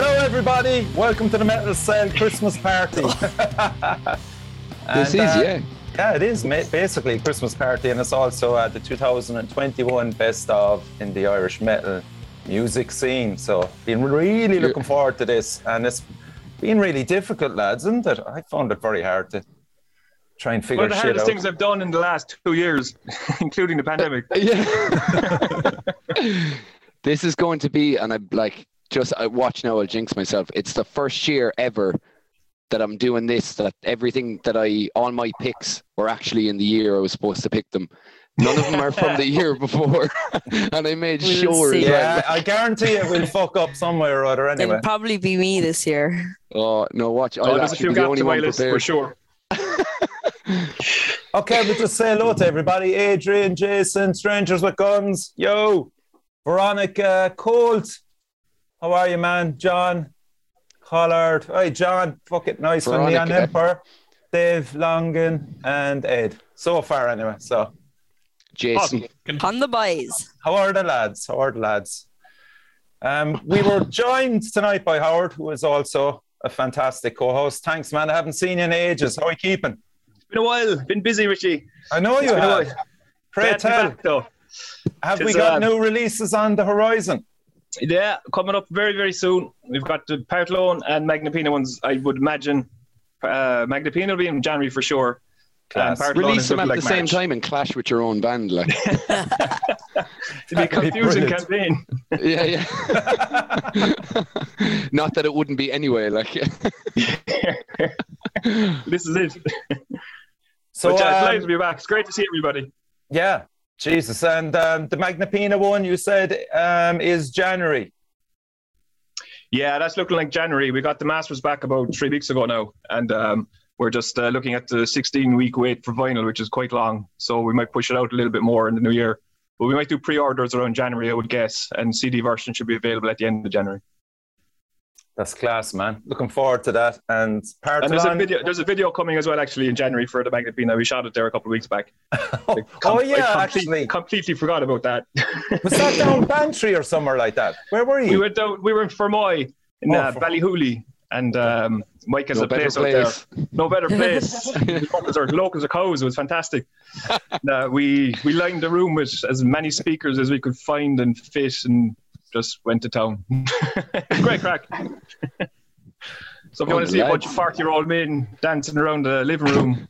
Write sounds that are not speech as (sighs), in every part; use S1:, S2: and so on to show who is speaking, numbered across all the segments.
S1: everybody. Welcome to the Metal Cell Christmas
S2: (laughs)
S1: party. (laughs)
S2: This is,
S1: And, uh,
S2: yeah.
S1: Yeah, it is ma- basically a Christmas party, and it's also uh, the 2021 best of in the Irish metal music scene. So, been really looking forward to this, and it's been really difficult, lads, isn't it? I found it very hard to try and figure
S3: One of the
S1: shit
S3: hardest
S1: out.
S3: things I've done in the last two years, (laughs) including
S2: (laughs)
S3: the pandemic.
S2: Yeah. (laughs) this is going to be, and I'm like, just I watch now, I'll jinx myself. It's the first year ever that I'm doing this, that everything that I, all my picks were actually in the year I was supposed to pick them. None of them are from the year before. (laughs) and I made
S4: We'll
S2: sure.
S4: see.
S2: as well.
S1: yeah, I guarantee it will fuck up somewhere or
S3: (laughs)
S1: other anyway.
S4: It'll probably be me this year.
S2: Oh, no, watch.
S3: Oh,
S2: I'll
S3: there's a
S2: actually
S3: few
S2: be the
S3: gaps
S2: only
S3: in my
S2: one
S3: list for
S2: prepared.
S3: sure.
S1: Okay, we just say hello to everybody. Adrian, Jason, Strangers with Guns. Yo. Veronica Colt. How are you, man? John Collard. Hey, John. Fuck it. Nice one. Neon
S2: Veronica.
S1: Emperor. Dave Longan and Ed. So far, anyway. So,
S2: Jason.
S4: On the boys.
S1: how are the lads? How are the lads? Um, we were joined tonight by Howard, who is also a fantastic co host. Thanks, man. I haven't seen you in ages. How are you keeping?
S3: It's been a while. Been busy, Richie.
S1: I know you
S3: been a
S1: have.
S3: while.
S1: Pray
S3: Glad to be
S1: tell,
S3: back, though.
S1: have we
S3: It's,
S1: got
S3: um,
S1: new releases on the horizon?
S3: Yeah, coming up very, very soon. We've got the Pout Loan and Magnapina ones, I would imagine. Uh, Magnapina will be in January for sure.
S1: Class.
S3: Pout Loan
S2: Release
S3: is
S2: them at
S3: looking
S2: the
S3: like
S2: same
S3: March.
S2: time and clash with your own band. Like,
S3: (laughs)
S1: (laughs)
S3: It'll be a
S1: That'd be
S3: confusing
S1: brilliant.
S3: campaign.
S2: yeah, yeah. (laughs)
S3: (laughs)
S2: Not that it wouldn't be anyway. Like,
S3: This is it.
S1: (laughs) So
S3: (laughs) but, yeah,
S1: um,
S3: glad to be back. It's great to see everybody.
S1: yeah, Jesus, and um, the Magnapina one you said um, is January.
S3: Yeah, that's looking like January. We got the Masters back about three weeks ago now, and um, we're just uh, looking at the 16 week wait for vinyl, which is quite long. So we might push it out a little bit more in the new year. But we might do pre orders around January, I would guess, and CD version should be available at the end of January.
S1: That's class, man. Looking forward to that. And
S3: And there's a
S1: Partalon.
S3: video there's a video coming as well, actually, in January for the Magnapina. We shot it there a couple of weeks back.
S1: (laughs) Oh,
S3: I com-
S1: oh,
S3: I
S1: yeah,
S3: complete-
S1: actually,
S3: Completely forgot
S1: (laughs)
S3: about that.
S1: was that down Bantry or somewhere like that? Where were
S3: we
S1: you?
S3: were down, we were in Fermoy in
S1: Oh,
S3: uh,
S1: Fer-
S3: Ballyhooly, and um, Mike has
S2: no
S3: a
S2: better
S3: place out there.
S2: place.
S3: No (laughs) better place. locals are locals are cows. It was (laughs) fantastic. And, uh, we we lined the room with as many speakers as we could find and fit, and just went to town. (laughs) Great (laughs) crack. So if you want
S2: Oh,
S3: to see a bunch
S2: lads.
S3: of forty-year-old men dancing around the living room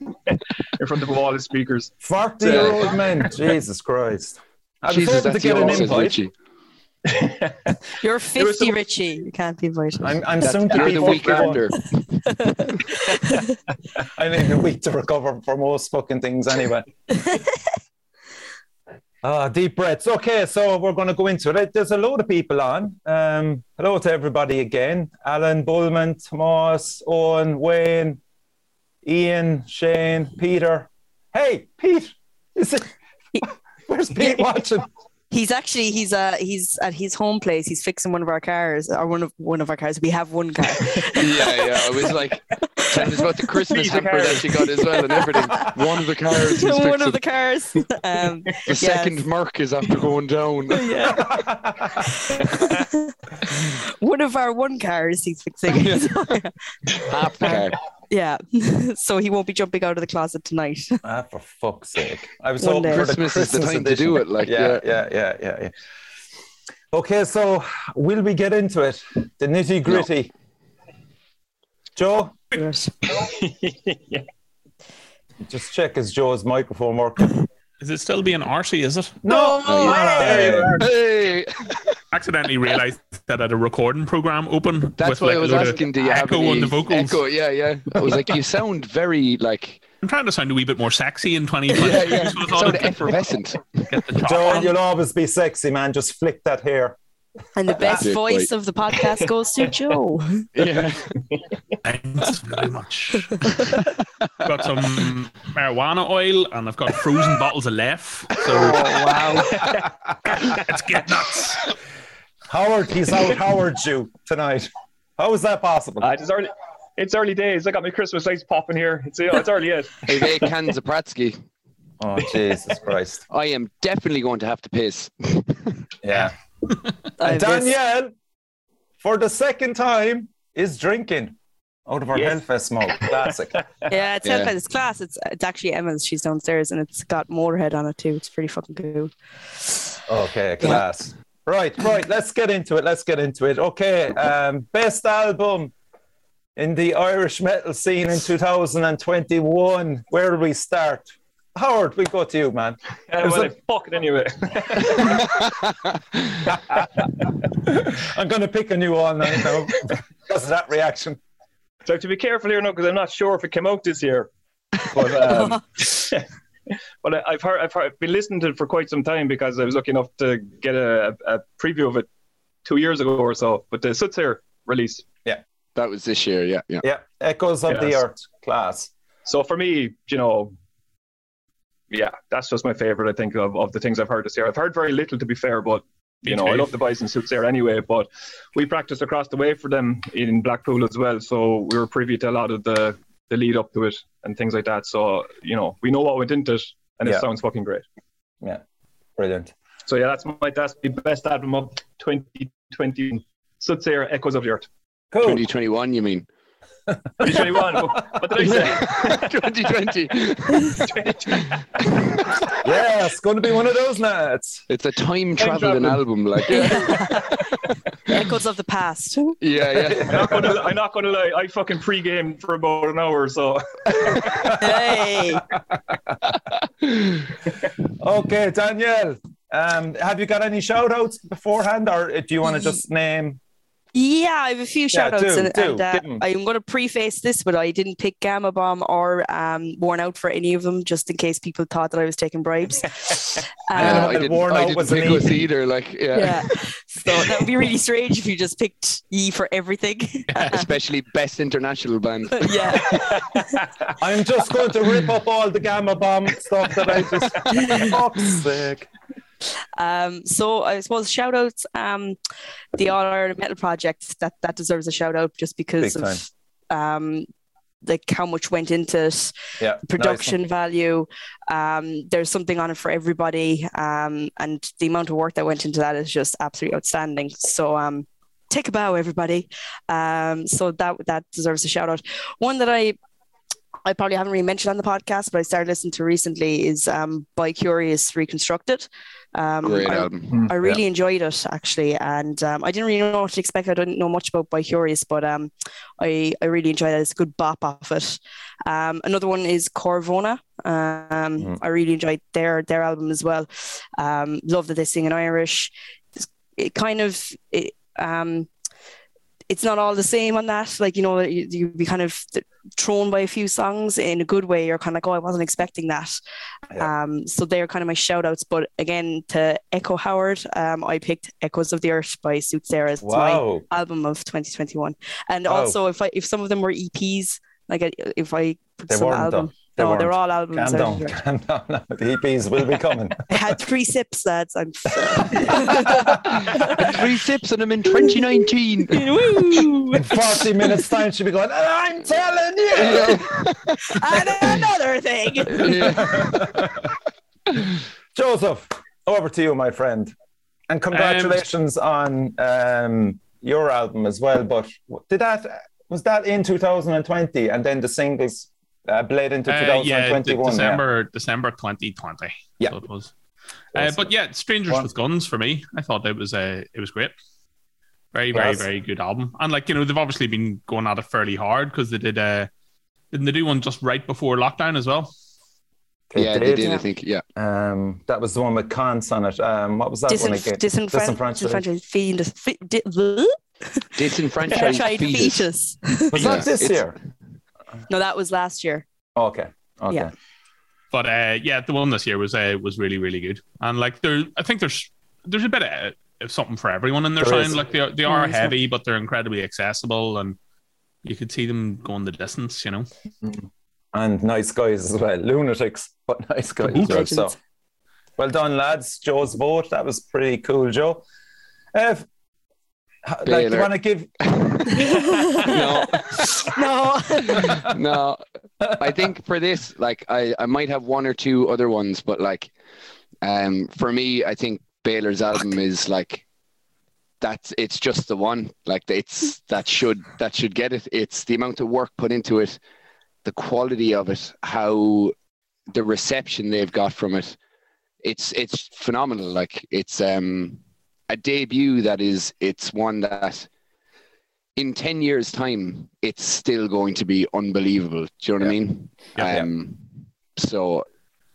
S3: (laughs) in front of a wall of speakers,
S1: Forty-year-old man. Jesus Christ. I was
S2: Jesus,
S1: hoping to
S2: that's
S1: get
S2: yours,
S1: an
S2: says
S1: invite.
S2: Richie.
S4: You're
S3: was
S4: 50,
S3: some-
S4: Richie. You can't be invited.
S1: I'm, I'm
S2: That's,
S1: soon to
S2: you're
S1: be
S2: the week after.
S1: I need a week to recover from most fucking things anyway. Ah, deep breaths. Okay, so we're going to go into it. There's a load of people on. Um, hello to everybody again. Alan, Bullman, Tomas, Owen, Wayne, Ian, Shane, Peter. Hey, Pete. Is it, where's Pete watching?
S4: He's actually he's uh he's at his home place. He's fixing one of our cars or one of one of our cars. We have one car.
S2: (laughs)
S4: (laughs)
S2: yeah, yeah. I was like, and it's about the
S4: (laughs)
S2: Christmas
S3: Leave the
S2: hamper that
S3: cars.
S2: she got as well, and everything. One of the cars is
S4: one
S2: fixing.
S4: of the cars. Um,
S2: the second mark is after going
S4: (laughs)
S2: down.
S4: yeah.
S1: (laughs)
S4: one of our one cars he's fixing.
S2: Yeah.
S4: So,
S2: Half the car.
S4: (laughs) yeah. (laughs) so he won't be jumping out of the closet tonight.
S1: Ah, for fuck's sake. I was
S4: One
S1: hoping
S4: day.
S1: for the
S2: Christmas is the time to
S1: edition.
S2: do it, like,
S1: yeah, yeah, yeah, yeah, yeah. Okay, so will we get into it? The nitty gritty. Joe, just check is Joe's microphone working.
S5: Is it still being arty? Is it?
S1: No, Uh, way.
S2: Hey,
S5: Accidentally realised that I had a recording program open.
S2: that's
S5: with,
S2: why
S5: like,
S2: I was
S5: a load of
S2: asking. Do you have
S5: echo
S2: any
S5: on the vocals?
S2: Echo, yeah, yeah. I was like, you sound very
S5: (laughs)
S2: like,
S5: I'm trying to sound a wee bit more sexy in 2022.
S2: yeah, yeah.
S5: so I thought
S2: Sound
S5: I'd (laughs)
S2: effervescent.
S5: get the top
S1: Joe,
S5: on.
S1: you'll always be sexy, man. Just flick that hair.
S4: And the best
S2: it,
S4: voice
S2: right.
S4: of the podcast goes to Joe.
S2: Yeah.
S5: Thanks very much. got some marijuana oil and I've got frozen bottles of left. So
S2: wow.
S5: let's get nuts.
S1: (laughs) Howard, he's out Howard you tonight. How is that possible?
S3: uh, it's early. It's early days. I got my Christmas lights popping here. It's it's early (laughs) yet.
S2: Hey, hey, cans of Pratsky.
S1: Oh, Jesus Christ.
S2: I am definitely going to have to piss.
S1: Yeah.
S4: I miss-
S1: Danielle, for the second time is drinking out of our
S3: Yes.
S1: Hellfest
S3: (laughs)
S1: mug. Classic.
S4: Yeah, it's
S2: Yeah.
S4: yeah. It's class. It's it's actually Emma's. She's downstairs, and it's got Motorhead on it too. It's pretty fucking cool.
S1: Okay, class. Right, right. Let's get into it. Let's get into it. Okay, um, best album in the Irish metal scene in 2021. Where do we start? Howard, we go to you, man.
S3: Yeah,
S1: There's
S3: well,
S1: a-
S3: they fuck it anyway. (laughs)
S1: I'm going to pick a new one now (laughs) now, because of that reaction.
S3: so I have to be careful here now because I'm not sure if it came out this year. But, um, but I, I've heard, I've heard, I've been listening to it for quite some time because I was lucky enough to get a, a preview of it two years ago or so. But the Sutzer release.
S2: that was this year. Yeah, yeah.
S1: Yeah, Echoes of the
S3: Yes.
S1: Earth, class.
S3: So for me, you know, yeah, that's just my favorite. I think of, of the things I've heard this year. I've heard very little, to be fair, but you
S5: Me
S3: know, I
S5: too.
S3: love the Bison suits there anyway. But we practiced across the way for them in Blackpool as well, so we were privy to a lot of the the lead up to it and things like that. So you know, we know what went into it, and
S1: Yeah.
S3: it sounds fucking great.
S1: Brilliant.
S3: So yeah, that's my that's the best album of 2020. Sutzer Echoes of the Earth.
S5: Oh.
S1: Cool.
S2: 2021, you
S5: (laughs)
S2: mean?
S3: 2021. what did I say?
S5: (laughs)
S2: 2020.
S3: 2020.
S1: Yeah, it's going to be one of those nights.
S2: It's a time traveling
S3: traveling.
S2: album,
S5: (laughs)
S2: like. Yeah,
S4: Echoes of the past.
S2: yeah.
S3: I'm not gonna, I'm not gonna lie. I fucking pre-gamed for about an hour, so
S4: Hey,
S1: Okay, Danielle, um, have you got any shout outs beforehand, or do you want to
S4: Mm.
S1: just name?
S4: yeah, I have a few shout outs,
S1: do,
S4: and,
S1: do,
S4: and, uh,
S1: give 'em.
S4: I'm going to preface this, but I didn't pick Gamma Bomb or um, Worn Out for any of them, just in case people thought that I was
S1: (laughs)
S4: taking bribes.
S2: Yeah,
S1: know
S4: Um,
S2: Uh, I
S1: that
S2: didn't,
S1: Warnock
S2: I didn't
S1: was an
S2: think it was either. Like, yeah.
S4: yeah, so that would be really strange if you just picked E for everything.
S2: (laughs)
S1: (laughs)
S4: (laughs)
S2: especially best international band. (laughs)
S4: yeah.
S1: I'm just going to rip up all the gamma bomb stuff that I just.
S4: (laughs)
S1: Fuck's sake.
S4: Um, so I suppose shout outs, um, the All Ireland Metal Project that that deserves a shout out just because
S1: Big
S4: of um, like how much went into it,
S1: Yeah.
S4: production value. Um, there's something on it for everybody, um, and the amount of work that went into that is just absolutely outstanding. So um, take a bow, everybody. Um, so that that deserves a shout out. One that I I probably haven't really mentioned on the podcast, but I started listening to recently is um, by Curious Reconstructed. Um,
S2: Great
S4: I-
S2: (laughs) album.
S4: I really enjoyed it actually, and um, I didn't really know what to expect. I didn't know much about By Curious, but um, I I really enjoyed that. It's a good bop off it. Um, another one is Corvona. Um,
S1: Mm.
S4: I really enjoyed their their album as well. Um, love that they sing in Irish. It's- It kind of it, um, it's not all the same on that. Like you know, you, you'd be kind of thrown by a few songs in a good way. You're kind of like, oh, I wasn't expecting that. Um, so they are kind of my shout outs. But again, to Echo Howard, um, I picked Echoes of the Earth by Suit Sarah. It's my
S1: Wow.
S4: album of 2021. And
S1: Wow.
S4: also, if I if some of them were EPs, like I- if I put
S1: They
S4: some
S1: weren't,
S4: album,
S1: though. They
S4: no,
S1: weren't.
S4: they're all albums.
S1: Calm
S4: I-
S1: down. Calm down. (laughs) now. The EPs will be coming.
S4: (laughs) I had three sips, lads.
S1: (laughs)
S4: I'm
S2: Three sips and I'm in (laughs) 2019.
S4: woo,
S1: In 40 minutes' time, she'll be going, I'm telling
S2: (laughs)
S1: you.
S4: and another thing.
S2: yeah.
S1: Joseph, over to you, my friend.
S5: Um,
S1: And congratulations on um, your album as well. But did that was that in 2020, and then the singles uh, bled into
S5: Uh, yeah, d-
S1: 2021. yeah?
S5: December, December 2020.
S1: Yeah.
S5: so it was. Uh, but yeah, Strangers
S1: One-
S5: with Guns for me. I thought it was uh, it was great. Very, very,
S1: Yes.
S5: very good album. And like you know, they've obviously been going at it fairly hard because they did. Uh, didn't they do one just right before lockdown as well?
S1: They
S2: yeah, they
S1: did.
S2: did, I think. Yeah.
S1: Um, that was the one with Kant's on it. Um, what was that one
S4: Disenf-
S1: again?
S4: disenfran-
S1: Disenfranchised.
S4: disenfranchised fiend, fi- di- bleh?
S2: Disenfranchised
S4: Disenfranchised
S2: fetus.
S4: fetus.
S1: Was
S2: Yeah,
S1: that this
S2: it's-
S1: year?
S4: No, that was last
S1: (laughs)
S4: year. (laughs)
S1: Okay. Okay.
S4: Yeah.
S5: But uh, yeah, the one this year was uh, was really, really good. And like there, I think there's there's a bit of, of something for everyone in their
S1: There
S5: sound.
S1: is.
S5: Like they are, they are
S4: Mm, so-
S5: heavy, but they're incredibly accessible, and you could see them going the distance. You know.
S1: And nice guys as well. Lunatics, but (laughs) nice guys as well. So.
S4: Legends.
S1: Well done, lads. Joe's vote. That was pretty cool, Joe. Uh, if- h- like, you
S2: Baylor.
S1: want to give
S2: (laughs) (laughs) No,
S4: no.
S2: no. I think for this, like, I, I might have one or two other ones, but like, um, for me, I think Baylor's album is like that's it's just the one. Like it's that should that should get it. It's the amount of work put into it, the quality of it, how the reception they've got from it. It's it's phenomenal. Like it's um a debut that is it's one that in 10 years time it's still going to be unbelievable do you know what i mean
S1: Yeah, yeah.
S2: um so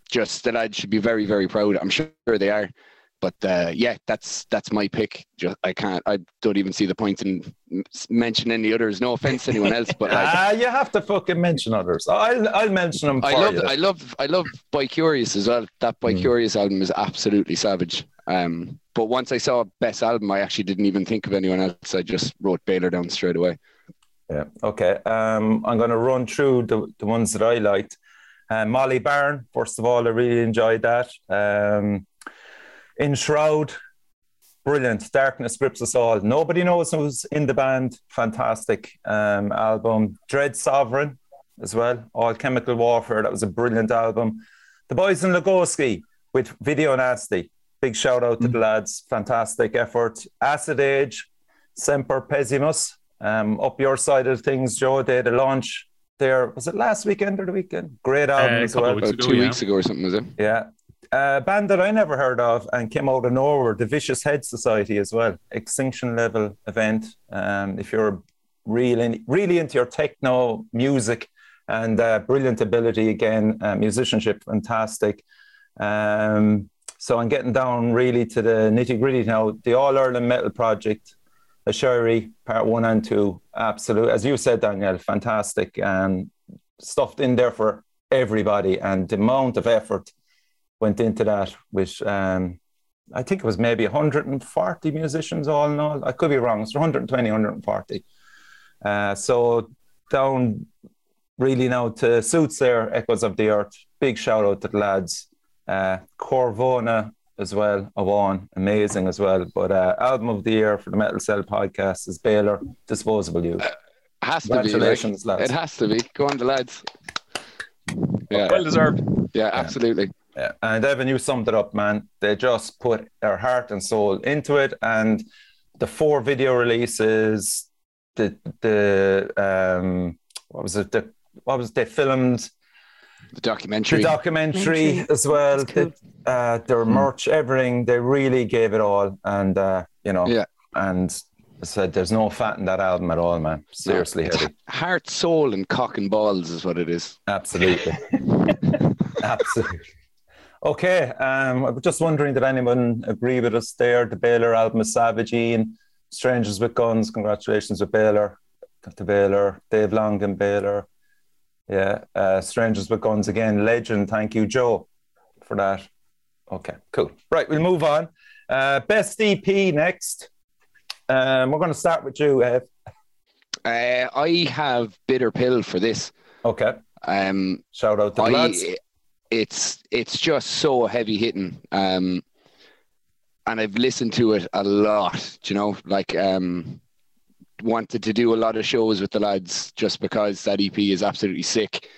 S2: just the lads should be very very proud i'm sure they are but uh, yeah that's that's my pick just, i can't i don't even see the point in m- mentioning any others no offense to anyone else but like
S1: Ah, you have to fucking mention others. I'll, I'll mention them for
S2: I love,
S1: you.
S2: I love, I love By Curious as well. That By
S1: Mm.
S2: Curious album is absolutely savage. Um, but once I saw Best Album, I actually didn't even think of anyone else. I just wrote Baylor down straight away.
S1: Yeah. Okay. Um, I'm going to run through the, the ones that I liked. Uh, Molly Barn, first of all, I really enjoyed that. Um, in Shroud, brilliant. Darkness grips us all. Nobody knows who's in the band. Fantastic um, album. Dread Sovereign, as well. All Chemical Warfare. That was a brilliant album. The Boys in Lugoski with Video Nasty. Big shout out
S5: Mm.
S1: to the lads. Fantastic effort. Acid Age, Semper Pessimus. Um, up your side of things, Joe, they had a launch there. Was it last weekend or the weekend? Great album
S5: Uh,
S1: as
S5: couple
S1: well.
S5: of
S2: About
S5: ago,
S2: two
S5: yeah.
S2: weeks ago or something, was it?
S1: Yeah. A band that I never heard of and came out of nowhere, the Vicious Head Society as well. Extinction level event. Um, if you're really, really into your techno music and uh, brilliant ability again, uh, musicianship, fantastic. Um, so I'm getting down really to the nitty gritty now. The All Ireland Metal Project, a Sherry, part one and two. Absolute, as you said, Danielle, fantastic. Um, stuffed in there for everybody and the amount of effort went into that with um, I think it was maybe 140 musicians all in all. I could be wrong. It's 120, 140. Uh, so down really now to Suits there, Echoes of the Earth. Big shout out to the lads. Uh, Corvona as well, Avon, amazing as well. But uh, album of the year for the Metal Cell podcast is Baylor, Disposable Youth.
S2: Has to be. Like,
S1: Congratulations, lads.
S2: it has to be. Go on, the lads. Yeah,
S3: Well deserved.
S2: yeah, absolutely.
S1: Yeah. And Evan, you summed it up, man. They just put their heart and soul into it. And the four video releases, the the um what was it? The what was it? they filmed
S2: The documentary.
S1: the documentary
S4: Documentary.
S1: as well.
S4: That's cool.
S1: the, uh, their
S2: Hmm.
S1: merch, everything. They really gave it all, and uh, you know,
S2: Yeah.
S1: And I said, there's no fat in that album at all, man. Seriously,
S2: No.
S1: heavy.
S2: Heart, soul, and cock and balls is what it is.
S1: Absolutely. Absolutely. Okay. Um, I was just wondering, did anyone agree with us there? The Baylor album is Savage Ian, Strangers with Guns, congratulations with Baylor, to Baylor, Dave Long and Baylor. Yeah. Uh, Strangers with Guns again, legend. Thank you, Joe, for that. Okay, cool. Right, we'll move on. Uh, best EP next. Um, we're going to start with you, Ev.
S2: Uh, I have bitter pill for this.
S1: Okay.
S2: Um,
S1: Shout out to the
S2: I-
S1: lads.
S2: It's it's just so heavy hitting. Um, and I've listened to it a lot. do You know, like um, wanted to do a lot of shows with the lads just because that EP is absolutely sick.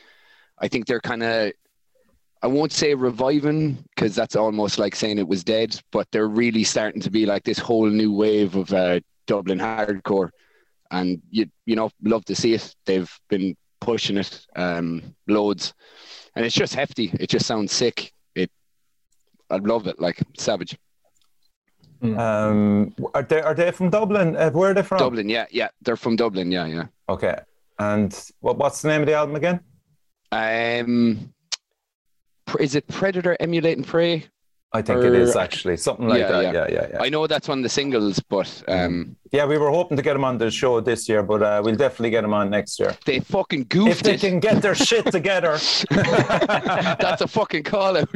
S2: I think they're kind of. I won't say reviving because that's almost like saying it was dead, but they're really starting to be like this whole new wave of uh, Dublin hardcore, and you you know love to see it. They've been pushing it um, loads, and it's just hefty. It just sounds sick. It, I love it. Like savage.
S1: Um, are they are they from Dublin? Uh, where are they from?
S2: Dublin, yeah, yeah. They're from Dublin, yeah, yeah.
S1: Okay. And what, what's the name of the album again?
S2: Um, pr- is it Predator emulating prey?
S1: I think it is
S2: Er,
S1: actually something like
S2: yeah,
S1: that. Yeah,
S2: yeah.
S1: yeah, yeah, yeah. Mm.
S2: I know that's one of the singles, but um,
S1: we were hoping to get them on the show this year, but uh, we'll definitely get them on next year
S2: they fucking
S1: if
S2: goofed
S1: they
S2: it.
S1: can (laughs) get their shit together.
S2: (laughs)
S1: (laughs)
S2: that's a fucking call out.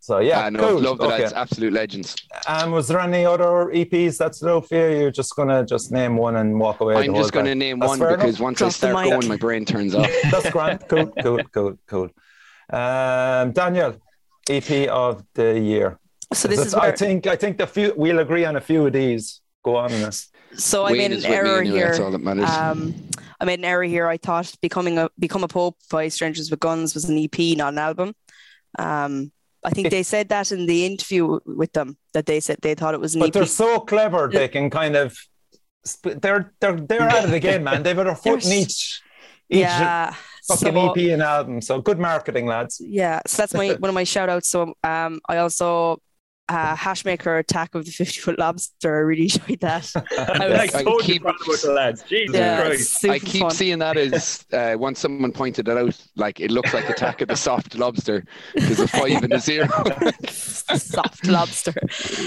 S1: So yeah,
S2: I know,
S1: cool.
S2: love the
S1: okay.
S2: lads, absolute legends.
S1: Um, was there any other E EPs that's low for you? You're just gonna just name one and walk away.
S2: I'm just going to name
S1: That's
S2: one
S1: fair enough.
S2: because once I
S4: Drop the
S2: start
S4: mic.
S2: going, my brain turns
S4: (laughs)
S2: off.
S1: to. That's grand. Cool, cool, cool, cool. Um, Daniel, EP of the year.
S4: (laughs) So this
S1: That's-
S4: is
S1: I
S4: where.
S1: think I think the few we'll agree on a few of these. Go
S4: (sighs)
S1: on. then.
S4: so I
S2: Wayne
S4: made
S2: is with
S4: an
S2: me
S4: Oh, error
S2: anyway,
S4: here.
S2: That's all that matters.
S4: Um, I made an error here. I thought E becoming a become a pope by Strangers with Guns was an EP, not an album. Um, I think they said that in the interview with them that they said they thought it was an E
S1: But they're
S4: EP.
S1: so clever, they can kind of. sp- They're they're they're out of the game, man.
S4: (laughs)
S1: They've got a foot in
S4: They're s-
S1: each each
S4: Yeah.
S1: fucking E
S4: so-
S1: EP and album. So good marketing, lads.
S4: yeah so that's my one of my shout outs so um i also uh hashmaker attack of the 50 foot lobster i really enjoyed
S1: (laughs)
S4: that I was-
S3: Like,
S2: I
S3: so
S2: keep-
S3: proud of the lads. Jesus
S4: yeah,
S3: Christ.
S4: super
S2: I keep
S4: fun.
S2: seeing that as
S4: (laughs)
S2: uh, once someone pointed it out, like it looks like Attack of the Soft Lobster because a five and a
S4: (laughs)
S2: zero.
S4: Uh, soft lobster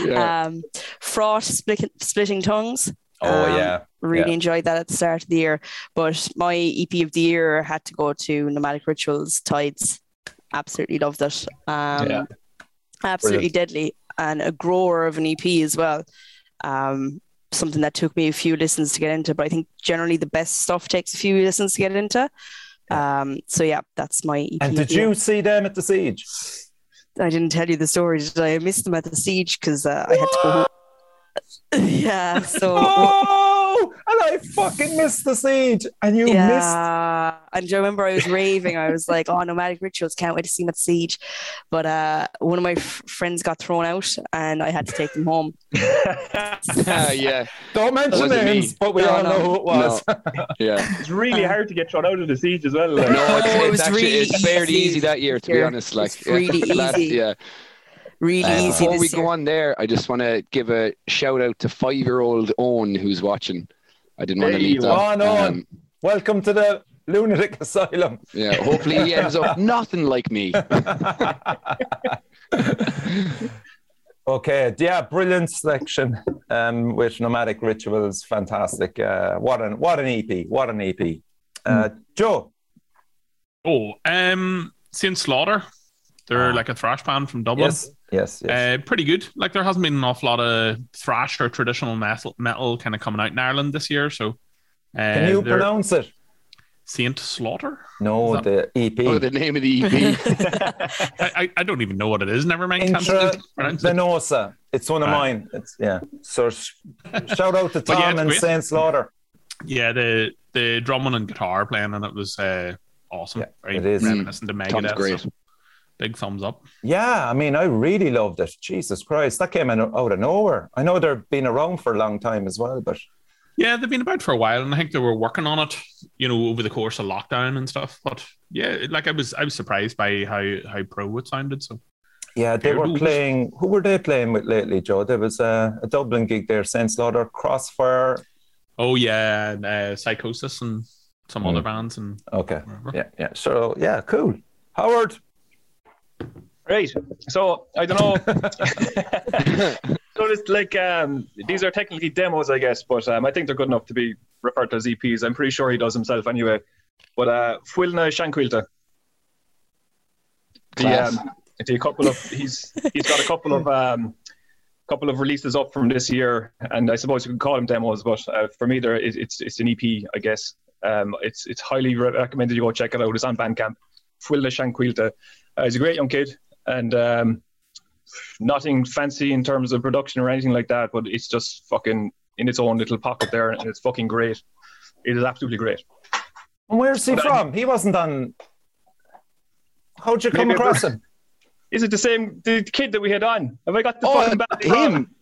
S2: yeah.
S4: um fraught split, splitting tongues
S1: Oh
S4: Um,
S1: yeah,
S4: really
S1: Yeah.
S4: enjoyed that at the start of the year but my ep of the year had to go to nomadic rituals tides absolutely loved it um
S3: Yeah.
S4: absolutely deadly and a grower of an ep as well um something that took me a few listens to get into but i think generally the best stuff takes a few listens to get into um so yeah that's my EP
S1: And
S4: of
S1: did
S4: the year.
S1: you see them at the siege?
S4: I didn't tell you the story, did I? I missed them at the siege because uh, I had to go. (laughs)
S2: (laughs)
S4: yeah, so
S1: Oh, and I fucking missed the siege, and you missed.
S4: yeah, and I remember I was raving. I was like, "Oh, nomadic rituals! Can't wait to see them at the siege." But uh, one of my f- friends got thrown out, and I had to take
S2: (laughs)
S4: them home. (laughs)
S2: Ah, yeah,
S1: Don't mention
S2: Wasn't me.
S1: names, but we
S4: No,
S1: all
S4: no.
S1: know who it was.
S4: (laughs)
S2: yeah.
S3: It's really hard to get thrown out of the siege as well. like.
S2: No, it's,
S4: Oh, it
S2: it's
S4: was
S2: actually
S4: really
S2: it's fairly
S4: easy
S2: easy that year, to be
S4: here.
S2: honest. Like,
S4: It's really
S2: (laughs) last-
S4: easy.
S2: yeah.
S4: Really
S1: Uh,
S4: easy.
S2: Before
S4: this
S2: we
S4: year.
S2: go on there, I just want to give a shout out to five-year-old Owen who's watching. I didn't want to
S3: Hey,
S2: leave that. Um,
S1: Owen, Owen. (laughs) Welcome to the lunatic asylum.
S2: yeah, hopefully he ends
S4: (laughs)
S2: up nothing like me.
S1: (laughs) Okay, yeah, brilliant selection um, with nomadic rituals. Fantastic. Uh, what an what an EP. What an EP.
S2: Hmm.
S1: Uh, Joe.
S5: Oh, um, Saint Slaughter. They're like a thrash band from Dublin.
S1: Ah. Yes. Yes. yes.
S5: Uh, pretty good. Like there hasn't been an awful lot of thrash or traditional metal metal kind of coming out in Ireland this year. So, uh,
S1: Can you
S5: they're
S1: pronounce it?
S5: Saint Slaughter?
S1: No,
S5: Is
S1: the E EP.
S2: Oh, the name of
S4: (laughs)
S2: the EP.
S5: I, I, I don't even know what it is. Never mind. Can't
S1: (laughs) Intra
S5: (laughs) pronounce it.
S1: Venosa. It's one of
S5: Right.
S1: mine. It's yeah. So sh- shout out to
S5: Ah. But yeah,
S1: Tom
S5: it's
S1: and
S5: great.
S1: Saint Slaughter.
S5: Yeah, the the drumming and guitar playing, and it was uh, awesome.
S1: Yeah,
S5: Very
S1: it is.
S5: reminiscent to
S2: Tom's
S5: Megadeth.
S2: great.
S5: so big thumbs up.
S1: Yeah, I mean, I really loved it. Jesus Christ, that came in, out of nowhere. I know they've been around for a long time as well, but
S5: Yeah, they've been about for a while, and I think they were working on it, you know, over the course of lockdown and stuff. But yeah, like I was, I was surprised by how how pro it sounded. So
S1: yeah, they were
S5: Fair dues.
S1: playing. Who were they playing with lately, Joe? There was a, a Dublin gig there, Saint Slaughter, Crossfire.
S5: Oh yeah, and, uh, Psychosis and some
S1: Mm.
S5: other bands and
S1: Okay,
S5: whatever.
S1: yeah, yeah. So yeah, cool. Howard,
S3: Right. So I don't know. so it's like um, these are technically demos, I guess, but um, I think they're good enough to be referred to as EPs. I'm pretty sure he does himself anyway. But uh, Fuilna Shanquilta, the,
S2: Class.
S3: um, the couple of he's he's got a couple of um, couple of releases up from this year, and I suppose you could call them demos, but uh, for me, they're, it, it's it's an EP, I guess. Um, it's it's highly re- recommended you go check it out. It's on Bandcamp. Fuilna Shanquilta. Uh, he's a great young kid, and um, nothing fancy in terms of production or anything like that, but it's just fucking in its own little pocket there, and it's fucking great. It is absolutely great.
S1: and where's he
S3: Well, I-
S1: from? He wasn't on. How'd you come
S3: Maybe I
S1: across him?
S3: Is it the same the kid that we had on? Have I got the
S2: Oh,
S3: fucking band wrong?
S2: him.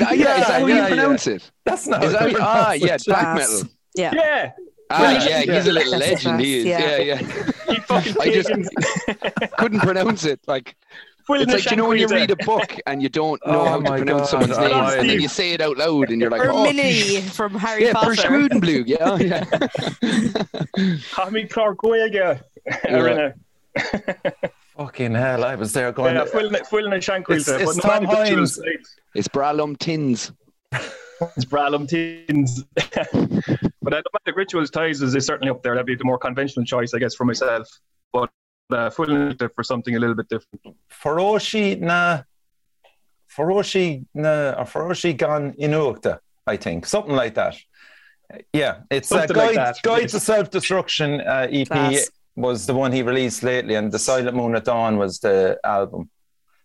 S2: Ah, yeah, is that how
S1: Yeah, yeah,
S2: you pronounce it?
S1: That's not.
S2: Is
S1: how
S2: that
S1: you
S2: ah,
S1: pronounce it.
S2: yeah, black
S4: Class.
S2: metal.
S4: Yeah.
S3: Yeah,
S2: Ah,
S3: Yeah.
S2: yeah, he's a little
S4: That's
S2: legend. He is.
S4: class,
S2: Yeah,
S4: yeah.
S2: yeah. (laughs)
S3: he fucking
S2: I just
S3: taken-
S2: couldn't pronounce it. Like it's like you know when you read a book and you don't know
S1: Oh
S2: how to
S1: my
S2: pronounce
S1: God,
S2: someone's
S1: I
S2: name,
S3: know.
S2: and then you say it out loud, and you're (laughs) like, oh,
S4: Hermione from Harry
S2: yeah,
S4: Potter.
S2: Verschwudenblug. Yeah, oh, yeah.
S3: Tommy Clark (laughs) Goyega. Yeah,
S1: Fucking hell! I was there going.
S3: yeah full, full and Shankwilter.
S1: It's- it's Tom Hines.
S2: It's Bralum Tins.
S3: It's Bralum Tins. (laughs) but uh, Nomadic Rituals Ties is, is certainly up there. That'd be the more conventional choice, I guess, for myself. But uh, full and Shankwilter for something a little bit different.
S1: Feroshi na Feroshi na or Feroshi gan Inuukta, I think. Something like that. Yeah, it's a
S3: Something like
S1: guide,
S3: that.
S1: guide to self destruction uh, EP
S4: Class.
S1: was the one he released lately, and The Silent Moon at Dawn was the album.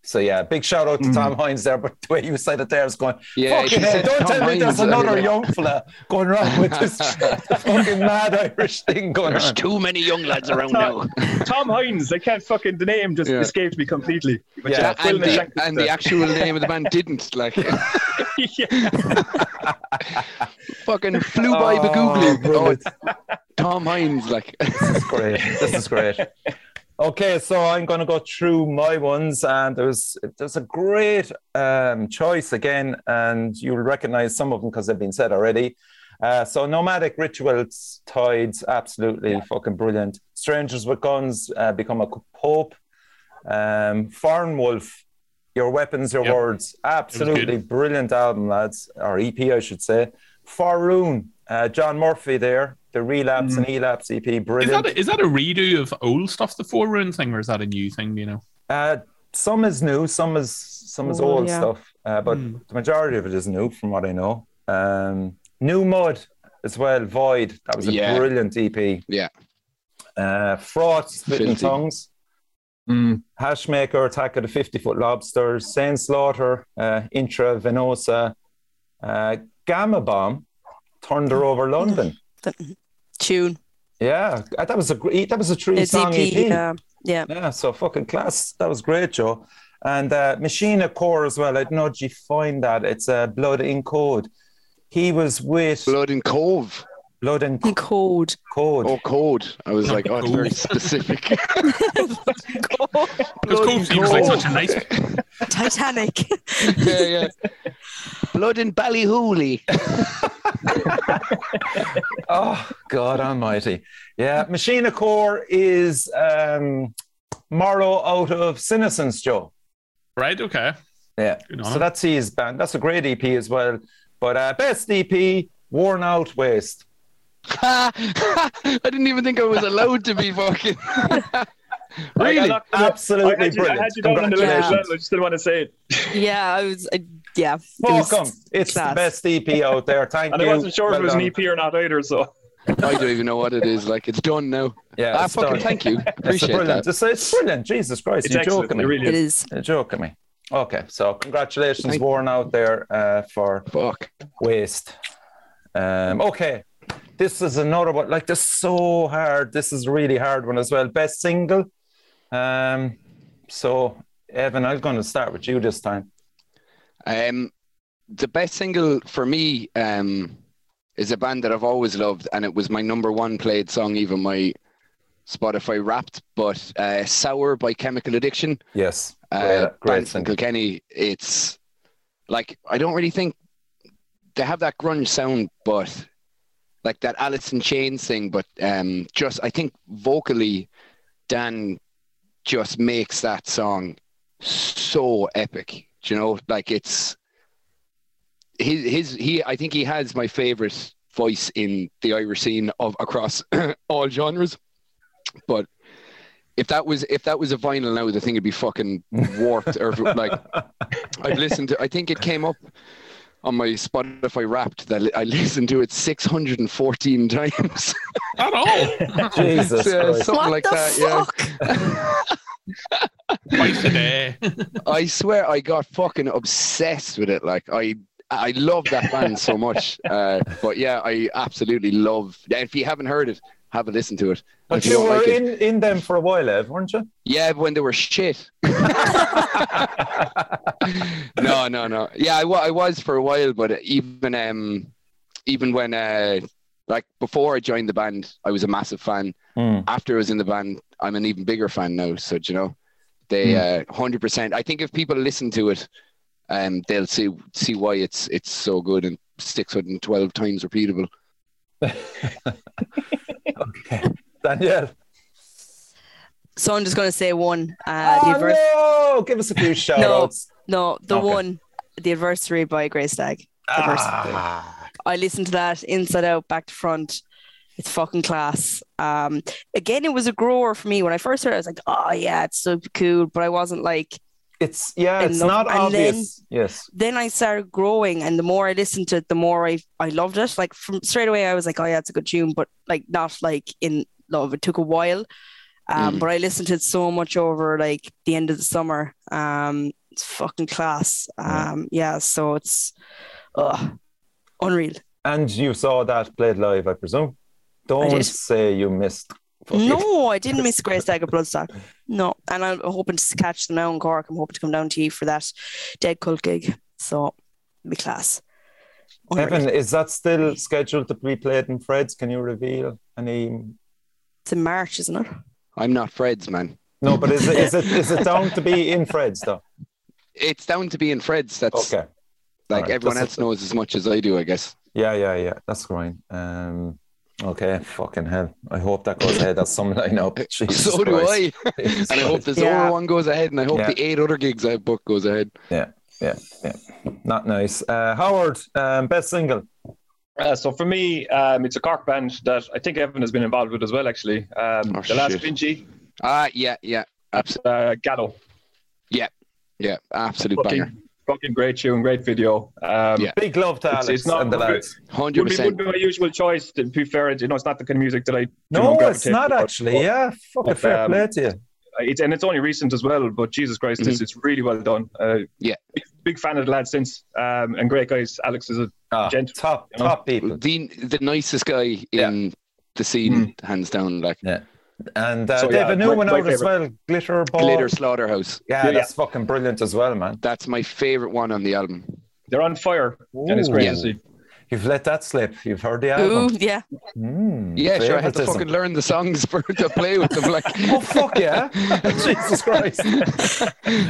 S1: So yeah, big shout out to
S3: Mm.
S1: Tom Hines there, but the way you said it there, I was going,
S2: Mm-hmm. Yeah,
S1: fucking
S2: she
S1: hell,
S2: said
S1: don't
S2: Tom
S1: tell me there's
S2: Hines, I
S1: another
S2: mean,
S1: young fella going around with this
S2: (laughs)
S1: fucking mad Irish thing going
S2: There's
S1: on.
S2: too many young lads around now.
S3: Tom Hines. I can't fucking the name just
S2: Yeah.
S3: escaped me completely. But
S1: Yeah,
S3: yeah,
S2: and,
S3: Phil
S2: the,
S3: neglected
S2: and the
S3: that.
S2: actual name of the band didn't. Like, (laughs)
S3: (laughs) yeah.
S2: fucking flew by the
S1: Oh,
S2: Googly. Oh,
S1: brilliant.
S2: Tom Hines, like, (laughs)
S1: this is great. This is great. Okay, so I'm going to go through my ones, and there's there's a great um, choice again, and you'll recognize some of them because they've been said already. Uh, so nomadic rituals, tides, absolutely fucking brilliant. Strangers with guns uh, become a pope. Um, Foreign wolf, your weapons, your
S5: Yep.
S1: words, absolutely brilliant album, lads, or EP, I should say. Faroon, uh, John Murphy there, the relapse and elapse E EP,
S5: Is
S1: brilliant.
S5: that, a, is that a redo of old stuff, the four rune thing, or is that a new thing? do You know,
S1: Uh, some is new, some is some is
S4: Oh,
S1: old
S4: yeah.
S1: stuff, uh, but
S5: Hmm.
S1: the majority of it is new, from what I know. Um, new mud as well. Void that was a
S2: Yeah.
S1: brilliant EP.
S2: Yeah.
S1: Uh, Fraught, spitting
S2: Filthy. Hmm.
S1: tongues.
S3: Mm.
S1: Hashmaker, Attack of the 50 Foot Lobsters, Saint Slaughter, uh, Intra Venosa, uh, Gamma Bomb, Thunder Over
S4: (laughs)
S1: London.
S4: The tune.
S1: Yeah, uh, that was a great, that was a true
S4: It's
S1: song E
S4: EP.
S1: EP.
S4: E Yeah. uh,
S2: (laughs)
S4: Yeah.
S1: Yeah, so fucking class. That was great, Joe. And uh, Machine Core as well. I don't know did you find that. It's uh, Blood in Code. He was with
S2: Blood and Cove.
S1: Blood in
S4: And Code.
S1: Code.
S2: Oh, Code. I was like, oh, it's very
S5: Cove.
S2: specific.
S5: because
S2: Blood
S5: Cove
S2: and
S5: seems like
S2: Cove.
S5: such a nice.
S4: Titanic. (laughs)
S2: yeah, yeah. Blood and Ballyhooly.
S1: Oh, God Almighty! Yeah, Machine Core is um, Morrow out of Sinnesons, Joe.
S5: Right? Okay.
S1: Yeah,
S5: Good on
S1: so
S5: him.
S1: that's his band. That's a great EP as well. But uh, best EP, Worn Out Waste.
S2: (laughs) I didn't even think I was allowed to
S1: (laughs)
S2: be fucking.
S3: I, I
S2: really?
S3: knocked it up.
S1: Absolutely
S3: I had you, I
S1: brilliant.
S3: had you down on the list. as well,
S1: Congratulations.
S3: I just didn't want to say it.
S4: yeah. I was. I, yeah. it was-
S1: Welcome. It's the
S4: class.
S1: best EP out there. Thank
S3: And I
S1: you.
S3: wasn't sure if
S1: Well
S3: it was an E
S1: done.
S3: EP or not either. So
S2: I don't even know what it is. Like, it's done now.
S1: Yeah,
S2: ah,
S1: it's
S2: fucking
S1: done.
S2: thank you.
S1: (laughs) It's
S2: Appreciate
S1: brilliant.
S2: that.
S1: It's, it's brilliant. Jesus Christ,
S3: it's
S1: you're
S3: excellent.
S1: joking
S3: It
S1: me.
S3: really
S4: It
S3: is.
S4: is.
S1: You're joking me. Okay, so congratulations,
S2: Thank-
S1: Warren, out there uh, for
S2: Fuck.
S1: waste. Um, okay, this is another one. Like, this is so hard. This is a really hard one as well. Best single. Um, so, Evan, I'm going to start with you this time.
S2: Um, the best single for me um, is a band that I've always loved, and it was my number one played song, even my Spotify Wrapped. But uh, "Sour" by Chemical Addiction,
S1: Yes,
S2: uh,
S1: great
S2: band from
S1: single.
S2: Kilkenny. It's like I don't really think they have that grunge sound, but like that Alice in Chains thing. But um, just I think vocally, Dan just makes that song so epic. Do you know, like it's his his he. I think he has my favorite voice in the Irish scene of across (coughs) all genres. But if that was if that was a vinyl now, the thing would be fucking warped or like I've listened to. I think it came up on my Spotify Wrapped that I listened to it 614 (laughs) times.
S1: (laughs)
S5: At all.
S2: (laughs)
S1: Jesus
S2: Yeah,
S1: Christ.
S2: something
S4: what
S2: like
S4: the
S2: that. Yeah.
S4: fuck?
S5: Twice a day.
S2: I swear I got fucking obsessed with it. Like I I love that band so much. Uh, but yeah, I absolutely love. If you haven't heard it, have a listen to it.
S1: But
S2: If you
S1: you
S2: don't
S1: were
S2: like it-
S1: in, in them for a while, Ev, weren't you?
S2: Yeah, when they were shit. (laughs) no, no, no. Yeah, I wa- I was for a while, but even um, even when uh, like before I joined the band, I was a massive fan.
S1: Hmm.
S2: after I was in the band, I'm an even bigger fan now. So do you know, they uh, hundred percent. I think if people listen to it, um, they'll see see why it's it's so good and six hundred and twelve times repeatable.
S1: Okay. Danielle.
S4: So I'm just going to say one. Uh, the adver-
S1: oh, no! Give us a
S4: (laughs)
S1: few shout outs.
S4: no. the
S1: Okay.
S4: one. The Adversary by Grey Stag.
S1: Ah,
S4: I listened to that inside out, back to front. It's fucking class. Um, again, it was a grower for me when I first heard. it, I was like, "Oh yeah, it's so cool," but I wasn't like.
S1: it's yeah, it's
S4: And
S1: not
S4: then-
S1: obvious. yes.
S4: Then I started growing, and the more I listened to it, the more I I loved it. Like from straight away, I was like, "Oh yeah, it's a good tune," but like not like in love. It took a while, Um,
S2: Mm.
S4: But I listened to it so much over like the end of the summer. Um, it's fucking class. Um, yeah, so it's uh, unreal.
S1: And you saw that played live, I presume. Don't
S4: did.
S1: say you missed. fucking-
S4: No, I didn't miss Grace Dagger Bloodstock. No, and I'm hoping to catch them now in Cork. I'm hoping to come down to you for that Dead Cult gig. So, it'll be class. Unreal.
S1: Kevin, is that still scheduled to be played in Fred's? Can you reveal any?
S4: It's in March, isn't it?
S2: I'm not Fred's man.
S1: No, but is it is it is it down to be in Fred's though?
S2: It's down to being Fred's. That's
S1: Okay.
S2: like
S1: Alright,
S2: everyone
S1: that's-
S2: else knows as much as I do, I guess.
S1: Yeah, yeah, yeah. That's fine. Um. Okay. Fucking hell. I hope that goes ahead. That's some line up. Jesus
S2: so do
S1: Christ.
S2: I.
S1: Jesus
S2: And I hope
S1: Christ. (laughs)
S2: the
S4: Yeah.
S2: Zora one goes ahead, and I hope
S1: Yeah.
S2: the eight other gigs I have booked goes ahead.
S1: Not nice. Uh, Howard, um, best single.
S3: Uh, so for me, um, it's a Cork band that I think Evan has been involved with as well, actually. Um,
S2: Oh,
S3: the Last
S2: shit.
S3: Vinci,
S2: Ah, yeah, yeah, absolutely,
S3: uh, Gallo.
S2: yeah, absolute banger,
S3: Fucking, fucking great tune, great video. Um,
S2: Yeah.
S1: Big love to Alex
S3: It's- it's not
S1: and the
S3: good.
S1: lads.
S2: hundred
S3: Would be, would
S2: percent.
S3: be my usual choice. To be fair, you know, it's not the kind of music that I. you know,
S1: No,
S3: gravitate
S1: it's not
S3: towards,
S1: actually.
S3: but
S1: Yeah, fucking
S3: But,
S1: fair
S3: um,
S1: play to you.
S3: It's, and it's only recent as well, but Jesus Christ, it's, it's really well done. Uh,
S2: Mm-hmm. Yeah.
S3: Big, big fan of the lad since, um, and great guys. Alex is a
S1: Ah,
S3: gent-
S1: top
S3: you know?
S1: top people.
S2: The the nicest guy in the scene,
S1: Hmm.
S2: hands down. Like
S1: And uh,
S3: So,
S1: they have
S3: yeah,
S1: a new
S3: my-
S1: one
S3: my
S1: out as well. Glitter ball.
S2: Glitter Slaughterhouse.
S1: Yeah,
S3: Yeah,
S1: that's fucking brilliant as well, man.
S2: That's my favorite one on the album.
S3: they're on fire, and it's great
S2: Yeah.
S3: to see.
S1: You've let that slip. You've heard the
S4: Ooh,
S1: album.
S4: yeah.
S1: Mm,
S2: Yeah, sure. I had to
S1: favoritism.
S2: fucking learn the songs (laughs) for to play with them. Like
S1: (laughs) Oh
S2: (laughs)
S1: fuck yeah! Jesus Christ!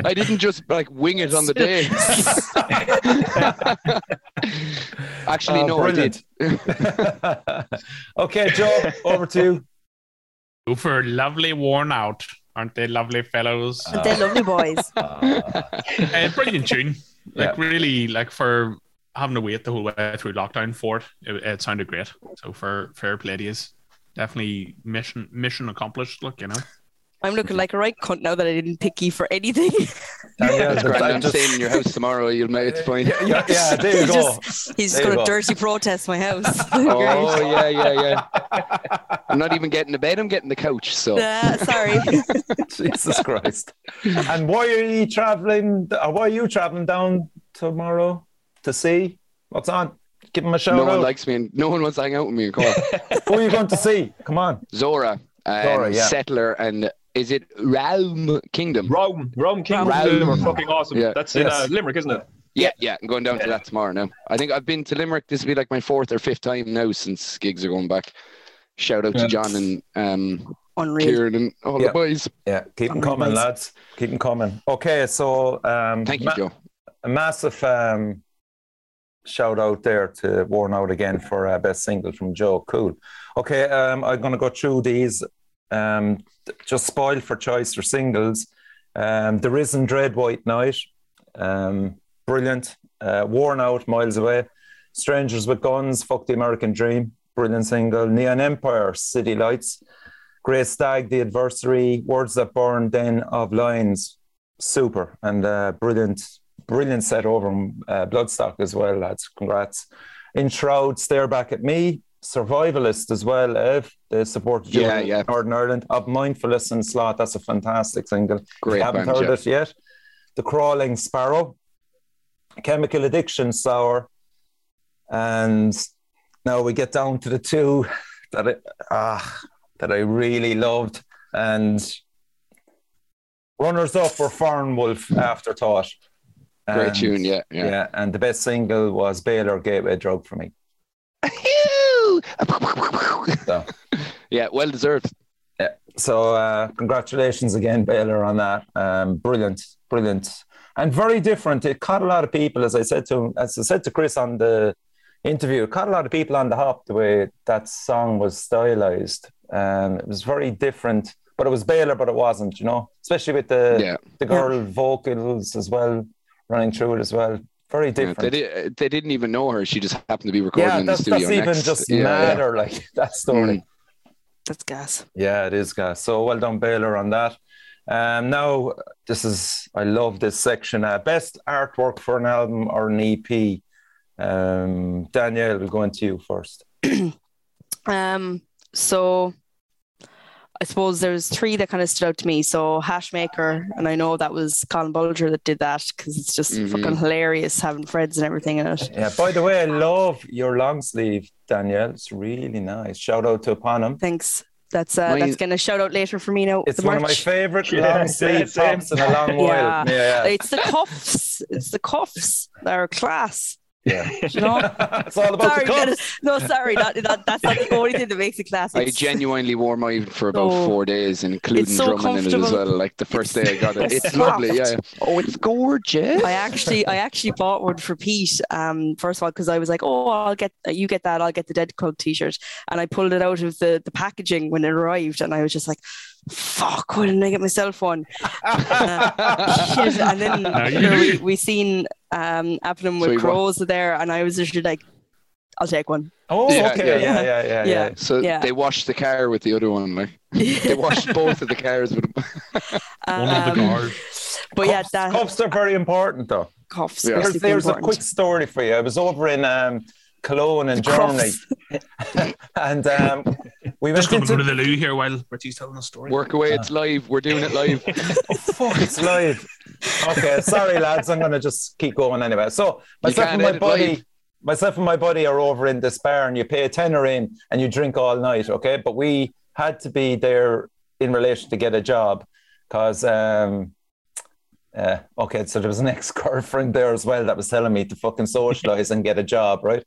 S2: I didn't just like wing
S1: (laughs)
S2: it on the day. (laughs) Actually,
S1: Oh,
S2: no,
S1: brilliant. (laughs) okay, Joe, over to you.
S5: Go for lovely worn out. Aren't they lovely fellows?
S1: Uh,
S4: They're lovely boys.
S1: Ah,
S5: uh,
S2: (laughs)
S5: brilliant tune. Like
S1: Yeah.
S5: really, like for having to wait the whole way through lockdown for it, it, it sounded great. So for fair play to yous. definitely mission mission accomplished. Look, you know,
S4: I'm looking like a right cunt now that I didn't pick you for anything. (laughs)
S1: Daniel,
S2: That's
S1: the-
S2: grand.
S1: I
S2: I'm
S1: just-
S2: staying in your house tomorrow. You'll make it fine.
S1: yeah, yeah, yeah, there you
S4: he's
S1: go.
S4: just, he's just
S1: There you
S4: going to
S1: go.
S4: dirty protest my house.
S1: (laughs)
S2: Oh yeah, yeah, yeah. I'm not even getting the bed. I'm getting the couch.
S1: Oh.
S2: So
S4: Uh, sorry.
S1: (laughs) Jesus Christ! (laughs) And why are you traveling? Or why are you traveling down tomorrow to see what's on? Give him a shout
S2: no one
S1: out.
S2: likes me, and no one wants to hang out with me in Cork.
S1: (laughs) Who are you going to see? Come on.
S2: Zora, um,
S1: Zora, yeah.
S2: settler, and is it Realm Kingdom?
S3: Rome, Rome King
S2: Rome.
S3: Rome. are fucking awesome.
S2: Yeah.
S3: That's
S1: Yes.
S3: in uh, Limerick, isn't
S2: (laughs)
S3: it?
S2: Yeah, yeah. I'm going down to that tomorrow now. I think I've been to Limerick. This will be like my fourth or fifth time now since gigs are going back. Shout out
S3: Yeah.
S2: to John and um,
S4: Unreal.
S2: Kieran and all
S1: Yeah.
S2: the boys.
S1: Yeah, keep them
S4: Amazing.
S1: coming, lads. Keep them coming. Okay, so um,
S2: Thank you,
S1: Ma-
S2: Joe.
S1: a massive um, shout out there to Worn Out again for uh, best single from Joe. Cool. Okay, um, I'm going to go through these. Um, th- just spoiled for choice for singles. Um, the Risen Dread White Night. Um, brilliant. Uh, Worn Out Miles Away. Strangers with Guns. Fuck the American Dream. Brilliant single. Neon Empire. City Lights. Great Stag. The Adversary. Words That Burn. Den of Lions. Super and uh, brilliant brilliant set over in uh, Bloodstock as well, lads. Congrats. In Shroud, Stare Back at Me, Survivalist as well, Ev. They supported you
S2: Yeah,
S1: in
S2: yeah.
S1: Northern Ireland. Of Mindfulness and Slot, that's a fantastic single.
S2: Great
S1: Haven't
S2: band,
S1: heard
S2: yeah.
S1: it yet. The Crawling Sparrow, Chemical Addiction Sour, and now we get down to the two that I, ah, that I really loved. And runners up were Foreign Wolf Afterthought.
S2: Great
S1: And-
S2: tune. Yeah,
S1: yeah.
S2: yeah.
S1: and the best single was Baylor Gateway Drug for me. So,
S2: yeah, well deserved.
S1: so uh, congratulations again, Baylor, on that. Um, brilliant, brilliant, and very different. It caught a lot of people, as I said to as I said to Chris on the interview. It caught a lot of people on the hop the way that song was stylized. Um, it was very different, but it was Baylor, but it wasn't. You know, especially with the
S2: Yeah.
S1: the girl vocals as well running through it as well. Very
S2: Yeah,
S1: different.
S2: they, did, they didn't even know her. She just happened to be recording
S1: yeah,
S2: in the
S1: that's,
S2: studio
S1: that's even
S2: next.
S1: just
S2: Yeah, yeah.
S1: madder, like (laughs) that story.
S2: Mm.
S4: That's gas.
S1: Yeah, it is, guys. So well done, Baylor, on that. Um, now, this is, I love this section. Uh, best artwork for an album or an EP. Um, Danielle, we'll go into you first.
S4: Um, so Um, I suppose there's three that kind of stood out to me. So Hashmaker, and I know that was Colin Bulger that did that because it's just
S2: Mhm.
S4: fucking hilarious having threads and everything in it.
S1: Yeah. By the way, I love your long sleeve, Danielle. It's really nice. Shout out to Panem.
S4: Thanks. That's uh,
S2: Mine-
S4: that's gonna shout out later for me now.
S1: It's
S4: the
S1: one of my
S4: merch.
S1: favorite
S3: Yeah,
S1: long sleeve
S3: same.
S1: tops in a long
S4: Yeah.
S1: while. Yeah.
S4: It's the cuffs. It's the cuffs. They're class.
S1: yeah.
S4: You know?
S1: (laughs) it's all about
S4: sorry,
S1: the cups.
S4: Dennis. no, sorry, that, that, that's not the only thing that makes it class.
S2: I
S4: It's-
S2: genuinely wore mine for about
S4: Oh.
S2: four days, including
S4: so
S2: drumming in it as
S4: comfortable.
S2: well. Like the first
S4: It's
S2: day I got it, it's
S4: soft.
S2: lovely. Yeah. Oh, it's gorgeous.
S4: I actually, I actually bought one for Pete. Um, first of all, because I was like, "Oh, I'll get you get that. I'll get the Dead Club T-shirt." And I pulled it out of the the packaging when it arrived, and I was just like, "Fuck! Why didn't I get myself one?" Shit. And then
S5: No, you
S4: you know, we
S5: did.
S4: we seen um
S2: So
S4: Appenum with
S2: you bought-
S4: crows there, and I was just like, "I'll take one."
S1: (laughs) Oh,
S2: Yeah,
S1: okay. Yeah, yeah,
S4: yeah.
S1: yeah, yeah.
S4: Yeah.
S2: so
S4: Yeah.
S2: they washed the car with the other one. Like they washed both of the cars with.
S5: One of the
S4: Um,
S5: guards.
S4: But yeah,
S1: Cups-
S4: that
S1: cups are very important, though.
S4: coughs.
S2: Yeah.
S1: There's,
S4: super
S1: there's a
S4: important. (laughs)
S1: quick story for you. I was over in um, Cologne in Germany, (laughs)
S4: Coughs. (laughs)
S1: and um, we
S5: Just
S1: went
S5: going to go
S1: into
S5: to the loo here while Bertie's telling the story.
S2: Work away, it's live. We're doing it live.
S1: (laughs) Oh, fuck, it's live. Okay, sorry lads, I'm gonna just keep going anyway. So myself
S2: can't
S1: and my
S2: edit
S1: buddy,
S2: live.
S1: myself and my buddy are over in this bar, and you pay a tenner in, and you drink all night. Okay, but we had to be there in relation to get a job, because um, uh, okay, so there was an (laughs) ex girlfriend there as well that was telling me to fucking socialize and get a job, right?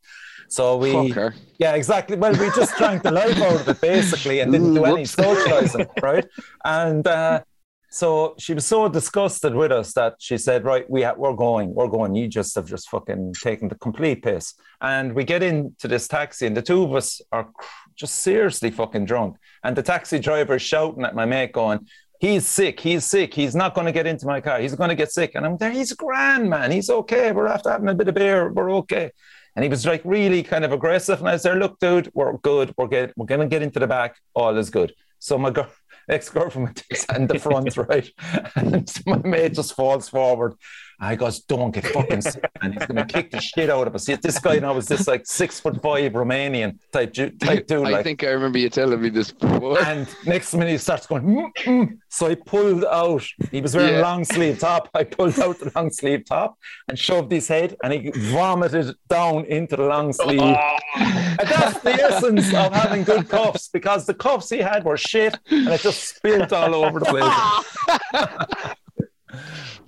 S1: So we.
S2: Fuck her.
S1: Yeah, exactly. Well, we just drank the life out of it basically and didn't do any
S2: Whoops.
S1: socializing, right? And uh, so she was so disgusted with us that she said, "Right, we ha- we're going, we're going. You just have just fucking taken the complete piss." And we get into this taxi, and the two of us are cr- just seriously fucking drunk. And the taxi driver is shouting at my mate, going, "He's sick. He's sick. He's not going to get into my car. He's going to get sick." And I'm there. He's grand, man. He's okay. We're after having a bit of beer. We're okay. And he was like really kind of aggressive. And I said, look, dude, we're good. We're get, we're gonna get into the back. All is good. So my girl, (laughs) ex-girlfriend (laughs) went in the front, right? And (laughs) my mate just falls forward. I goes, don't get fucking sick, man. He's gonna kick the shit out of us. This guy now was this like six foot five Romanian type ju- type dude.
S2: I
S1: like,
S2: think I remember you telling me this before.
S1: and next minute he starts going, mm, mm. so I pulled out. He was wearing
S2: Yeah.
S1: a long sleeve top. I pulled out the long sleeve top and shoved his head, and he vomited down into the long sleeve.
S2: Oh.
S1: And that's the essence of having good cuffs because the cuffs he had were shit, and it just spilled all over the place.
S2: (laughs)
S1: Um,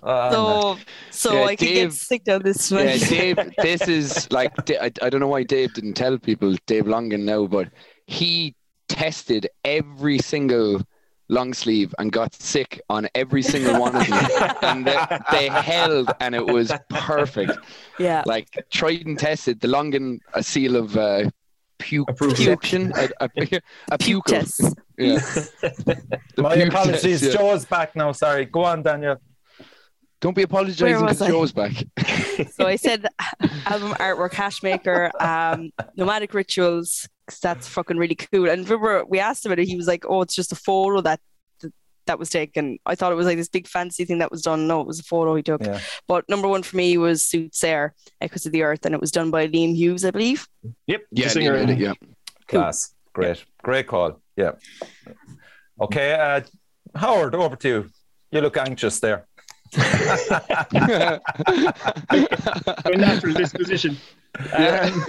S4: Ah, So, so
S2: Yeah,
S4: I could get
S2: Dave-
S4: sick down this way. (laughs)
S2: Yeah, Dave, this is like Da- I, I don't know why Dave didn't tell people Dave Longan now, but he tested every single long sleeve and got sick on every single one of them,
S4: (laughs)
S2: and they, they held, and it was perfect.
S4: yeah.
S2: Like tried and tested the Longan a seal of uh, puke
S3: Approval.
S2: exception, a, a, a pucal.
S4: puke tests. (laughs)
S2: Yeah. The
S1: my
S2: puke
S1: apologies.
S2: test, yeah.
S1: Joe's back now. Sorry. Go on, Daniel.
S2: Don't be apologising
S4: Where was
S2: because
S4: I?
S2: Joe's back.
S4: So I said album artwork, Hashmaker, um, Nomadic Rituals. 'cause That's fucking really cool. And remember, we asked him, and he was like, "Oh, it's just a photo that that was taken." I thought it was like this big fancy thing that was done. No, it was a photo he took.
S1: Yeah.
S4: But number one for me was Soothsayer, Echoes of the Earth, and it was done by Liam Hughes, I believe.
S3: Yep.
S2: Yeah,
S3: the singer.
S2: Liam did it, yeah.
S1: Class. Great. Great call. Yeah. Okay. Uh, Howard, over to you. You look anxious (laughs) there.
S2: (laughs)
S3: My natural disposition.
S2: Yeah.
S3: Um,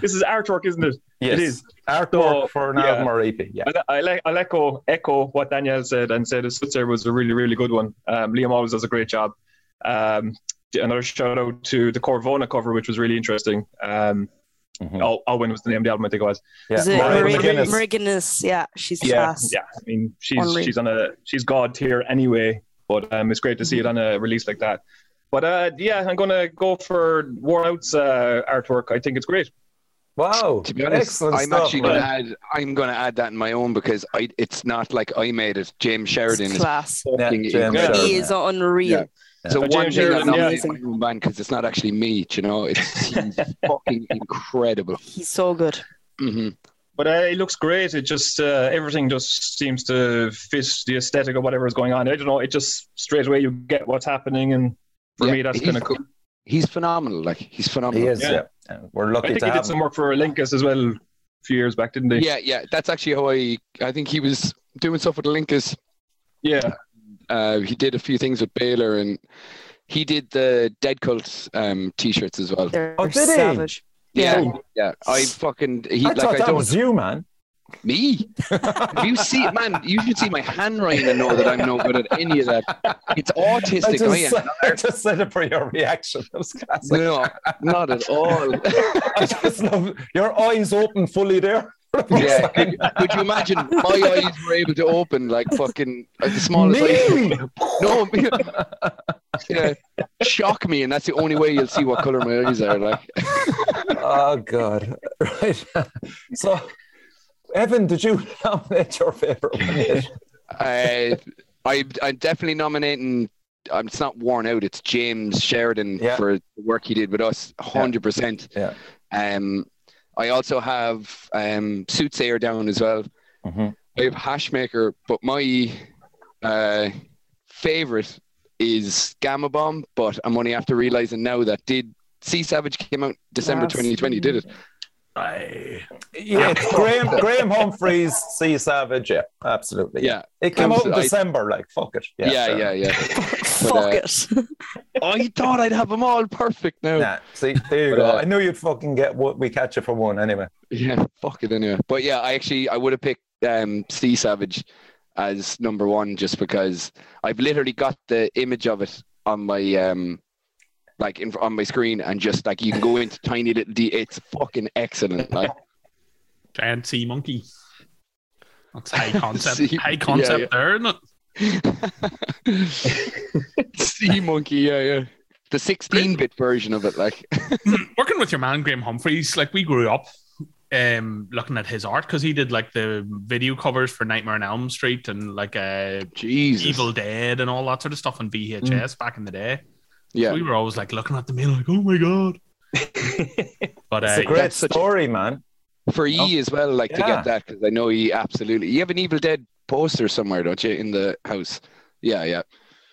S3: this is artwork, isn't it?
S1: Yes.
S3: It is.
S1: Artwork
S3: So,
S1: for an
S3: yeah.
S1: album or EP. Yeah.
S3: I'll, I'll, e- I'll echo echo what Danielle said and say the Switzer was a really really good one. Um, Liam always does a great job. Um, another shout out to the Corvona cover, which was really interesting. Um,
S1: Mhm.
S3: Al- Alwyn was the name of the album I think it was.
S4: Is
S1: Yeah.
S4: it
S1: Mariah
S4: Marie-
S1: McGuinness.
S4: Marie Guinness? Yeah, she's
S3: yeah,
S4: class.
S3: yeah. I mean, she's
S4: Unreal.
S3: she's on a she's god tier anyway, but um, it's great to see it on a release like that. But uh, yeah, I'm gonna go for Worn Out's uh, artwork. I think it's great.
S1: Wow.
S2: to be honest,
S1: Excellent
S2: I'm
S1: stuff,
S2: actually going to
S1: man.
S2: add. I'm going to add that in my own because I, it's not like I made it. James Sheridan
S4: It's
S2: is.
S4: class.
S1: Yeah,
S2: fucking
S1: James
S2: incredible.
S1: Sheridan.
S4: He is unreal.
S2: Yeah. So
S3: Yeah.
S2: one
S3: James
S2: thing I'm
S3: Sheridan,
S2: not
S3: yeah.
S2: making my own band because it's not actually me. do You know,
S1: (laughs)
S2: it's he's fucking incredible.
S4: He's so good.
S2: hmm
S3: But uh, it looks great. It just uh, everything just seems to fit the aesthetic of whatever is going on. I don't know. It just straight away you get what's happening, and for
S2: Yeah,
S3: me that's
S2: he's-
S3: kind of cool.
S2: He's phenomenal. Like he's phenomenal.
S1: He is.
S3: Yeah.
S1: Yeah. And We're
S3: I
S1: lucky
S3: think
S1: to
S3: he
S1: have
S3: did
S1: him.
S3: some work for Linkus as well. few years back, didn't they?
S2: Yeah, yeah. That's actually how I. I think he was doing stuff with the Linkers.
S3: Yeah.
S5: Um,
S2: Uh, he did a few things with Baylor, and he did the Dead Cult um, T-shirts as well.
S4: They're
S1: Oh, did he?
S4: savage.
S2: Yeah,
S1: Oh.
S2: yeah. I fucking he,
S1: I
S2: like
S1: thought
S2: I
S1: that
S2: don't
S1: was you, man.
S2: me. If you see, man, you should see my handwriting and know that I'm not good at any of that. It's
S1: I
S2: autistic. I
S1: just,
S2: am.
S1: I just said it for your reaction. (laughs) It was classic.
S2: No, not at all.
S1: I just love your eyes open fully there. (laughs)
S2: Yeah, could, could you imagine my eyes were able to open like fucking like the smallest eyes?
S1: Me?
S2: No, (laughs) me- yeah, shock me, and that's the only way you'll see what color my eyes are. Like,
S1: Oh God! (laughs) Right. So, Evan, did you nominate your favorite one? yet?
S2: I, I, Uh, I'm definitely nominating. Um, it's not worn out. It's James Sheridan
S1: Yeah.
S2: for the work he did with us, hundred percent.
S1: Yeah.
S2: Um, I also have um Suitsayer down as well.
S1: Mhm.
S2: I have Hashmaker, but my uh favorite is Gamma Bomb. But I'm only after realizing now that did Sea Savage came out December
S4: Yes.
S2: 2020, did it?
S5: Aye.
S1: Yeah, it's Graham Graham Humphreys, Sea Savage. Yeah, absolutely.
S2: Yeah,
S1: it came out in
S2: Absolutely. I-
S1: December. Like fuck it.
S2: yeah,
S1: Yeah,
S2: yeah,
S1: sure.
S2: yeah.
S1: (laughs)
S4: Fuck
S2: uh,
S4: it.
S2: I thought I'd have them all perfect now.
S1: Nah, see, there you
S2: But,
S1: go.
S2: uh,
S1: I knew you'd fucking get what we catch it for one anyway.
S2: Yeah, fuck it anyway. But yeah, I actually I would have picked um Sea Savage as number one just because I've literally got the image of it on my um like in, on my screen and just like you can go into tiny little D it's fucking excellent. Like (laughs)
S5: Giant sea monkey.
S2: (laughs)
S5: That's high concept.
S2: Sea-
S5: high concept
S2: yeah.
S5: there, isn't it?
S2: Sea Monkey, yeah, yeah. The sixteen bit version of it, like (laughs)
S5: working with your man Graham Humphreys, like we grew up um looking at his art because he did like the video covers for Nightmare on Elm Street and like uh
S2: Jesus.
S5: Evil Dead and all that sort of stuff on VHS
S1: Mm.
S5: back in the day.
S2: Yeah.
S5: We were always like looking at the mail like, oh
S1: (laughs)
S5: my god. but
S1: It's
S5: uh,
S1: a great
S2: that's such a-
S1: story, man.
S2: For E as well, like to
S1: Yeah.
S2: get that because I know he absolutely you have an Evil Dead poster somewhere, don't you, in the house? Yeah, yeah.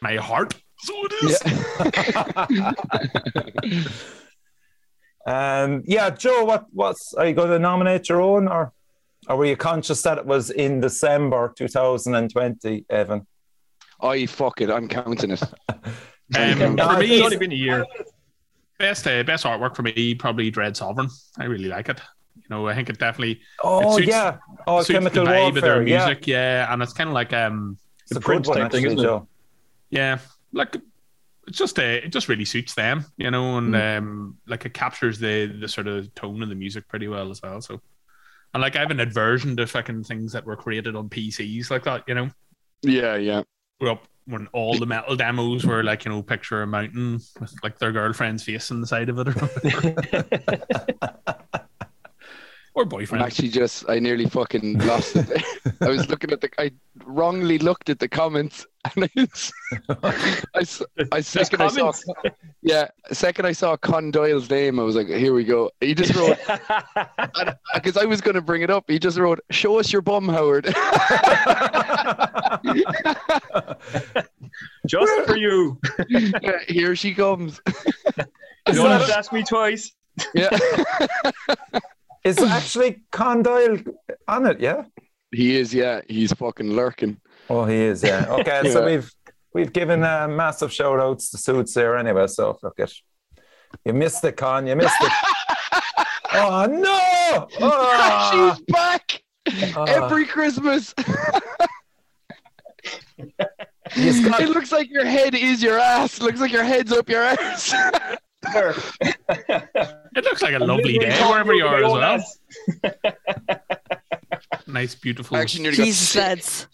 S5: my heart. So it is.
S2: Yeah.
S1: (laughs) Um, yeah, Joe, what what's are you going to nominate your own, or or were you conscious that it was in December 2020, Evan?
S2: I fuck it. I'm counting it.
S5: Um,
S1: No,
S5: for
S1: I
S5: me,
S1: think
S3: It's only been a year.
S5: best uh, best artwork for me probably Dread Sovereign. I really like it. You know, I think it definitely
S1: Oh
S5: suits-
S1: yeah, oh
S5: suits the
S1: chemical
S5: vibe of their
S1: warfare. Yeah,
S5: music. Yeah. and it's kind of like um
S1: it's a good
S3: Princeton
S1: one
S3: thing,
S1: actually,
S3: isn't it?
S1: Joe.
S5: yeah, like it's just uh, it just really suits them, you know, and
S1: Mm.
S5: um, like it captures the the sort of tone of the music pretty well as well. So, and like I have an aversion to fucking things that were created on PCs like that, you know.
S2: Yeah, yeah.
S5: Grew up when all the metal demos were like you know picture a mountain with like their girlfriend's face on the side of it or whatever. or
S2: I'm
S5: boyfriend.
S2: actually just I nearly fucking lost it. there. I was looking at the I wrongly looked at the comments (laughs) and I was, I, s- I
S3: There's
S2: second I saw
S3: comments.
S2: yeah second I saw Con Doyle's name I was like here we go. He just wrote because I was gonna bring it up. He just wrote show us your bum Howard. (laughs)
S3: (laughs)
S1: (laughs)
S3: Just for you.
S2: here she comes. (laughs)
S1: Is
S3: You don't have to
S1: that,
S3: ask me twice.
S2: Yeah,
S1: is actually Condyle on it? Yeah.
S2: he is. Yeah, he's fucking lurking.
S1: Oh, he is.
S2: (laughs)
S1: Yeah. Okay. So
S2: Yeah.
S1: we've we've given uh, massive shout outs to suits here anyway. So fuck it. You missed it, Con. You missed
S2: (laughs)
S1: it. oh no! Oh,
S2: She's back
S1: oh.
S2: every Christmas.
S1: He's got-
S2: It looks like your head is your ass. Looks like your head's up your ass.
S3: There.
S5: It looks like a lovely day wherever you are as well. Nice, beautiful.
S2: I actually nearly got
S4: Jesus,
S2: sick.
S4: lads.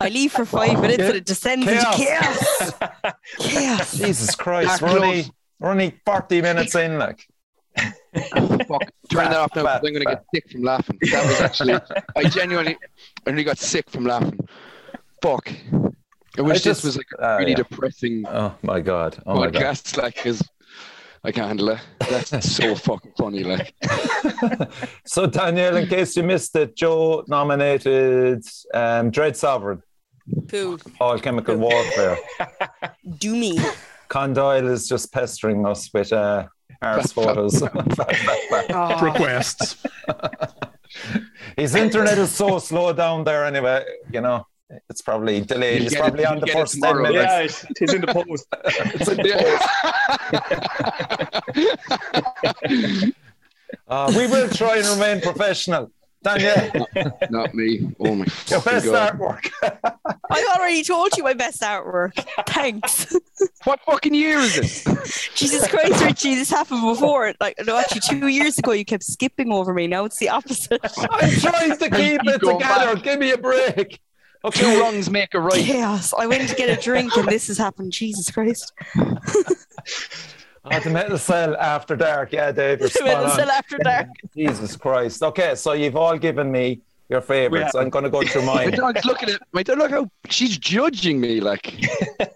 S4: I leave for five minutes
S1: Chaos.
S4: and it descends into chaos.
S1: (laughs)
S4: chaos.
S1: Jesus Christ!
S2: That
S1: We're only
S2: close.
S1: we're only forty minutes in. Like
S2: (laughs) Fuck, turn that off now
S1: Fat,
S2: because I'm going to
S1: fat,
S2: get sick from laughing. That was (laughs) actually, I genuinely, I only got sick from laughing. Fuck. I wish
S1: just-
S2: this was like
S1: ah,
S2: a really
S1: yeah.
S2: depressing
S1: oh my god! Oh my god!
S2: podcast, like, because I can't handle it. That's (laughs) so fucking funny, like.
S1: So Danielle, in case you missed it, Joe nominated um, Dread Sovereign,
S4: Poo.
S1: All
S2: (laughs)
S1: Chemical Warfare.
S4: Do me.
S1: Condyle is just pestering
S2: (laughs)
S4: Ah.
S1: us with uh, arse photos.
S5: requests.
S1: (laughs) His internet is so slow down there anyway. You know, it's probably delayed.
S2: You'll
S1: It's
S2: get
S1: probably
S2: it-
S1: on
S2: you'll
S1: the
S2: get it
S1: first ten
S2: tomorrow,
S1: minutes.
S3: Yeah, it's, it's in the post.
S1: Uh, we will try and remain professional.
S2: (laughs)
S1: Daniel,
S2: (laughs) Not me. Oh my
S1: your
S2: fucking
S1: best
S2: god!
S1: artwork.
S4: I already told you my best artwork. Thanks. (laughs)
S2: What fucking year is it?
S4: Jesus Christ, Richie, this happened before. Like, no, actually, two years ago, you kept skipping over me. Now it's the opposite.
S1: I'm trying
S2: (laughs)
S1: to keep
S2: keep
S1: it
S2: going
S1: together. Give me a break.
S2: (laughs) Two wrongs make a (laughs) right.
S4: Chaos. I went to get a drink and this has happened. Jesus Christ.
S1: Oh, the metal cell after dark. Yeah, Dave, you're
S2: (laughs)
S4: (laughs) Went
S1: spot
S4: and
S1: on.
S4: said after dark.
S1: Jesus Christ. Okay, so you've all given me your favorites. I'm going to go through
S2: (laughs) My
S1: mine.
S2: dog's looking at my dog. Look how she's judging me. Like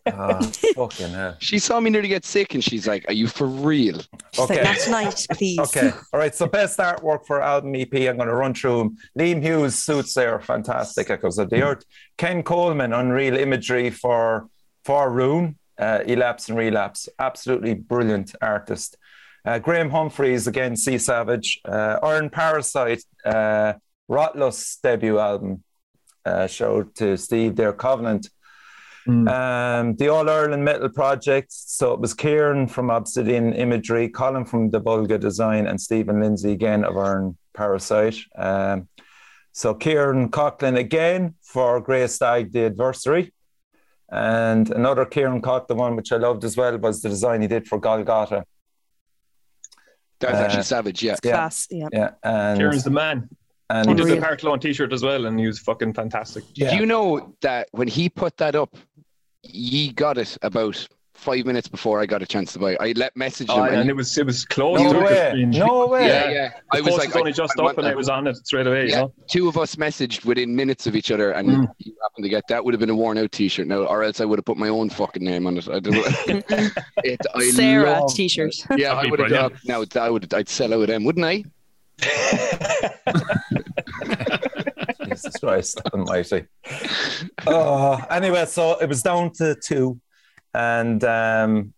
S1: Ah, fucking hell.
S2: she saw me nearly get sick, and she's like, "Are you for real?"
S4: She's
S1: Okay.
S4: like, not tonight, please.
S1: Okay. All right. So best artwork for album EP. I'm going to run through them. Liam Hughes suits there, fantastic. Echoes of the Earth. Ken Coleman, unreal imagery for for Room. Uh, Elapse and relapse. Absolutely brilliant artist. Uh, Graham Humphreys again. Sea Savage. Uh, Iron Parasite. Uh, Rotlus debut album. Uh, showed to Steve their Covenant.
S3: Mm.
S1: Um, the All Ireland Metal Project. So it was Kieran from Obsidian Imagery, Colin from The Vulgar Design, and Stephen Lindsay again of Iron Parasite. Um, so Kieran Coughlin again for Grey Stag, The Adversary. And another Kieran Coughlin one, which I loved as well, was the design he did for Golgotha.
S2: That was
S1: Uh,
S2: actually savage. Yeah.
S1: Yeah.
S4: Class. Yeah.
S1: Yeah, and
S3: Kieran's the man. He
S1: and
S3: did the
S4: Unreal.
S3: Park Lawn T-shirt as well, and he was fucking fantastic.
S1: yeah.
S2: You know that when he put that up, ye got it about five minutes before I got a chance to buy. it. I let message him.
S3: Oh,
S2: and
S3: and
S2: he-
S3: it was it was close.
S1: no
S3: to
S1: way,
S3: it.
S1: no way.
S2: yeah, yeah. I
S3: I
S2: was
S3: was
S2: like,
S3: only
S2: I-
S3: just
S2: I
S3: up,
S2: want
S3: and
S2: that.
S3: it was on it straight away.
S2: Yeah.
S3: You know?
S2: two of us messaged within minutes of each other, and
S3: Mm.
S2: you happened to get that would have been a worn out T-shirt now, or else I would have put my own fucking name on it. I don't know. it, I
S4: Sarah
S2: love-
S4: t shirt.
S2: Yeah,
S5: That'd
S2: I
S5: be
S2: would have
S5: brilliant.
S2: done. Now I would, I'd sell out of them, wouldn't I?
S1: Jesus Christ almighty. Oh, anyway, so it was down to two. And um,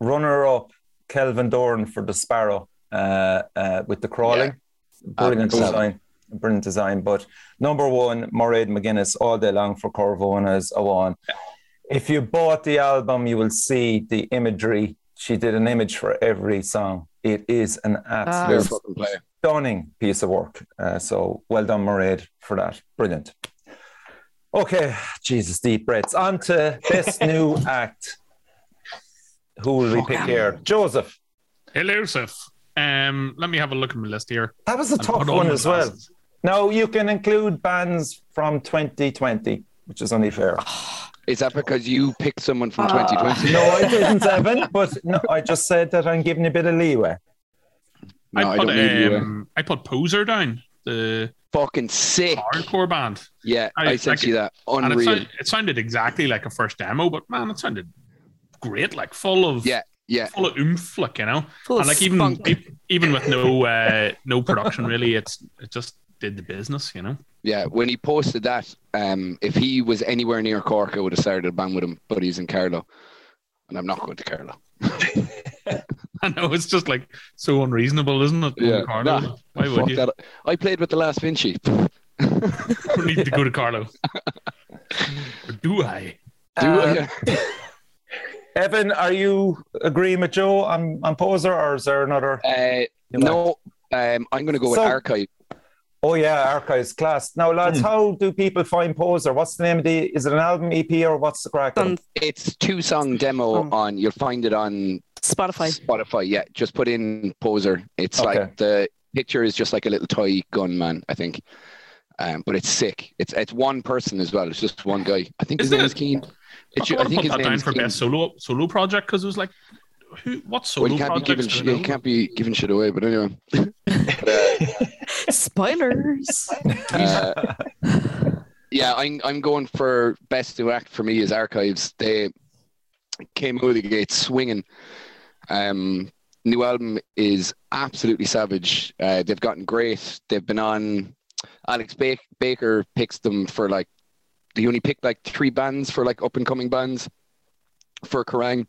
S1: runner up, Kelvin Doran for the Sparrow uh, uh, with the crawling. Brilliant
S2: Absolutely.
S1: design. Brilliant design. But number one, Mairead McGuinness all day long for Corvona's Awan. If you bought the album, you will see the imagery. She did an image for every song. It is an
S2: Fair
S1: absolute
S2: fucking play.
S1: stunning piece of work. Uh, so well done, Mairead, for that. Brilliant. Okay, Jesus, deep breaths. On to best new act. Who will we pick here? Joseph.
S5: Elusive. Um, let me have a look at my list here.
S1: That was a
S5: and
S1: tough
S5: put on
S1: one
S5: my
S1: as well.
S5: glasses.
S1: Now you can include bands from 2020, which is only fair.
S2: Is that because you picked someone from
S4: Ah.
S2: 2020?
S1: No, I didn't, Evan. But no, I just said that I'm giving you a bit of leeway.
S2: No, I
S5: I put
S2: don't need you. uh,
S5: um, I put Poser down the
S2: Fucking sick.
S5: hardcore band,
S2: Yeah,
S5: I-
S2: I, sent
S5: like-
S2: you that.
S5: and it,
S2: Unreal.
S5: sound, it sounded exactly like a first demo, but man, it sounded great, like full of
S2: Yeah, yeah.
S5: full of oomph, like you know,
S4: Full
S5: and like even
S4: spunk.
S5: e- even with no uh, no production really, it's it just did the business, you know. (laughs)
S2: Yeah, when he posted that, um, if he was anywhere near Cork, I would have started a band with him, but he's in Carlow. And I'm not going to Carlow.
S5: I know it's just like so unreasonable, isn't it? going to
S2: Yeah.
S5: Carlo.
S2: Nah,
S5: Why
S2: Fuck
S5: would you?
S2: that. I played with the last Vinci. (laughs) Do
S5: (laughs) I don't need to go to
S2: (laughs)
S5: Carlo. or do I?
S1: Uh, Evan, are you agreeing with Joe on, on Poser, or is there another?
S2: I- uh, no, um, I'm going to go with
S1: So-
S2: Archive.
S1: Oh yeah, archives class. Now, lads, how do people find Poser? What's the name of the? Is it an album EP or what's the crack?
S4: on
S2: It's two song demo
S4: Oh.
S2: on. You'll find it on
S4: Spotify.
S2: Spotify. Yeah, just put in Poser. It's
S1: Okay.
S2: like the picture is just like a little toy gun man, I think. Um, but it's sick. It's it's one person as well. It's just one guy. I think his
S5: Isn't
S2: name
S5: it-
S2: is Keen. It's,
S5: I,
S2: I
S5: want to
S2: think
S5: put
S2: his
S5: that
S2: name
S5: down
S2: is
S5: for
S2: Keane.
S5: best solo solo project because it was like, who? What
S2: Well,
S5: solo
S2: you can't be
S5: project?
S2: giving sh- you can't be giving shit away. But
S5: (laughs)
S2: anyway,
S4: Spoilers.
S2: uh, yeah, I'm I'm going for best new act for me is Archives. They came out of the gate swinging. Um, new album is absolutely savage. Uh, they've gotten great. They've been on. Alex ba- Baker picks them for like. He only picked like three bands for like up and coming bands. For Kerrang,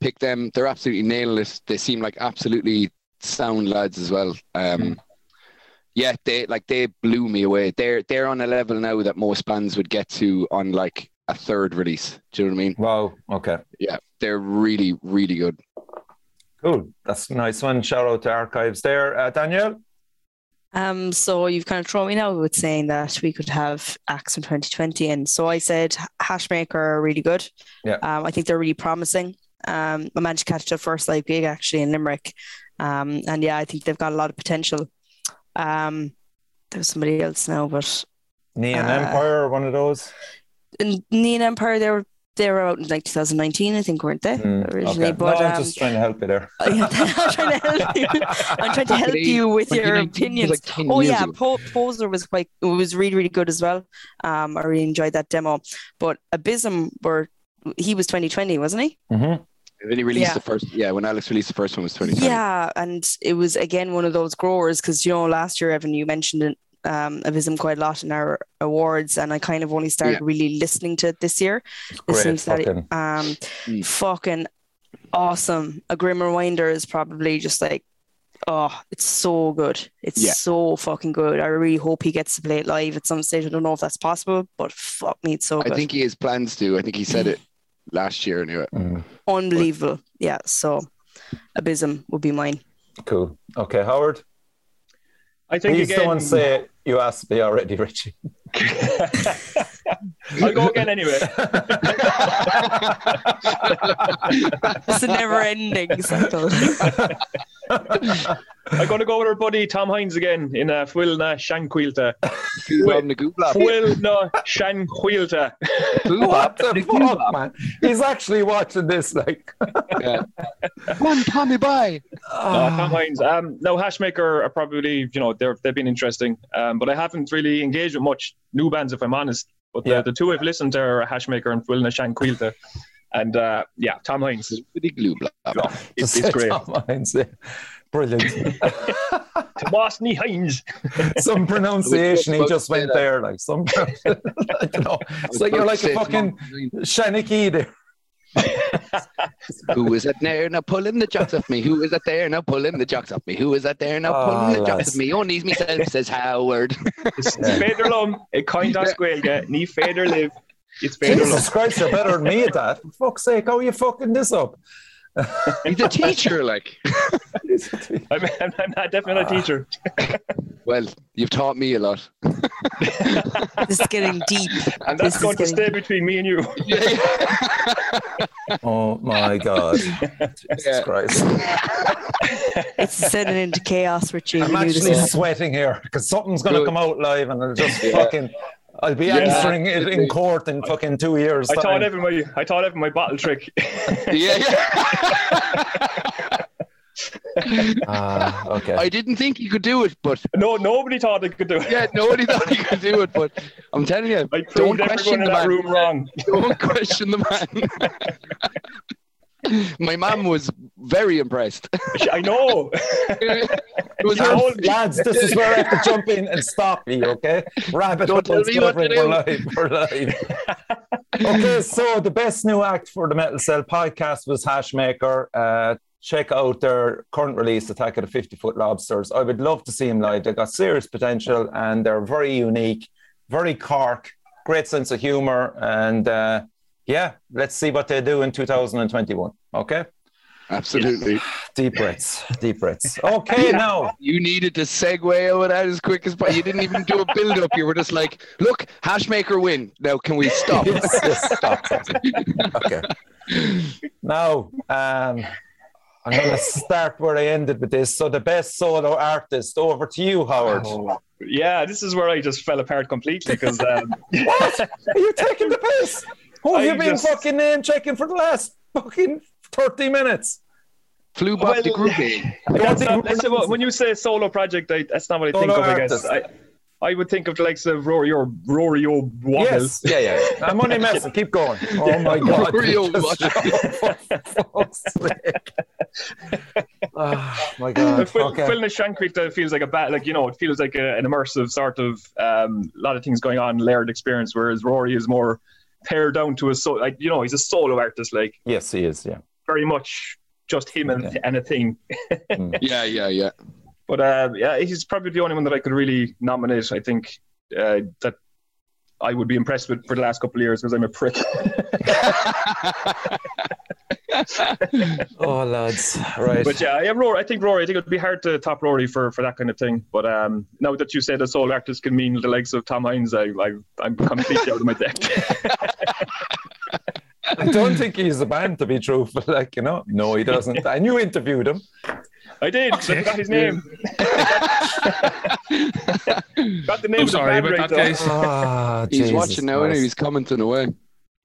S2: pick them. They're absolutely nailing it. They seem like absolutely sound lads as well. Um, yeah, they like they blew me away. They're they're on a level now that most bands would get to on like a third release. Do you know what I mean?
S1: Wow. Okay.
S2: Yeah, they're really really good.
S1: Cool. That's a nice one. Shout out to Archives there. Uh, Daniel?
S4: Um, so you've kind of thrown me now with saying that we could have Axe in 2020. And so I said Hashmaker are really good.
S1: Yeah.
S4: Um, I think they're really promising. Um, I managed to catch their first live gig actually in Limerick. Um, and yeah, I think they've got a lot of potential. Um, there's somebody else now, but
S1: Neon
S4: Uh,
S1: Empire or one of those?
S4: and Neon Empire, they were they were out in like 2019, I think, weren't they?
S1: Mm,
S4: (laughs) originally,
S1: okay.
S4: but
S1: no, I'm
S4: (laughs) um,
S1: just trying to help you there.
S4: I'm trying to help you. I'm trying to help you with your
S2: 2019 was,
S4: opinions.
S2: like, 10
S4: Oh
S2: years
S4: yeah,
S2: ago.
S4: po- Poser was quite it was really really good as well. Um, I really enjoyed that demo. But Abysm were he was 2020, wasn't he?
S1: Mhm.
S2: When he released
S4: Yeah.
S2: the first, yeah, when Alex released the first one was 2020.
S4: Yeah, and it was again one of those growers because you know last year Evan you mentioned it, um, Abysm quite a lot in our awards, and I kind of only started really listening to it this year. Listening
S1: Great.
S4: to that
S1: Fucking.
S4: um
S3: Hmm.
S2: Mm.
S4: fucking awesome a grim reminder is probably just like oh it's so good it's
S2: Yeah.
S4: so fucking good i really hope he gets to play it live at some stage i don't know if that's possible but fuck me it's so
S2: I
S4: good
S2: think he has plans to. I think he said it last year anyway.
S1: Mm,
S4: unbelievable yeah so abysm would be mine
S1: cool. Okay, Howard.
S3: I think
S1: Please
S3: again,
S1: don't say you asked me already, (laughs) Richie.
S3: I'll
S1: (laughs)
S3: go again anyway.
S4: it's a never ending
S3: (laughs)
S4: cycle
S3: I'm going to go with our buddy Tom Hines again in uh, Fuil na Shanquilta.
S2: Kubab
S1: Ah.
S2: Nagubab.
S3: Fuil na Shanquilta.
S1: what the fuck, man? He's actually watching this (laughs) like.
S2: One Tommy by.
S3: No,
S1: (laughs)
S3: Tom Hines. Um, no, Hashmaker are probably, you know, they're, they've been interesting, um, but I haven't really engaged with much new bands, if I'm honest. But the,
S1: Yeah.
S3: the two I've listened to are Hashmaker and Fuil na Shanquilta. And uh, yeah, Tom Hines. is- It's,
S1: Just
S3: it's
S1: say (laughs)
S3: great.
S1: Tom Hines there. (laughs) Brilliant.
S3: Tomásny Hines.
S2: (laughs)
S1: some pronunciation he
S2: about to
S1: just
S2: say
S1: went
S2: that.
S1: there, like some. (laughs) I don't know. It's like you're like a fucking Shaniki there.
S2: Who is that there now pulling the jocks off me? Who is that there now pulling the jocks off me? Who is that there now
S1: Ah,
S2: pulling the jocks
S1: lads.
S2: off me? Only myself
S1: (laughs)
S2: says Howard.
S3: It's
S1: Yeah.
S3: Federlum. It kind of squelga. Ni Feder live. It's
S1: (laughs)
S3: Federlum.
S1: Jesus Christ, you're better than me at
S2: (laughs)
S1: that. For fuck's sake, how are you fucking this up?
S2: He's a teacher, like.
S3: I'm, I'm, I'm not, definitely not a teacher.
S2: Well, you've taught me
S1: (laughs)
S2: a lot.
S4: this is getting deep
S3: And that's
S4: This is
S3: going to
S4: getting-
S3: stay between me and you.
S1: Oh my God. Jesus
S2: (laughs) Yeah.
S1: Christ.
S4: it's sending into chaos richie
S1: I'm
S4: We knew this
S1: actually
S4: was-
S1: sweating here because something's going to
S2: Good.
S1: come out live and I'll just
S2: Yeah.
S1: fucking. I'll be
S3: Yeah.
S1: answering it in court in fucking two years.
S3: I taught
S1: time.
S3: Evan my I taught Evan my bottle trick. (laughs)
S2: yeah, yeah.
S1: Ah, okay.
S2: I didn't think he could do it, but
S3: no, nobody thought I could do it.
S2: yeah, nobody thought he could do it. But I'm telling you,
S3: I
S2: don't
S3: proved
S2: question
S3: everyone in
S2: the
S3: that
S2: man.
S3: room wrong.
S2: (laughs)
S3: (laughs)
S2: Don't question the man. My mum was very impressed.
S3: I know.
S2: it was her.
S1: Lads, lads, this is where I have to jump in and stop you, okay? Rabbit
S2: Don't tell
S1: holes,
S2: me what to
S1: Gilbert,
S2: do.
S1: we're live, we're live. okay, so the best new act for the Metal Cell podcast was Hashmaker. Uh, check out their current release, Attack of the 50 Foot Lobsters. I would love to see them live. They've got serious potential and they're very unique, very cork, great sense of humor. And uh, yeah, let's see what they do in 2021, okay?
S2: (laughs) Absolutely.
S1: Deep breaths, deep breaths. Okay, now.
S2: You needed to segue over that as quick as possible. You didn't even do a build up. You were just like, look, Hashmaker win. Now, can
S1: (laughs)
S2: we stop?
S1: Yes, yes, stop, stop, stop. Okay. Now, um, I'm going to start where I ended with this. So, the best solo artist, over to you, Howard.
S3: Oh. Yeah, this is where I just fell apart completely because um,
S1: What? Are you taking the piss? Who have
S3: I
S1: you been
S3: just-
S1: fucking name checking for the last fucking 30 minutes?
S2: Flew back
S3: Well,
S2: to groupie.
S3: that's not-
S1: Don't
S3: that's
S1: think-
S3: about- when you say solo project, I, that's not what I
S1: Solo
S3: think of.
S1: artist.
S3: I guess I, I would think of the likes of Rory or Rory O'Woggle.
S1: Yes, yeah, yeah. I'm only messing. Keep
S3: (laughs)
S1: going. Oh my god!
S2: (laughs) Real
S1: Just- (laughs) for fuck's sake.
S3: (laughs)
S1: oh my god!
S3: Phil,
S1: Okay.
S3: Phil Nishankrit feels like a bat, like you know, it feels like a, an immersive sort of um, lot of things going on, layered experience. Whereas Rory is more pared down to a so, like you know, he's a solo artist, like
S1: Yes, he is. Yeah.
S3: very much just him and,
S1: Okay.
S3: and a thing.
S2: Yeah, yeah, yeah.
S3: But uh, yeah, he's probably the only one that I could really nominate. I think uh, that I would be impressed with for the last couple of years because I'm
S1: (laughs)
S3: a prick.
S1: Oh, lads. Right.
S3: But yeah, yeah, Rory. I think Rory. I think it would be hard to top Rory for, for that kind of thing. But um, now that you said a sole artist can mean the likes of Tom Hines, I, I I'm completely out of my depth.
S1: I don't think he's a band, to be truthful. (laughs) Like, you know, no, he doesn't. And you interviewed
S5: (laughs)
S1: him.
S3: I did. I
S5: sake.
S3: forgot his name. (laughs) got the name.
S5: I'm
S3: of the
S5: sorry
S3: band
S5: about
S3: right
S5: that,
S3: though.
S5: guys.
S1: Ah,
S2: He's
S1: Jesus
S2: watching now and
S1: Christ.
S2: he's commenting away.
S3: Good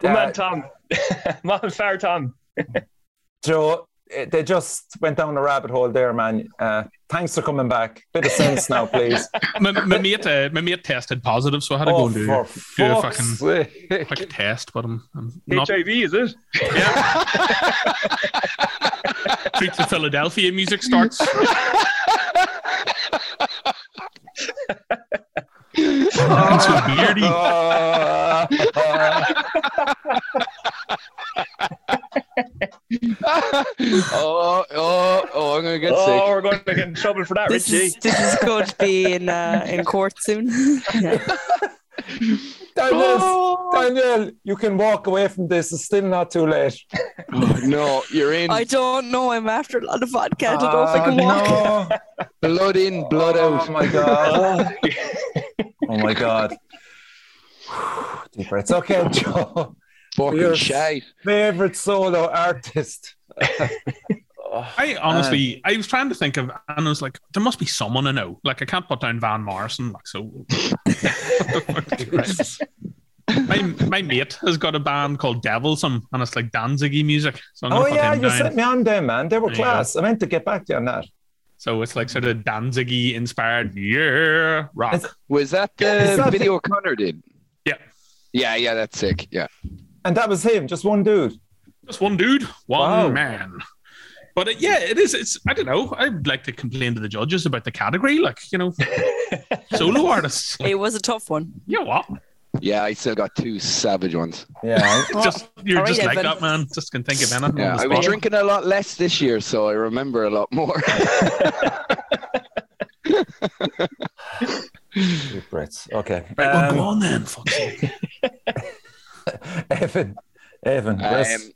S1: Yeah.
S5: uh,
S3: man, Tom. (laughs) man, fair Tom.
S1: Joe, eh, they just went down a rabbit hole there, man. Uh, thanks for coming back. Bit of sense now,
S5: (laughs)
S1: please.
S5: my, my mate, uh, my mate tested positive, so I had to go
S1: oh,
S5: and do,
S1: for
S5: do a
S1: fuck's
S5: fucking
S1: sake.
S5: quick test. But I'm, I'm not
S3: HIV is it?
S5: treat the Philadelphia
S1: (laughs)
S5: music starts. That's so beardy.
S1: Oh. Ah, ah.
S2: (laughs) oh, oh, oh, I'm going to get
S3: Oh,
S2: sick.
S3: we're going to get in trouble for
S1: (laughs)
S3: that,
S4: This
S3: Richie.
S4: is, this is going to be in uh, in court soon.
S3: (laughs)
S4: Yeah.
S1: (laughs)
S5: (laughs)
S1: Daniel, Daniel, you can walk away from this. It's still not too late.
S2: (laughs) Oh, no, you're in. Uh,
S4: I don't know. I'm after a lot of vodka. I don't know if I
S1: Ah,
S4: can walk.
S1: no.
S2: Blood in, blood out.
S1: Oh my
S5: (laughs)
S1: god. oh my god. (sighs) Deep breaths. Okay, Joe.
S2: Fucking
S1: Yes.
S2: shite.
S1: Favorite solo artist.
S5: I honestly,
S1: Uh.
S5: I was trying to think of, and I was like, there must be someone I know. Like, I can't put down Van Morrison. Like,
S1: (laughs)
S5: so my my mate has got a band called Devilsome, and it's like Danzigi music. So I'm gonna
S1: oh
S5: put
S1: yeah,
S5: him
S1: you
S5: down.
S1: sent me on them, man. They were
S5: Yeah.
S1: class. I meant to get back to you on that.
S5: So it's like sort of Danzigi inspired, yeah, rock.
S1: It's-
S2: Was that
S1: Is
S2: the
S1: that
S2: video Connor did?
S5: Yeah.
S2: Yeah, yeah, that's sick. Yeah.
S1: And that was him, just one dude.
S5: Just one dude, one
S1: Wow.
S5: man. But it, yeah, it is. It's I don't know. I'd like to complain to the judges about the category, like
S2: (laughs)
S5: you know, solo artists. Like,
S4: It was a tough one.
S5: you know what?
S2: Yeah, I still got two savage ones.
S1: Yeah.
S5: (laughs) Just you're
S4: alright,
S5: just
S4: yeah,
S5: like
S4: but-
S5: that, man. Just can think of anything.
S2: Yeah,
S5: on the
S2: I was
S5: spot.
S2: drinking a lot less this year, so I remember a
S1: (laughs)
S2: lot more.
S1: Deep breaths. Okay.
S5: Right, well, go
S1: Um,
S5: on then. Fuck's sake.
S1: Evan. Evan. res-
S2: Um,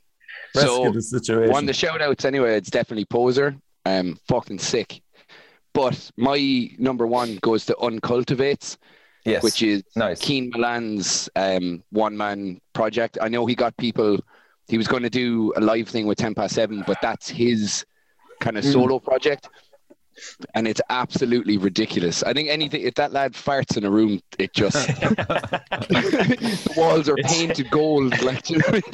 S1: rescue
S2: so
S1: the situation.
S2: one of the shout outs anyway, it's definitely Poser. Um fucking sick. But my number one goes to Uncultivates,
S1: yes.
S2: which is
S1: nice.
S2: Keen Milan's um, one man project. I know he got people, he was going to do a live thing with 10 past seven, but that's his kind of
S1: Hmm.
S2: solo project. And it's absolutely ridiculous. I think anything, if that lad farts in a room, it just, (laughs) the walls are painted gold. Like, do you know what I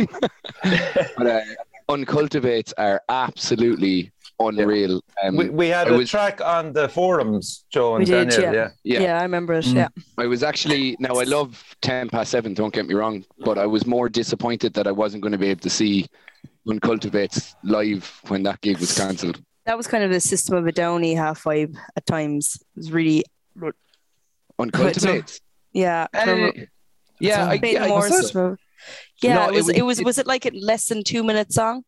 S2: mean? but uh, Uncultivates are absolutely unreal. Um,
S1: we, we had
S2: I
S1: a
S2: was-
S1: track on the forums, Joe
S4: We
S1: and
S4: did,
S1: Daniel.
S4: yeah.
S1: yeah.
S2: yeah.
S4: Yeah, I remember it.
S1: Mm.
S4: Yeah.
S2: I was actually now I love ten past seven. Don't get me wrong, but I was more disappointed that I wasn't going to be able to see Uncultivates live when that gig was cancelled.
S4: That was kind of a system of a downy half vibe at times. It was really,
S2: Uncultivates.
S4: yeah.
S2: Uh,
S4: from-
S2: yeah, I,
S4: Bit
S2: yeah, I-
S4: more
S2: was it?
S4: system of- yeah,
S2: No,
S4: it was. It was.
S2: it-
S4: was it like a less than two minute song?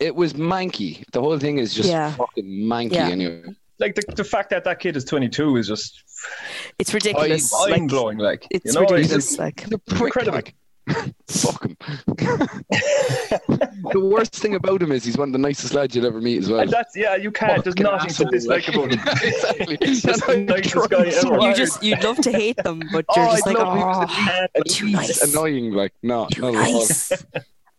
S2: it was manky. The whole thing is just
S4: Yeah.
S2: fucking manky.
S4: Yeah.
S2: Anyway,
S3: like the, the fact that that kid is 22 is just
S4: It's ridiculous. like,
S3: mind blowing. Like,
S4: it's
S3: you know,
S4: ridiculous.
S2: it's-
S4: like
S2: the prick,
S3: Incredible.
S2: like, (laughs) fuck him. (laughs) the worst thing about him is he's one of the nicest lads you'll ever meet as well.
S3: and that's yeah, you can't. There's
S2: Fucking
S3: nothing to
S2: asshole,
S3: dislike
S2: like.
S3: about him.
S4: (laughs)
S3: (laughs)
S2: exactly.
S3: He's just
S2: That's why
S3: the
S2: I'm
S3: nicest
S2: trying
S3: guy
S2: so
S3: ever.
S2: hard.
S4: you just you'd love to hate them, but you're
S2: (laughs) Oh,
S4: just
S2: I'd
S4: like,
S2: love him.
S4: oh,
S2: And
S4: too
S2: he's
S4: nice.
S2: annoying. Like, no,
S4: too
S2: no, (laughs)
S4: nice.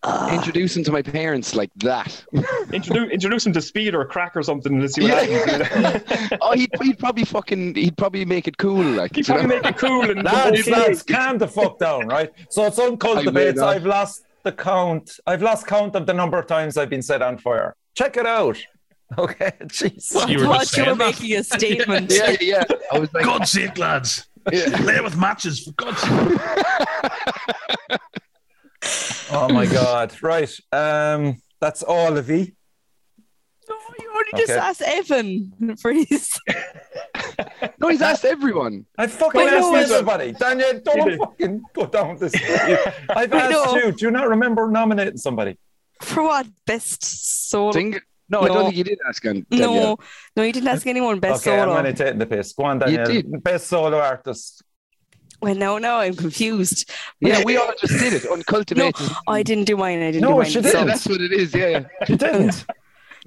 S4: Ah.
S2: Introduce him to my parents like that.
S3: Introduce introduce him to speed or crack or something and let's see what
S2: Yeah.
S3: happens.
S4: (laughs)
S2: oh, he'd, he'd probably fucking, he'd probably make it cool. Like,
S3: Keep
S2: you know?
S3: probably make it cool and
S1: Lads,
S3: okay.
S1: lads, calm the fuck down, right? So it's uncultivated.
S2: I will,
S1: I've lost the count. I've lost count of the number of times I've been set on fire. Check it
S4: (laughs)
S1: out. Okay, jeez.
S5: Well,
S4: I
S5: you were
S4: thought
S5: just
S4: you were
S5: saying that.
S4: making a statement.
S2: (laughs) yeah, yeah. (laughs) I was (laughs) like,
S5: God's sake, lads!
S2: Yeah.
S5: Play with matches, for God's sake.
S1: Oh my god. Right. Um, that's all of you.
S4: No, you already just
S1: Okay.
S4: asked Evan for his.
S2: no, he's asked everyone.
S1: I fucking
S4: I know,
S1: asked
S4: it's-
S1: everybody. Daniel, don't
S3: did.
S1: fucking go down this. I've
S4: (laughs) I
S1: asked
S4: know.
S1: you. Do you not remember nominating somebody?
S4: For what? Best solo
S2: Sing- No, I
S4: No.
S2: don't think you did ask him.
S4: No, no, you didn't ask anyone best
S1: okay,
S4: solo.
S1: I'm going to take the piss. Go on,
S2: You
S1: Daniel. Best solo artist.
S4: Well, no, no, I'm confused.
S2: Yeah, we all just did it. Uncultivated.
S4: I didn't do mine. I didn't
S1: No,
S4: do mine.
S1: she
S2: yeah,
S1: didn't.
S2: that's what it is. Yeah, yeah.
S1: She didn't.
S4: (laughs)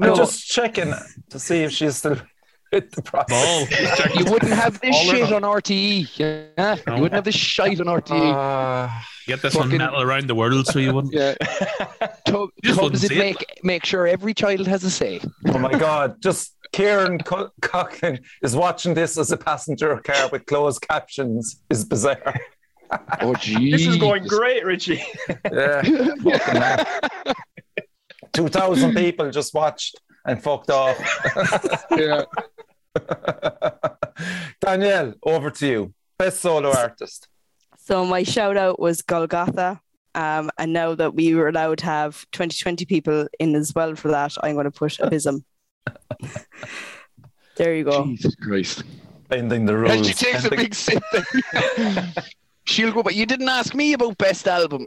S4: No.
S1: I'm just checking to see if she's still (laughs) with the
S5: Ball.
S1: process.
S5: Just check-
S2: You wouldn't have this
S5: All or
S2: shit
S5: none.
S2: on RTE. Yeah,
S5: No.
S2: you wouldn't have this shite on E. RTE.
S1: Ah,
S5: Get this one
S2: fucking-
S5: metal around the world, so you
S2: (laughs)
S5: wouldn't.
S2: yeah. Tub,
S5: You just
S2: Tubbs
S5: wouldn't
S2: would
S5: see it.
S2: make make sure every child has a say.
S1: oh my God. Just Kieran Co- Coughlin is watching this as a passenger car with closed captions is bizarre.
S2: (laughs) Oh, jeez.
S3: This is going great, Richie.
S1: Yeah.
S2: (laughs)
S1: fucking hell. 2,000 people just watched and fucked off. (laughs)
S2: yeah.
S1: Danielle, over to you. Best solo artist.
S4: So my shout out was Golgotha. Um, and now that we were allowed to have 2020 people in as well for that, I'm going
S1: (laughs)
S4: to put Abysm. there you go.
S2: Jesus Christ.
S1: Bending the rules.
S2: And she takes a
S1: Bending-
S2: big sip. there. (laughs) She'll go, but you didn't ask me about best album.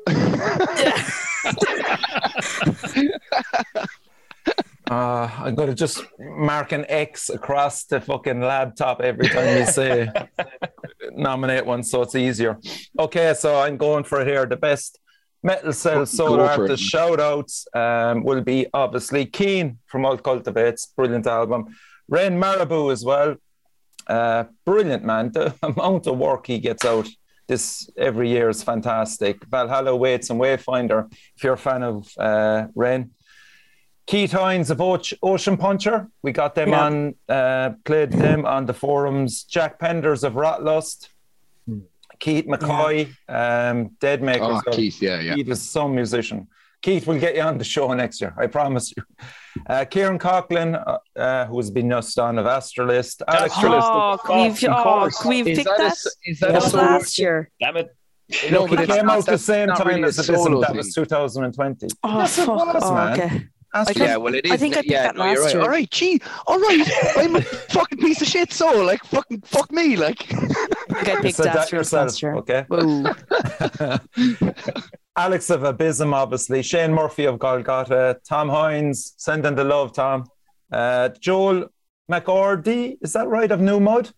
S1: Uh, I'm gonna just mark an X across the fucking laptop every time you
S2: (laughs)
S1: say nominate one, so it's easier. Okay, so I'm going for here the best metal cell solo
S2: Go for it.
S1: artist shout outs um, will be obviously Keen from All Cultivates, brilliant album. Ren Marabu as well, uh, brilliant man. The (laughs) amount of work he gets out this every year is fantastic. Valhalla Waits and Wayfinder, if you're a fan of uh, Ren. Keith Hines of Och- Ocean Puncher, we got them
S4: Yeah.
S1: on, uh, played them on the forums. Jack Penders of Ratlust, Keith McCoy, um, Deadmakers.
S2: oh,
S1: of-
S2: Keith, yeah, yeah.
S1: Keith is some musician. Keith will get you on the show next year, I promise you. Uh, Kieran Coughlin, uh, uh, who has been nussed on of Astralist. Alex,
S3: Astralist.
S4: Oh,
S3: of
S4: can we, oh,
S3: course.
S4: can we pick
S2: a
S4: that?
S2: s- is
S4: That
S2: that
S4: was
S2: solo?
S4: last year.
S3: Damn it.
S2: No,
S1: he
S2: but it's
S1: came
S2: not-
S1: out the
S2: that's
S1: same
S2: not
S1: time
S2: really
S1: as
S2: a
S1: it is,
S2: solo
S1: and that
S2: thing.
S1: was 2020.
S4: Oh,
S1: Yes, it
S4: fuck.
S1: was,
S4: oh,
S1: man.
S4: okay.
S1: Astro-
S4: think-
S2: yeah, well, it is.
S4: I think I picked
S2: yeah,
S4: that
S2: no, you're right.
S4: last year.
S2: All right, gee, all right. (laughs) I'm a fucking piece of shit. So, like, fucking fuck me, like.
S4: I
S1: (laughs)
S4: think I
S1: You
S4: picked
S1: said that
S4: Asterisk
S1: yourself,
S4: last year.
S1: okay?
S4: Whoa.
S1: (laughs) Alex of Abysm, obviously. Shane Murphy of Golgotha. Tom Hines, sending the love, Tom. Uh, Joel McOrdie, is that right? Of New Mud?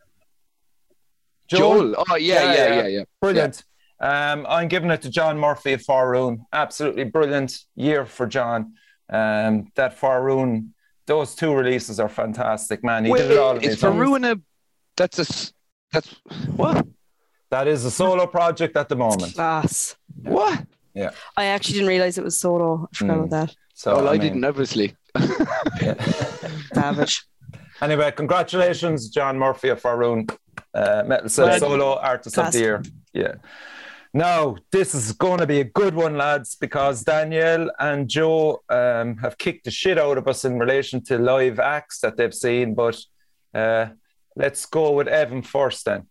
S2: Joel. Oh yeah,
S1: Yeah,
S2: yeah,
S1: yeah.
S2: yeah, yeah.
S1: Brilliant. Um, I'm giving it to John Murphy of Faroon. Absolutely brilliant year for John. Um, that Faroon, those two releases are fantastic, man. He did it all. on
S2: it's
S1: his own.
S2: Faroon a. That's a. s- That's what?
S1: That is a solo project at the moment.
S4: Class.
S2: What?
S4: I actually didn't realize it was solo. I forgot
S1: Mm.
S4: about that.
S1: So
S2: well, Oh, I,
S1: mean,
S2: didn't obviously.
S4: Savage.
S1: (laughs) Anyway, congratulations, John Murphy of Faroon, uh, metal cell
S3: Well-
S1: solo artist of
S4: Class.
S1: the year. Yeah. Now this is going to be a good one, lads, because Danielle and Joe um, have kicked the shit out of us in relation to live acts that they've seen. But uh, let's go with Evan first, then.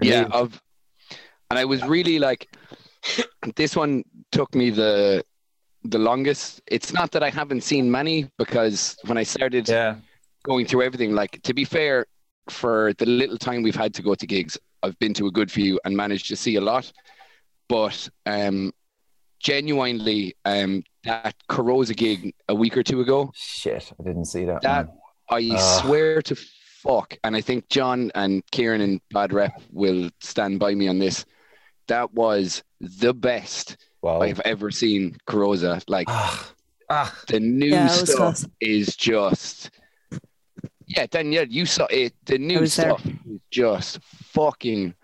S2: Yeah, of. And I was really like, this one took me the, the longest. It's not that I haven't seen many because when I started
S1: Yeah.
S2: going through everything, like to be fair, for the little time we've had to go to gigs, I've been to a good few and managed to see a lot. But um, genuinely, um, that Corrosa gig a week or two ago,
S1: Shit, I didn't see that.
S2: That-
S1: one.
S2: I
S1: Ah.
S2: swear to fuck, and I think John and Kieran and Bad Rep will stand by me on this. That was the best
S1: Wow.
S2: I've ever seen Corrosa. Like
S1: Ah, ah,
S2: the new
S4: (laughs) Yeah, it was
S2: stuff
S4: class.
S2: is just yeah danielle you saw it the new
S4: was there.
S2: stuff is just fucking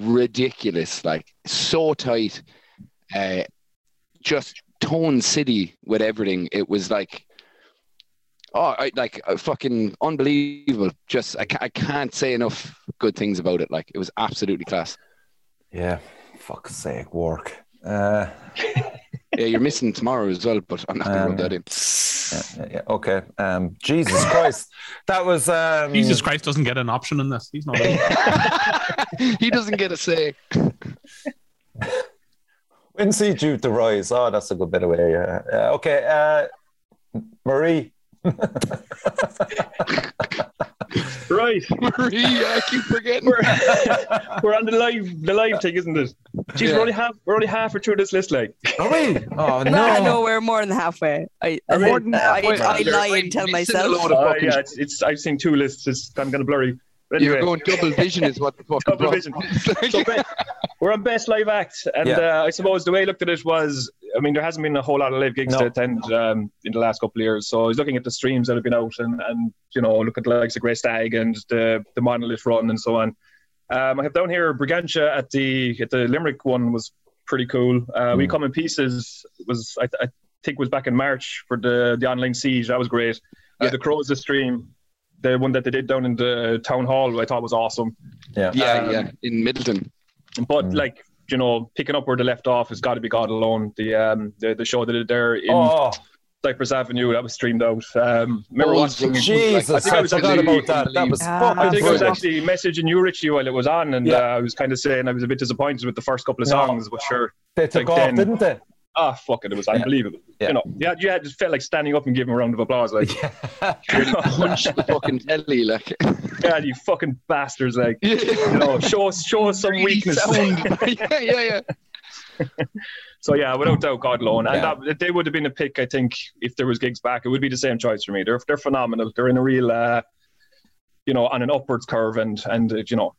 S2: ridiculous like so tight uh just tone city with everything it was like oh I, like uh, fucking unbelievable just I, ca- I can't say enough good things about it like it was absolutely class
S1: yeah. Fuck's sake, work. Uh,
S2: yeah you're missing tomorrow as well but i'm not gonna
S1: Um,
S2: rub that in
S4: Uh,
S1: yeah, yeah, yeah, okay. Um,
S3: (laughs)
S1: Jesus Christ, that was um,
S5: Jesus Christ doesn't get an option in this. He's not. in.
S2: (laughs) he doesn't get a say
S1: When see Jude the Rise. Oh, that's a good bit of area. Uh,
S3: (laughs)
S1: okay, uh, Marie.
S3: Right.
S2: Marie, I keep forgetting.
S3: We're, (laughs) we're on the live the live thing, isn't it? Jeez,
S2: Yeah.
S3: we're only half we're only half or through this list, like.
S1: Are we?
S3: (laughs)
S1: Oh,
S4: No, no,
S1: no.
S4: we're more than halfway. I, I,
S2: More than halfway.
S4: I, I
S2: You're
S4: lie
S2: fucking
S4: and tell
S2: missing a
S4: myself.
S2: load of
S3: Oh,
S2: fucking
S3: yeah, it's, it's I've seen two lists. It's, I'm gonna blurry. But
S2: You're
S3: anyway,
S2: going double vision is what the fuck.
S3: Double
S2: brought-
S3: vision.
S2: It's (laughs) like-
S3: (laughs) so be- we're on best live act, and
S1: Yeah.
S3: uh, I suppose the way I looked at it was, I mean, there hasn't been a whole lot of live gigs
S1: No.
S3: to attend um, in the last couple of years. So I was looking at the streams that have been out, and, and you know, look at the likes of Grey Stag and the the Monolith Run and so on. Um, I have down here Brigantia at the at the Limerick one was pretty cool. Uh, We
S1: Mm.
S3: Come in Pieces was I, I think was back in March for the the online siege. That was great. Uh,
S2: Yeah.
S3: the Crows the stream, the one that they did down in the town hall, I thought was awesome.
S2: yeah,
S3: Um,
S2: yeah, in Middleton.
S3: But
S1: Mm.
S3: like you know, picking up where they left off has got to be God alone. The um the, the show that they did there in
S1: Oh,
S3: Cypress Avenue that was streamed out. Um, remember
S2: Oh,
S3: watching-
S2: Jesus.
S3: I
S1: Jesus.
S3: think I
S1: I
S3: was
S1: forgot
S3: actually-
S1: about that. That was
S4: Ah.
S3: I
S1: fucking
S3: think I was
S1: brilliant.
S3: actually messaging you, Richie, while it was on, and
S1: Yeah.
S3: uh, I was kind of saying I was a bit disappointed with the first couple of
S1: No.
S3: songs, but sure,
S1: They took
S3: like
S1: off,
S3: then.
S1: didn't they?
S3: ah, fuck it, it was unbelievable.
S1: Yeah.
S3: You know, yeah, you had, just felt like standing up and giving a round of applause, like, (laughs)
S2: Punch the fucking telly, like. (laughs)
S3: God, you fucking bastards, like, you
S2: yeah,
S3: know, show us, show us some weakness.
S2: (laughs) yeah, yeah.
S3: So yeah, without doubt, God alone, and
S1: Yeah.
S3: that, they would have been a pick. I think if there was gigs back, it would be the same choice for me. They're they're phenomenal. They're in a real, uh, you know, on an upwards curve, and and uh, you know,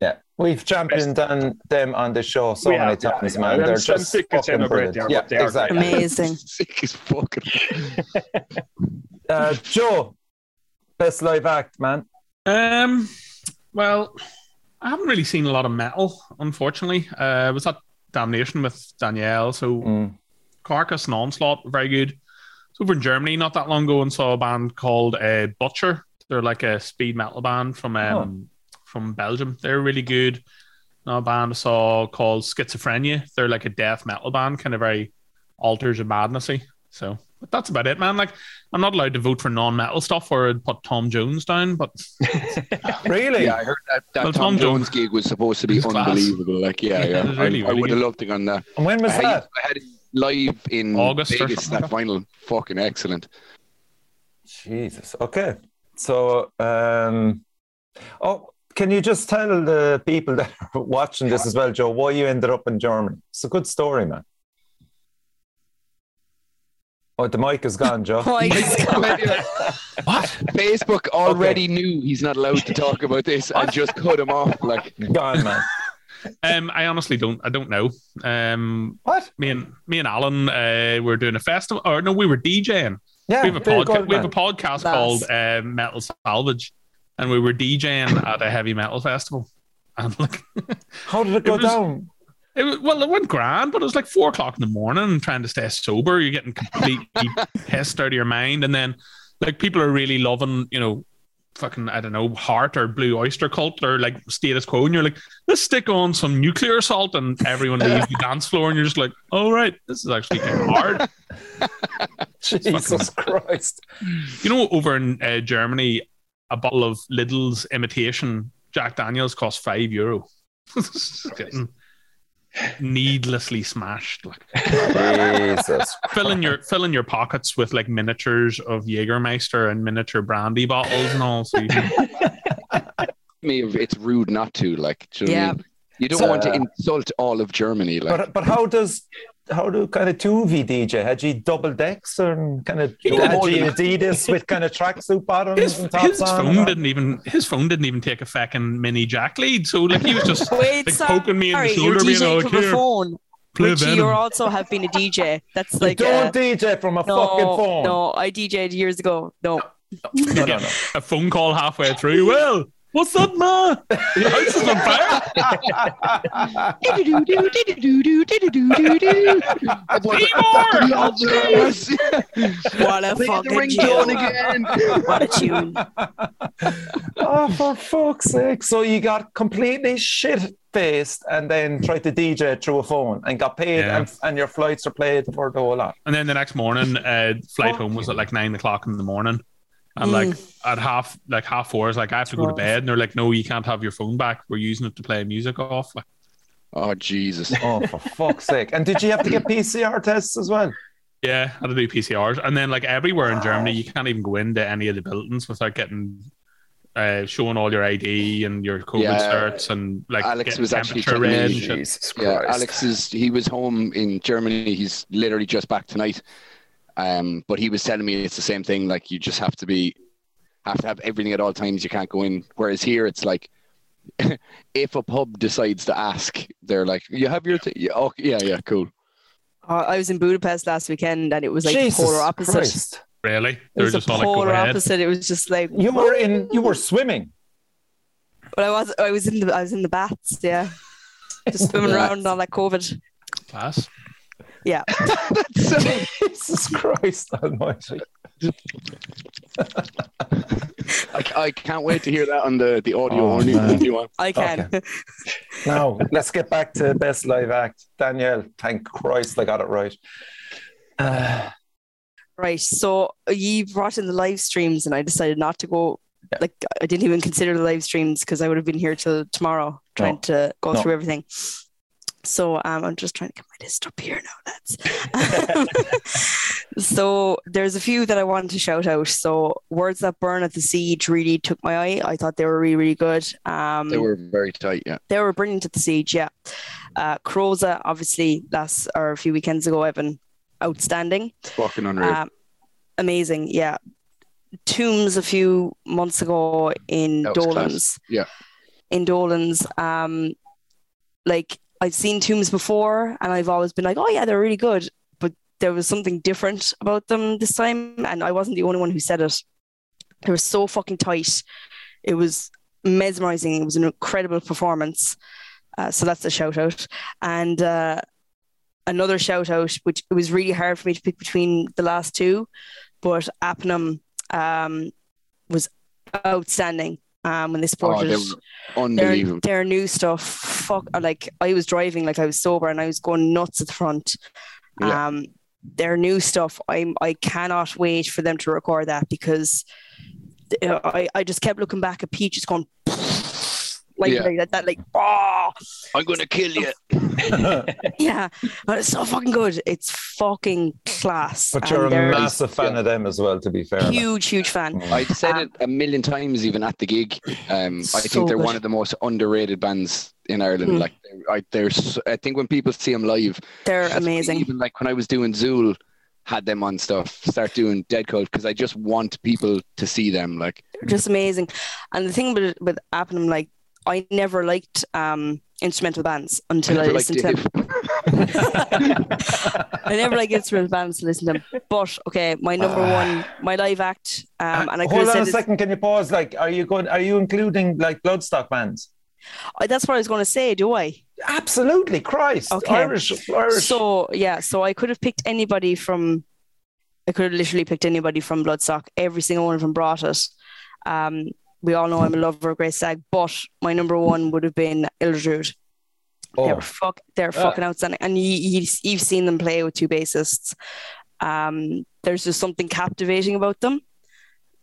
S1: Yeah, we've championed on them on the show so
S3: We
S1: many
S3: have, yeah,
S1: times,
S3: yeah.
S1: man.
S3: And
S1: They're
S3: some
S1: just
S3: sick contender
S1: fucking
S3: great
S1: brilliant.
S3: they are,
S1: yeah,
S3: but they are
S1: exactly.
S3: great.
S2: (laughs)
S4: Amazing.
S2: Sick as fucking.
S1: Uh, Joe, best live act, man.
S5: Um, well, I haven't really seen a lot of metal, unfortunately. Uh, I was at Damnation with Danielle, so
S1: Mm.
S5: Carcass and Onslaught were very good. So over in Germany not that long ago and saw a band called uh, Butcher. They're like a speed metal band from um, from Belgium. They're really good. Another band I saw called Schizophrenia. They're like a death metal band, kind of very alters and madnessy. So but that's about it, man. Like I'm not allowed to vote for non-metal stuff or I'd put Tom Jones down, but
S1: Really?
S2: Yeah, I heard that, that
S5: Well,
S2: Tom
S5: Tom
S2: Jones gig was supposed to be
S5: It's class.
S2: unbelievable. Like, yeah,
S5: Yeah,
S2: yeah.
S5: it's really,
S2: I, I would
S5: really
S2: have loved to go on that.
S1: And when
S2: I
S1: was
S2: had,
S1: that?
S2: I had it live in
S5: August or
S2: Vegas,
S5: something
S2: that
S5: like that.
S2: final. Fucking excellent.
S1: Jesus. Okay. So, um, oh, can you just tell the people that (laughs) are watching this as well, Joe, why you ended up in Germany? It's a good story, man. Oh, the mic is gone, Joe.
S4: (laughs) Why?
S5: what?
S2: Facebook already knew he's not allowed to talk about this and just cut him off. Like,
S1: gone, man.
S5: Um, I honestly don't. I don't know. Um,
S1: What?
S5: me and me and Alan uh, were doing a festival, or no, we were DJing.
S1: Yeah,
S5: we have a
S1: there you go,
S5: podcast. We have a
S1: man.
S5: podcast
S4: Class.
S5: called uh, Metal Salvage, and we were DJing at a heavy metal festival. And like,
S1: How did it go
S5: It was-
S1: down?
S5: it was, well, it went grand, but it was like four o'clock in the morning. and Trying to stay sober, you're getting completely pissed out of your mind, and then like people are really loving, you know, fucking I don't know, Heart or Blue Oyster Cult or like Status Quo, and you're like, let's stick on some nuclear assault, and everyone leaves the dance floor, and you're just like, all right, this is actually kind of hard.
S1: (laughs) Jesus Christ.
S5: You know, over in uh, Germany, a bottle of Lidl's imitation Jack Daniels costs five euro. (laughs) It's getting needlessly smashed, like
S1: Jesus.
S5: filling your filling your pockets with like miniatures of Jägermeister and miniature brandy bottles and all. So
S4: (laughs)
S5: you can-
S2: me, it's rude not to. Like, do you, know what I
S4: Yeah.
S2: mean? you don't
S1: So-
S2: want to insult all of Germany. Like,
S1: But but how does how do kind of two V DJ? Had you double decks and kind of
S5: He
S1: had
S5: did all
S1: you
S5: of
S1: Adidas with kind of tracksuit bottoms
S5: his,
S1: and
S5: his
S1: tops on?
S5: phone didn't even his phone didn't even take a fucking mini jack lead. So like he
S4: (laughs)
S5: was just
S4: Wait,
S5: like,
S4: sorry,
S5: poking me in the
S4: you're
S5: shoulder, being
S4: DJing
S5: like,
S4: from a
S5: "Here,
S4: phone.
S5: play
S4: Richie, you
S5: Venom."
S4: also have been a DJ. That's
S1: You
S4: like
S1: don't
S4: uh,
S1: DJ from a
S4: no,
S1: fucking phone.
S4: no. I DJed years ago. No,
S1: no, no. no.
S5: A phone call halfway through. Well, what's
S4: (laughs)
S5: that, ma? The house is on fire. Seymour!
S4: what a fucking tune!
S2: again.
S4: (laughs) What a tune!
S1: (laughs)
S4: Uh,
S1: oh, for fuck's sake. So you got completely shit faced and then tried to DJ through a phone and got paid
S5: Yeah.
S1: and, and your flights are played for the whole lot.
S5: And then the
S4: (laughs)
S5: next morning, uh, flight home was at like nine o'clock in the morning. And like
S4: Mm.
S5: at half, like half four, I was like, I have to go to bed. And they're like, no, you can't have your phone back. We're using it to play music off. Like,
S2: Oh Jesus!
S1: Oh, for fuck's sake. And did you have to get PCR tests as well?
S5: yeah, I had to do PCRs. And then like everywhere in Germany, you can't even go into any of the buildings without getting uh, showing all your ID and your COVID
S2: Yeah.
S5: certs and like
S2: Alex
S5: getting
S2: was actually
S5: temperature
S2: telling
S5: read
S2: me-
S5: and shit.
S6: Jesus
S2: Yeah,
S6: Christ.
S2: Alex is he was home in Germany. He's literally just back tonight. Um, but he was telling me it's the same thing. Like you just have to be, have to have everything at all times. You can't go in. Whereas here, it's like, (laughs) if a pub decides to ask, they're like, you have your, th- yeah, oh, yeah, yeah, cool.
S4: Uh, I was in Budapest last weekend and it was like the
S1: Jesus
S4: polar opposite.
S1: Christ.
S5: Really,
S4: It
S5: they were
S4: was the
S5: just all like go
S4: polar
S5: ahead.
S4: opposite. It was just like
S1: You were in. You were swimming.
S4: But I was I was in the I was in the baths, yeah. Just
S1: (laughs)
S4: swimming
S2: Yeah.
S4: around on that COVID.
S5: Class.
S4: (laughs)
S1: Jesus Christ Almighty.
S2: I, I can't wait to hear that on the the audio
S1: Oh,
S2: only
S1: man.
S2: if you want.
S4: I can. (laughs)
S1: Now let's get back to best live act. Danielle, thank Christ I got it right. Uh,
S4: Right. So you brought in the live streams, and I decided not to go.
S1: Yeah.
S4: Like I didn't even consider the live streams because I would have been here till tomorrow trying
S1: No.
S4: to go
S1: No.
S4: through everything. So um, I'm just trying to get my list up here now, lads. (laughs) so there's a few that I wanted to shout out. So words that burn at the siege really took my eye. I thought they were really, really good. Um,
S2: They were very tight. Yeah,
S4: they were brilliant at the siege, yeah. Uh, Croza, obviously, last or a few weekends ago, Evan, outstanding.
S2: fucking unreal.
S4: Um, amazing, yeah. Tombs a few months ago in
S2: That was
S4: Dolan's.
S2: yeah.
S4: In Dolan's. Um, like, I've seen Tombs before and I've always been like, oh, yeah, they're really good. But there was something different about them this time. And I wasn't the only one who said it. They were so fucking tight. It was mesmerizing. It was an incredible performance. Uh, so that's a shout out. And uh, another shout out, which it was really hard for me to pick between the last two, but Appenum um, was outstanding um, when they
S2: oh,
S4: supported
S2: they were unbelievable.
S4: their, their new stuff. Fuck, uh, like I was driving, like I was sober, and I was going nuts at the front.
S2: Yeah.
S4: Um, their new stuff, I'm I cannot wait for them to record that because uh, I I just kept looking back at Peach, just going (sniffs) like,
S2: Yeah.
S4: like that, that like oh
S2: I'm gonna kill you.
S4: yeah, but it's so fucking good. It's fucking class.
S1: but
S4: and
S1: you're a
S4: they're a
S1: massive fan of them as well, to be fair.
S4: huge, huge fan.
S2: I said
S4: Um,
S2: it a million times even at the gig. Um, I
S4: So
S2: think they're
S4: good.
S2: one of the most underrated bands in Ireland.
S4: Mm.
S2: Like, they're, I, they're so, I think when people see them live,
S4: They're
S2: that's
S4: amazing.
S2: Even like when I was doing Zool, had them on stuff. Start doing Dead Code because I just want people to see them. Like,
S4: just amazing. And the thing with with Appenum, like I never liked um instrumental bands until I,
S2: people like
S4: listened to them.
S2: Dave.
S4: I never like instrumental bands to listen to
S1: (laughs)
S4: them. But okay, my number
S1: Ah.
S4: one, my live act, um, and I could
S1: Hold on
S4: have
S1: a
S4: said this,
S1: second. Can you pause? Like, are you going? Are you including like bloodstock bands?
S4: I- that's what I was going to say. Do I?
S1: Absolutely, Christ.
S4: Okay.
S1: Irish, Irish.
S4: So yeah, so I could have picked anybody from. I could have literally picked anybody from Bloodstock. Every single one of them brought it. Um, we all know I'm a lover of Grace Sag, but my number one would have been Ildrude. They're
S1: oh,
S4: fuck, they're fucking outstanding, and you, you, you've seen them play with two bassists. Um, there's just something captivating about them,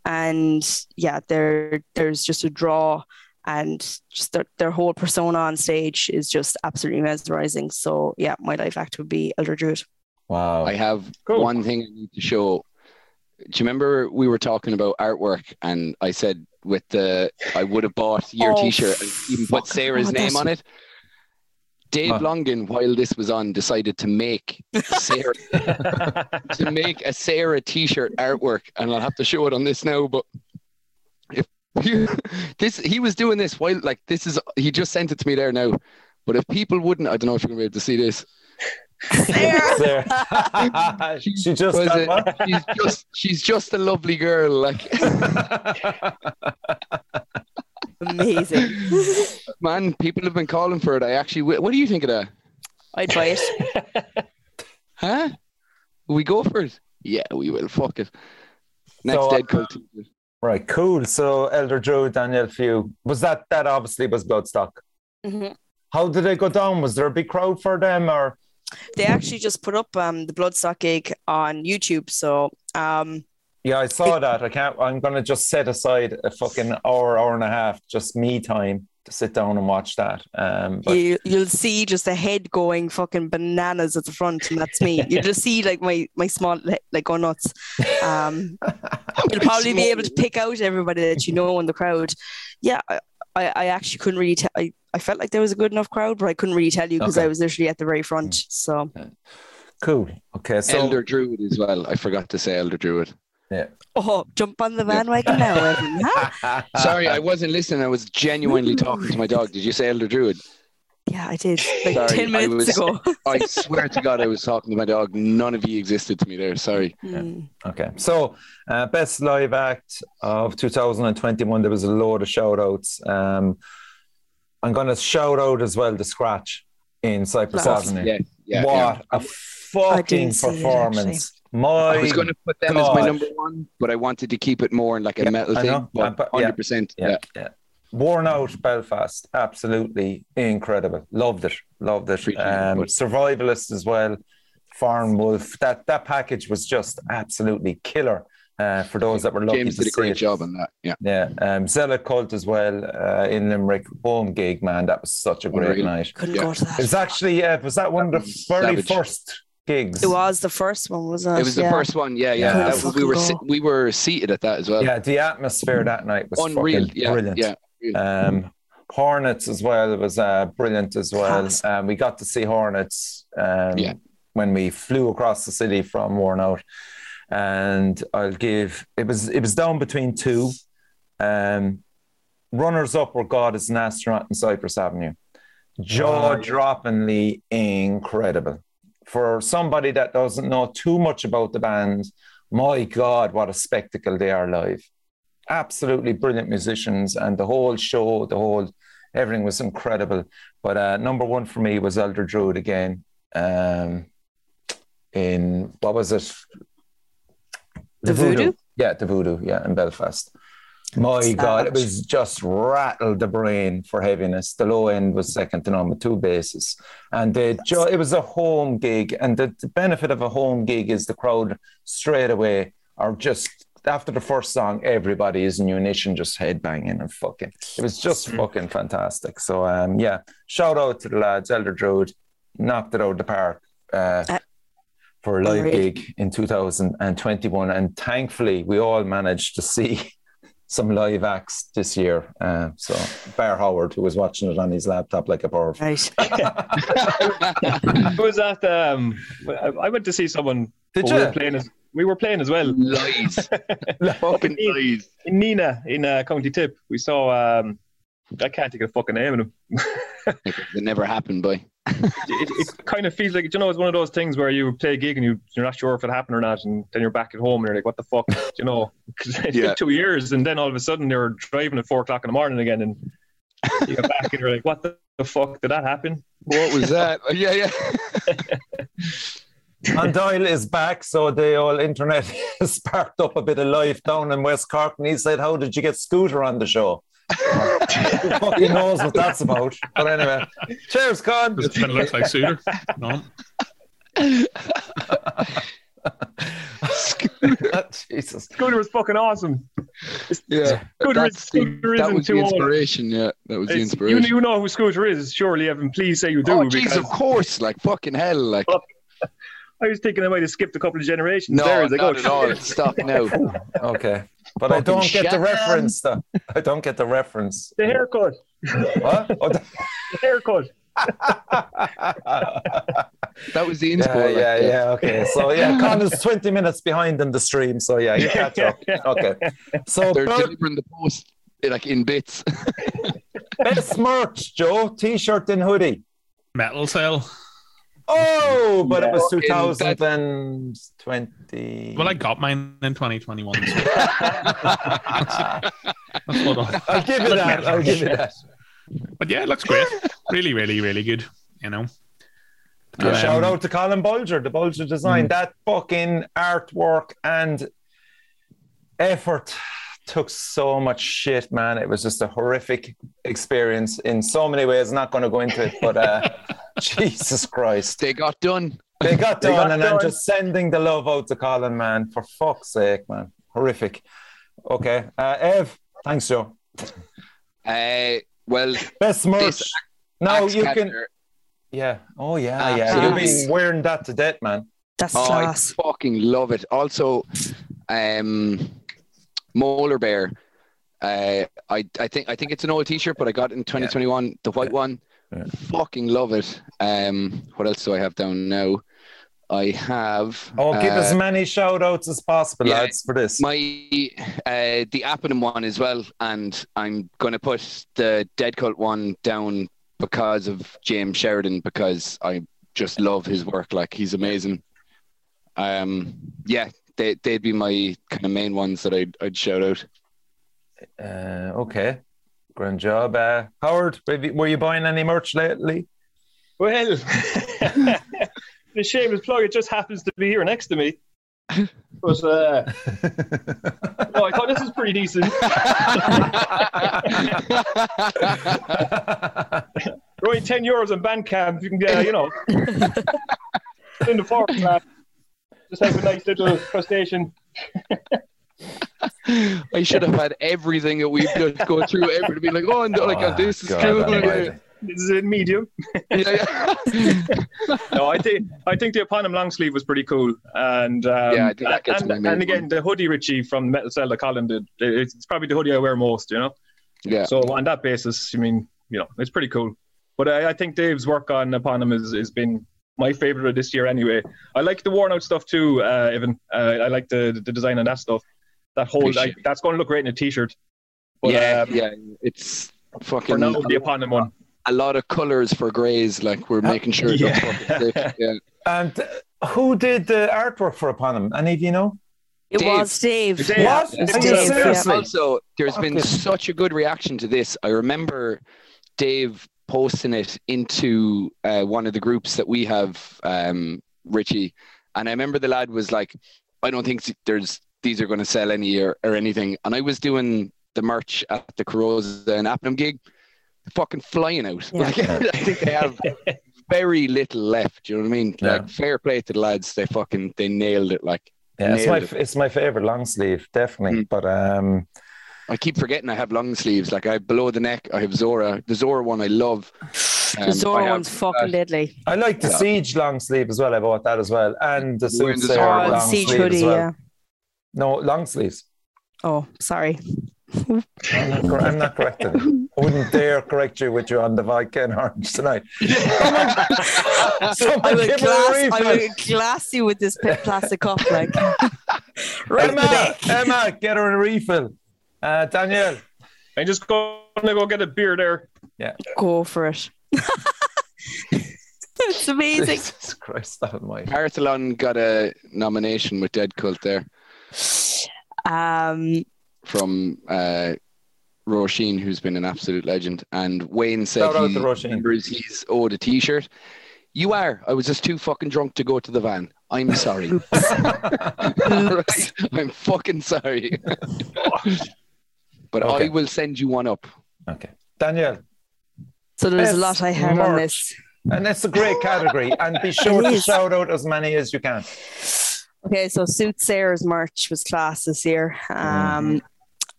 S4: and yeah, there there's just a draw, and just their their whole persona on stage is just absolutely mesmerizing. So yeah, my life act would be Elder Druid.
S1: wow.
S2: I have
S1: Cool.
S2: one thing I need to show. Do you remember we were talking about artwork and I said with the I would have bought your
S4: Oh,
S2: t-shirt and even put
S4: fuck.
S2: Sarah's
S4: Oh,
S2: name
S4: that's-
S2: on it? Dave
S1: Huh.
S2: Longdon, while this was on, decided to make
S1: (laughs)
S2: Sarah to make a Sarah t-shirt artwork, and I'll have to show it on this now. But if you, this, he was doing this while like this is he just sent it to me there now. But if people wouldn't, I don't know if you're gonna be able to see this.
S4: Sarah!
S1: There. (laughs) she just
S2: Was
S1: got
S2: it-
S1: one.
S2: she's just she's just a lovely girl. Like
S4: (laughs) Amazing.
S2: man, people have been calling for it. I actually, wi- what do you think of that?
S4: I'd buy it.
S2: Huh? We go for it? Yeah, we will. Fuck it. Next
S1: So, uh,
S2: dead cult.
S1: right, cool. So Elder Drew, Daniel Few. Was that that obviously was bloodstock?
S4: Mhm.
S1: How did they go down? Was there a big crowd for them or
S4: They actually just put up um, the Bloodstock gig on YouTube, so um,
S1: yeah, I saw that. I can't I'm gonna just set aside a fucking hour, hour and a half, just me time to sit down and watch that. Um, but
S4: you you'll see just a head going fucking bananas at the front, and that's me. You just see like my my small le- like go nuts.
S2: (laughs)
S4: Um,
S2: Oh,
S4: you'll probably be able to pick out everybody that you know in the crowd. Yeah, I, I I actually couldn't really tell. I, I felt like there was a good enough crowd, but I couldn't really tell you because
S1: Okay.
S4: I was literally at the very front.
S2: Mm.
S4: So
S1: cool. Okay, so (laughs)
S2: Elder Druid as well. I forgot to say Elder Druid.
S4: oh, jump on the
S2: (laughs)
S4: bandwagon now, Evan. Huh?
S1: Ah,
S2: Sorry, I wasn't listening. I was genuinely talking to my dog. Did you say Elder Druid?
S4: Yeah, I did like
S2: Sorry,
S4: ten
S2: I
S4: minutes
S2: was- (laughs)
S4: ago. (laughs)
S2: I swear to God, I was talking to my dog. None of you existed to me there. Sorry.
S4: Hmm.
S1: Okay, so uh, best live act of 2021. There was a load of shout outs. Um, I'm going to shout out as well to Scratch in Cypress
S4: Love.
S1: Avenue.
S2: Yeah, yeah. yeah.
S1: what a fucking
S4: see it,
S1: performance! My
S2: I was going to put them as my
S1: God.
S2: number one, but I wanted to keep it more in like a
S1: Yeah,
S2: metal
S1: I
S2: thing.
S1: know.
S2: but
S1: Uh, but- yeah.
S2: 100%. Yeah.
S1: yeah, yeah. Worn out Belfast, absolutely incredible. Loved it, loved it.
S2: Appreciate it,
S1: Um,
S2: bud.
S1: survivalist as well, Farm Wolf. That that package was just absolutely killer. Uh, for those that were lucky
S2: James
S1: to
S2: did a
S1: see
S2: great
S1: it.
S2: job on that. Yeah.
S1: Yeah, um, Zealot Cult as well uh, in Limerick home gig, man. That was such a great
S2: Unreal.
S1: night.
S4: Couldn't
S2: Yeah.
S4: go to that.
S1: It was actually yeah, it was that one of the
S2: was
S1: very
S2: savage.
S1: first gigs?
S4: It was the first one, wasn't it?
S2: It was
S4: Yeah.
S2: the first one. Yeah, yeah.
S1: Yeah.
S2: That was- we
S4: Fucking
S2: were
S4: go.
S2: sit- we were seated at that as well.
S1: Yeah, the atmosphere that night was
S2: Unreal.
S1: fucking
S2: Yeah,
S1: brilliant.
S2: yeah.
S1: Um, Hornets as well was uh, brilliant as well.
S4: Class.
S1: Um, we got to see Hornets um,
S2: Yeah.
S1: when we flew across the city from Worn Out, and I'll give it was it was down between two. Um, runners up were God is an astronaut in Cypress Avenue, jaw droppingly incredible for somebody that doesn't know too much about the band. My God, what a spectacle they are live! absolutely brilliant musicians and the whole show, the whole everything was incredible. But uh, number one for me was Elder Druid again. Um, in what was it?
S4: The Voodoo?
S1: Yeah, the Voodoo. Yeah, in Belfast. My
S4: Savage.
S1: God, it was just rattled the brain for heaviness. The low end was second to none with two basses, and they ju- it was a home gig. And the, the benefit of a home gig is the crowd straight away are just after the first song, everybody is munition just headbanging and fucking. It was just fucking fantastic. So um, yeah, shout out to the lads, Elder Druid, knocked it out of the park. Uh,
S4: Uh,
S1: for a live
S4: unreal.
S1: gig in 2021, and thankfully we all managed to see (laughs) some live acts this year. Uh, so Bear Howard, who was watching it on his laptop like a perv.
S4: Right.
S2: (laughs)
S3: Who was that? Um, I- I went to see someone.
S1: Did
S3: but we were
S1: you?
S3: playing as we were playing as well. (laughs)
S2: Lies. Fucking lies.
S3: In Nina in uh, County Tip, we saw. Um, I can't think of the fucking name of him.
S2: It never happened, boy.
S3: It, it kind of feels like you know it's one of those things where you play a gig and you you're not sure if it happened or not, and then you're back at home and you're like, what the fuck, you know? (laughs) 'Cause it
S2: Yeah.
S3: took two years, and then all of a sudden you're driving at four o'clock in the morning again, and you get back and you're like, what the, the fuck did that happen?
S2: What was that? (laughs) yeah, yeah.
S1: and Doyle is back, so the all internet (laughs) sparked up a bit of life down in West Cork. And he said, "How did you get Scooter on the show?" Who fucking knows what that's about? But anyway, cheers, Con.
S5: This kind of looks like Suter. (laughs) No.
S1: (laughs) Ah, Jesus.
S3: Scooter was fucking awesome.
S2: Yeah.
S3: (laughs) Scooter, is,
S2: That's the-
S3: Scooter
S2: that
S3: isn't
S2: was the
S3: too old.
S2: inspiration. Yeah, that was the
S3: It's-
S2: inspiration.
S3: You, you know who Scooter is, surely, Evan. Please say you do.
S2: oh, jeez,
S3: because Oh,
S2: of course. Like fucking hell. Like
S3: I was thinking I might have skipped a couple of generations
S2: no,
S3: there. as I go,
S2: not at all. Stop now.
S1: Okay, but I
S2: Fucking
S1: don't get the
S2: Shannon.
S1: reference. Though. I don't get the reference.
S3: (laughs) The haircut.
S1: What? Oh, the-
S3: The haircut.
S1: (laughs)
S2: That was the inspo.
S1: yeah,
S2: like,
S1: yeah, yeah. Okay, so
S2: (laughs)
S1: yeah, Con is twenty minutes behind in the stream. So yeah, you catch up. Okay,
S3: Oh,
S2: (laughs)
S1: so
S2: They're
S1: Bert-
S2: delivering the post like in bits.
S1: best merch, Joe, t-shirt and hoodie.
S5: Metal Cell.
S1: Oh, but it was
S2: Yeah.
S1: 2020. (laughs)
S5: Well, I got mine in 2021. So that's what I-
S1: will give you that. I'll give you that.
S5: But yeah, it looks great. Really, really, really good. You know. Um,
S1: Shout out to Colin Bulger, the Bulger design. That fucking artwork and effort took so much shit, man. It was just a horrific experience in so many ways. Not going to go into it, but uh, Jesus Christ.
S2: They got done.
S1: They got
S3: They
S1: done,
S3: got
S1: and I'm
S3: done.
S1: just sending the love out to Colin, man. For fuck's sake, man. Horrific. Okay. Uh, Ev, thanks, Joe.
S2: Uh, Well,
S1: Best merch.
S2: This
S1: No,
S2: Axe
S1: you can.
S2: Catcher-
S1: Yeah. Oh yeah,
S2: Ah,
S1: yeah. You'll be
S4: class.
S1: wearing that to death, man.
S4: That's
S2: Oh, I
S4: class.
S2: fucking love it. Also, um, Molar Bear. Uh, I I think I think it's an old T-shirt, but I got it in 2021. The white one.
S1: Yeah.
S2: Fucking love it. Um, what else do I have down now? I have.
S1: Oh, give
S2: uh,
S1: as many shout outs as possible,
S2: yeah,
S1: lads, for this.
S2: my uh, the Appenum one as well, and I'm gonna put the Dead Cult one down because of James Sheridan because I just love his work. Like he's amazing. Um, yeah, they they'd be my kind of main ones that I'd I'd shout out. (laughs)
S1: Uh, okay. Grand job. Uh, Howard, were you- were you buying any merch
S2: (laughs)
S1: lately? (laughs)
S3: Well, (laughs) the shameless plug, it just happens to be here next to me. But uh, no, I thought this was pretty decent. Throw in 10 euros on Bandcamp, you can get, uh, you know, it's in the forest, lad. Just have a nice little crustacean.
S2: I should have had everything that we've just go through. Every to be like, oh, no, like
S1: Oh,
S2: this is
S1: God
S2: cool.
S1: almighty.
S3: This is a medium.
S2: (laughs) Yeah,
S3: No, I think I think the Eponum long sleeve was pretty cool. And um,
S2: Yeah, I think that gets
S3: and,
S2: my main
S3: and again,
S2: one.
S3: the hoodie Richie from Metal Cell Column did. It's it's probably the hoodie I wear most, you know?
S2: yeah.
S3: So on that basis, I mean, you know, it's pretty cool. But I, I think Dave's work on upon him has, has been my favorite of this year anyway. I like the worn out stuff too, uh, Evan. Uh, I like the, the design on that stuff. That whole
S2: Appreciate
S3: like,
S2: it.
S3: that's going to look great in a t-shirt. But
S2: yeah,
S3: um,
S2: yeah, it's
S3: for
S2: fucking
S3: now, the upon him one.
S2: a lot of colors for greys. Like we're making sure it
S3: yeah.
S2: don't fucking stick. Yeah.
S1: And uh, who did the artwork for upon him? Any of you know?
S4: It
S2: Dave.
S4: was Dave.
S3: Dave. Yeah.
S1: What?
S4: It's
S1: Are you
S4: Dave, yeah.
S1: serious?
S2: Also, there's been
S1: Fucking-
S2: such a good reaction to this. I remember Dave posting it into uh, one of the groups that we have, um, Richie, and I remember the lad was like, "I don't think there's these are going to sell any or, or anything." And I was doing the merch at the Carosa and Appenham gig, fucking flying out.
S4: Yeah.
S2: Like, (laughs) I think they have very little left. You know what I mean?
S1: Yeah.
S2: Like, fair play to the lads. They fucking they nailed it. Like.
S1: Yeah, it's my
S2: Nailed
S1: it's my favorite long sleeve, definitely.
S2: Hmm.
S1: But um,
S2: I keep forgetting I have long sleeves. Like I have below the neck, I have Zora. The Zora one I love. Um,
S4: the
S2: I
S4: Zora
S2: have-
S4: one's fucking deadly.
S1: I like the
S2: Yeah.
S1: siege long sleeve as well. I bought that as well, and the
S2: Wearing the
S1: soothsayer
S2: Zara
S4: Oh,
S1: long
S4: the siege
S1: sleeve
S4: hoodie,
S1: as well.
S4: yeah.
S1: No, long sleeves.
S4: Oh,
S1: (laughs)
S4: sorry.
S1: I'm not, cor- I'm not correcting. you. I wouldn't dare correct you with you on the vodka and orange
S4: (laughs)
S1: tonight. Someone
S4: I'm a
S1: give her a
S4: class,
S1: refill.
S4: I'm a classy with this pla- plastic cup,
S1: (laughs)
S4: like right in the
S1: Emma,
S4: back.
S1: Emma, get her a refill. Uh,
S4: (laughs)
S1: Danielle,
S3: I'm just going to go get a beer there.
S4: Go for it. (laughs) it's amazing.
S1: Jesus Christ, that my
S2: Marathon got a nomination with Dead Cult there
S4: Um,
S2: from uh, Roisin, who's been an absolute legend. And Wayne said
S1: Shout out
S2: he
S1: to Roisin.
S2: remembers he's owed a T-shirt. You are. I was just too fucking drunk to go to the van. I'm
S4: (laughs)
S2: sorry. (laughs) Right? I'm fucking sorry. (laughs) but I
S1: Okay.
S2: will send you one up.
S1: (laughs) Okay, Danielle,
S4: so there's a
S1: Best
S4: lot I heard on
S1: merch.
S4: this.
S1: and that's a great category. And
S4: (laughs)
S1: be sure to
S4: is.
S1: shout out as many as you can.
S4: Okay, so Soothsayer's merch was class this year. Um,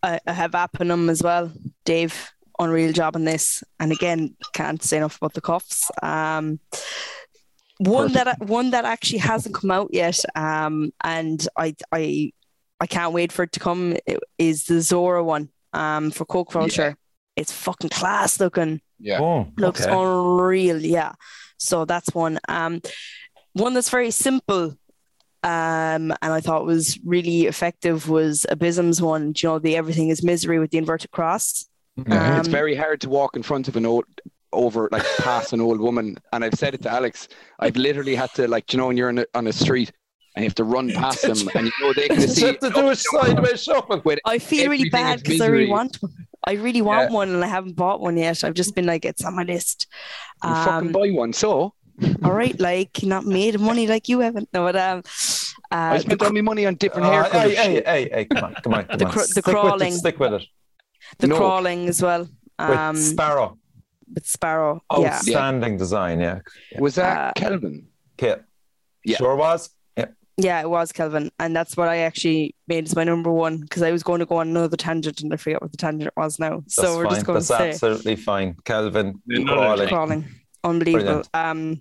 S4: I, I have Appenum as well. Dave, unreal job on this, and again, can't say enough about the cuffs. Um, one that one that actually hasn't come out yet, um, and I I I can't wait for it to come. i- Is the Zora one um, for Coke Culture? It's fucking class looking
S2: Yeah.
S1: Boom.
S4: looks
S1: Oh, okay.
S4: unreal yeah so that's one um one that's very simple um and i thought was really effective was abysm's one Do you know the everything is misery with the inverted cross
S2: it's
S4: Um,
S2: very hard to walk in front of an old over like past an old woman and i've said it to alex i've literally had to like do you know when you're in a, on a street and you have to
S4: (laughs)
S2: run past them and you know they can
S1: Just
S2: see
S1: have to do a sideways shuffle.
S4: i feel really
S2: Everything
S4: bad
S2: is
S4: because i really
S2: misery.
S4: want one i really want one and i haven't bought one yet i've just been like it's on my list
S2: you fucking
S4: um,
S2: buy one so
S4: all right like not made of money like you haven't no but um
S2: i
S4: uh,
S2: spent all my money on different hair
S1: Uh,
S2: colors
S1: hey, hey, hey, hey, come on, come on, come
S4: (laughs) The
S1: on.
S4: cr- the
S1: stick With
S4: crawling.
S1: it, stick with it.
S4: the
S2: no.
S4: crawling as well
S1: With
S4: um
S1: Sparrow.
S4: with sparrow
S2: Oh,
S4: yeah
S1: Outstanding design, yeah.
S2: was that
S4: Uh,
S2: kelvin
S1: Kit.
S2: Yeah.
S1: Sure was. Yeah.
S4: Yeah, it was Kelvin, and that's what I actually made as my number one because I was going to go on another tangent and I forget what the tangent was now. So
S1: That's
S4: we're
S1: fine.
S4: just going
S1: That's
S4: to say
S1: absolutely fine. Calvin,
S3: No, no,
S1: equality.
S4: crawling, unbelievable.
S1: Brilliant.
S4: Um,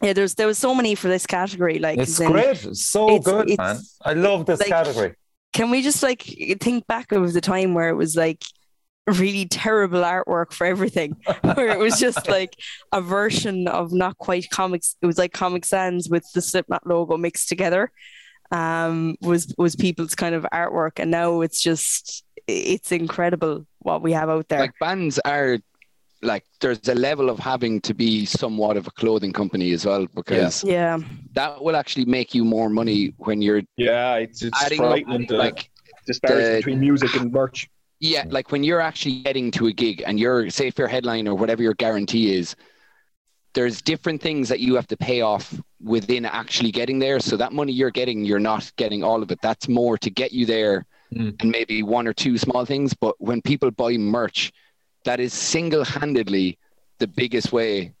S4: yeah, there's there was so many for this category. Like,
S1: it's
S4: as in-
S1: great. It's so
S4: it's-
S1: good,
S4: it's
S1: man. I love this
S4: like-
S1: category.
S4: can we just like think back of the time where it was like really terrible artwork for everything (laughs) where it was just like a version of not quite comics it was like comic sans with the slipknot logo mixed together um was was people's kind of artwork and now it's just it's incredible what we have out there
S2: Like bands are like there's a level of having to be somewhat of a clothing company as well because
S4: yeah
S2: that will actually make you more money when you're
S3: Yeah, it's, it's
S2: adding up,
S3: frightening the
S2: like
S3: disparity
S2: the-
S3: between music and merch.
S2: yeah, like when you're actually getting to a gig and you're say if your headline or whatever your guarantee is, there's different things that you have to pay off within actually getting there. So that money you're getting, you're not getting all of it. That's more to get you there
S3: Mm.
S2: and maybe one or two small things. But when people buy merch, that is single handedly the biggest way,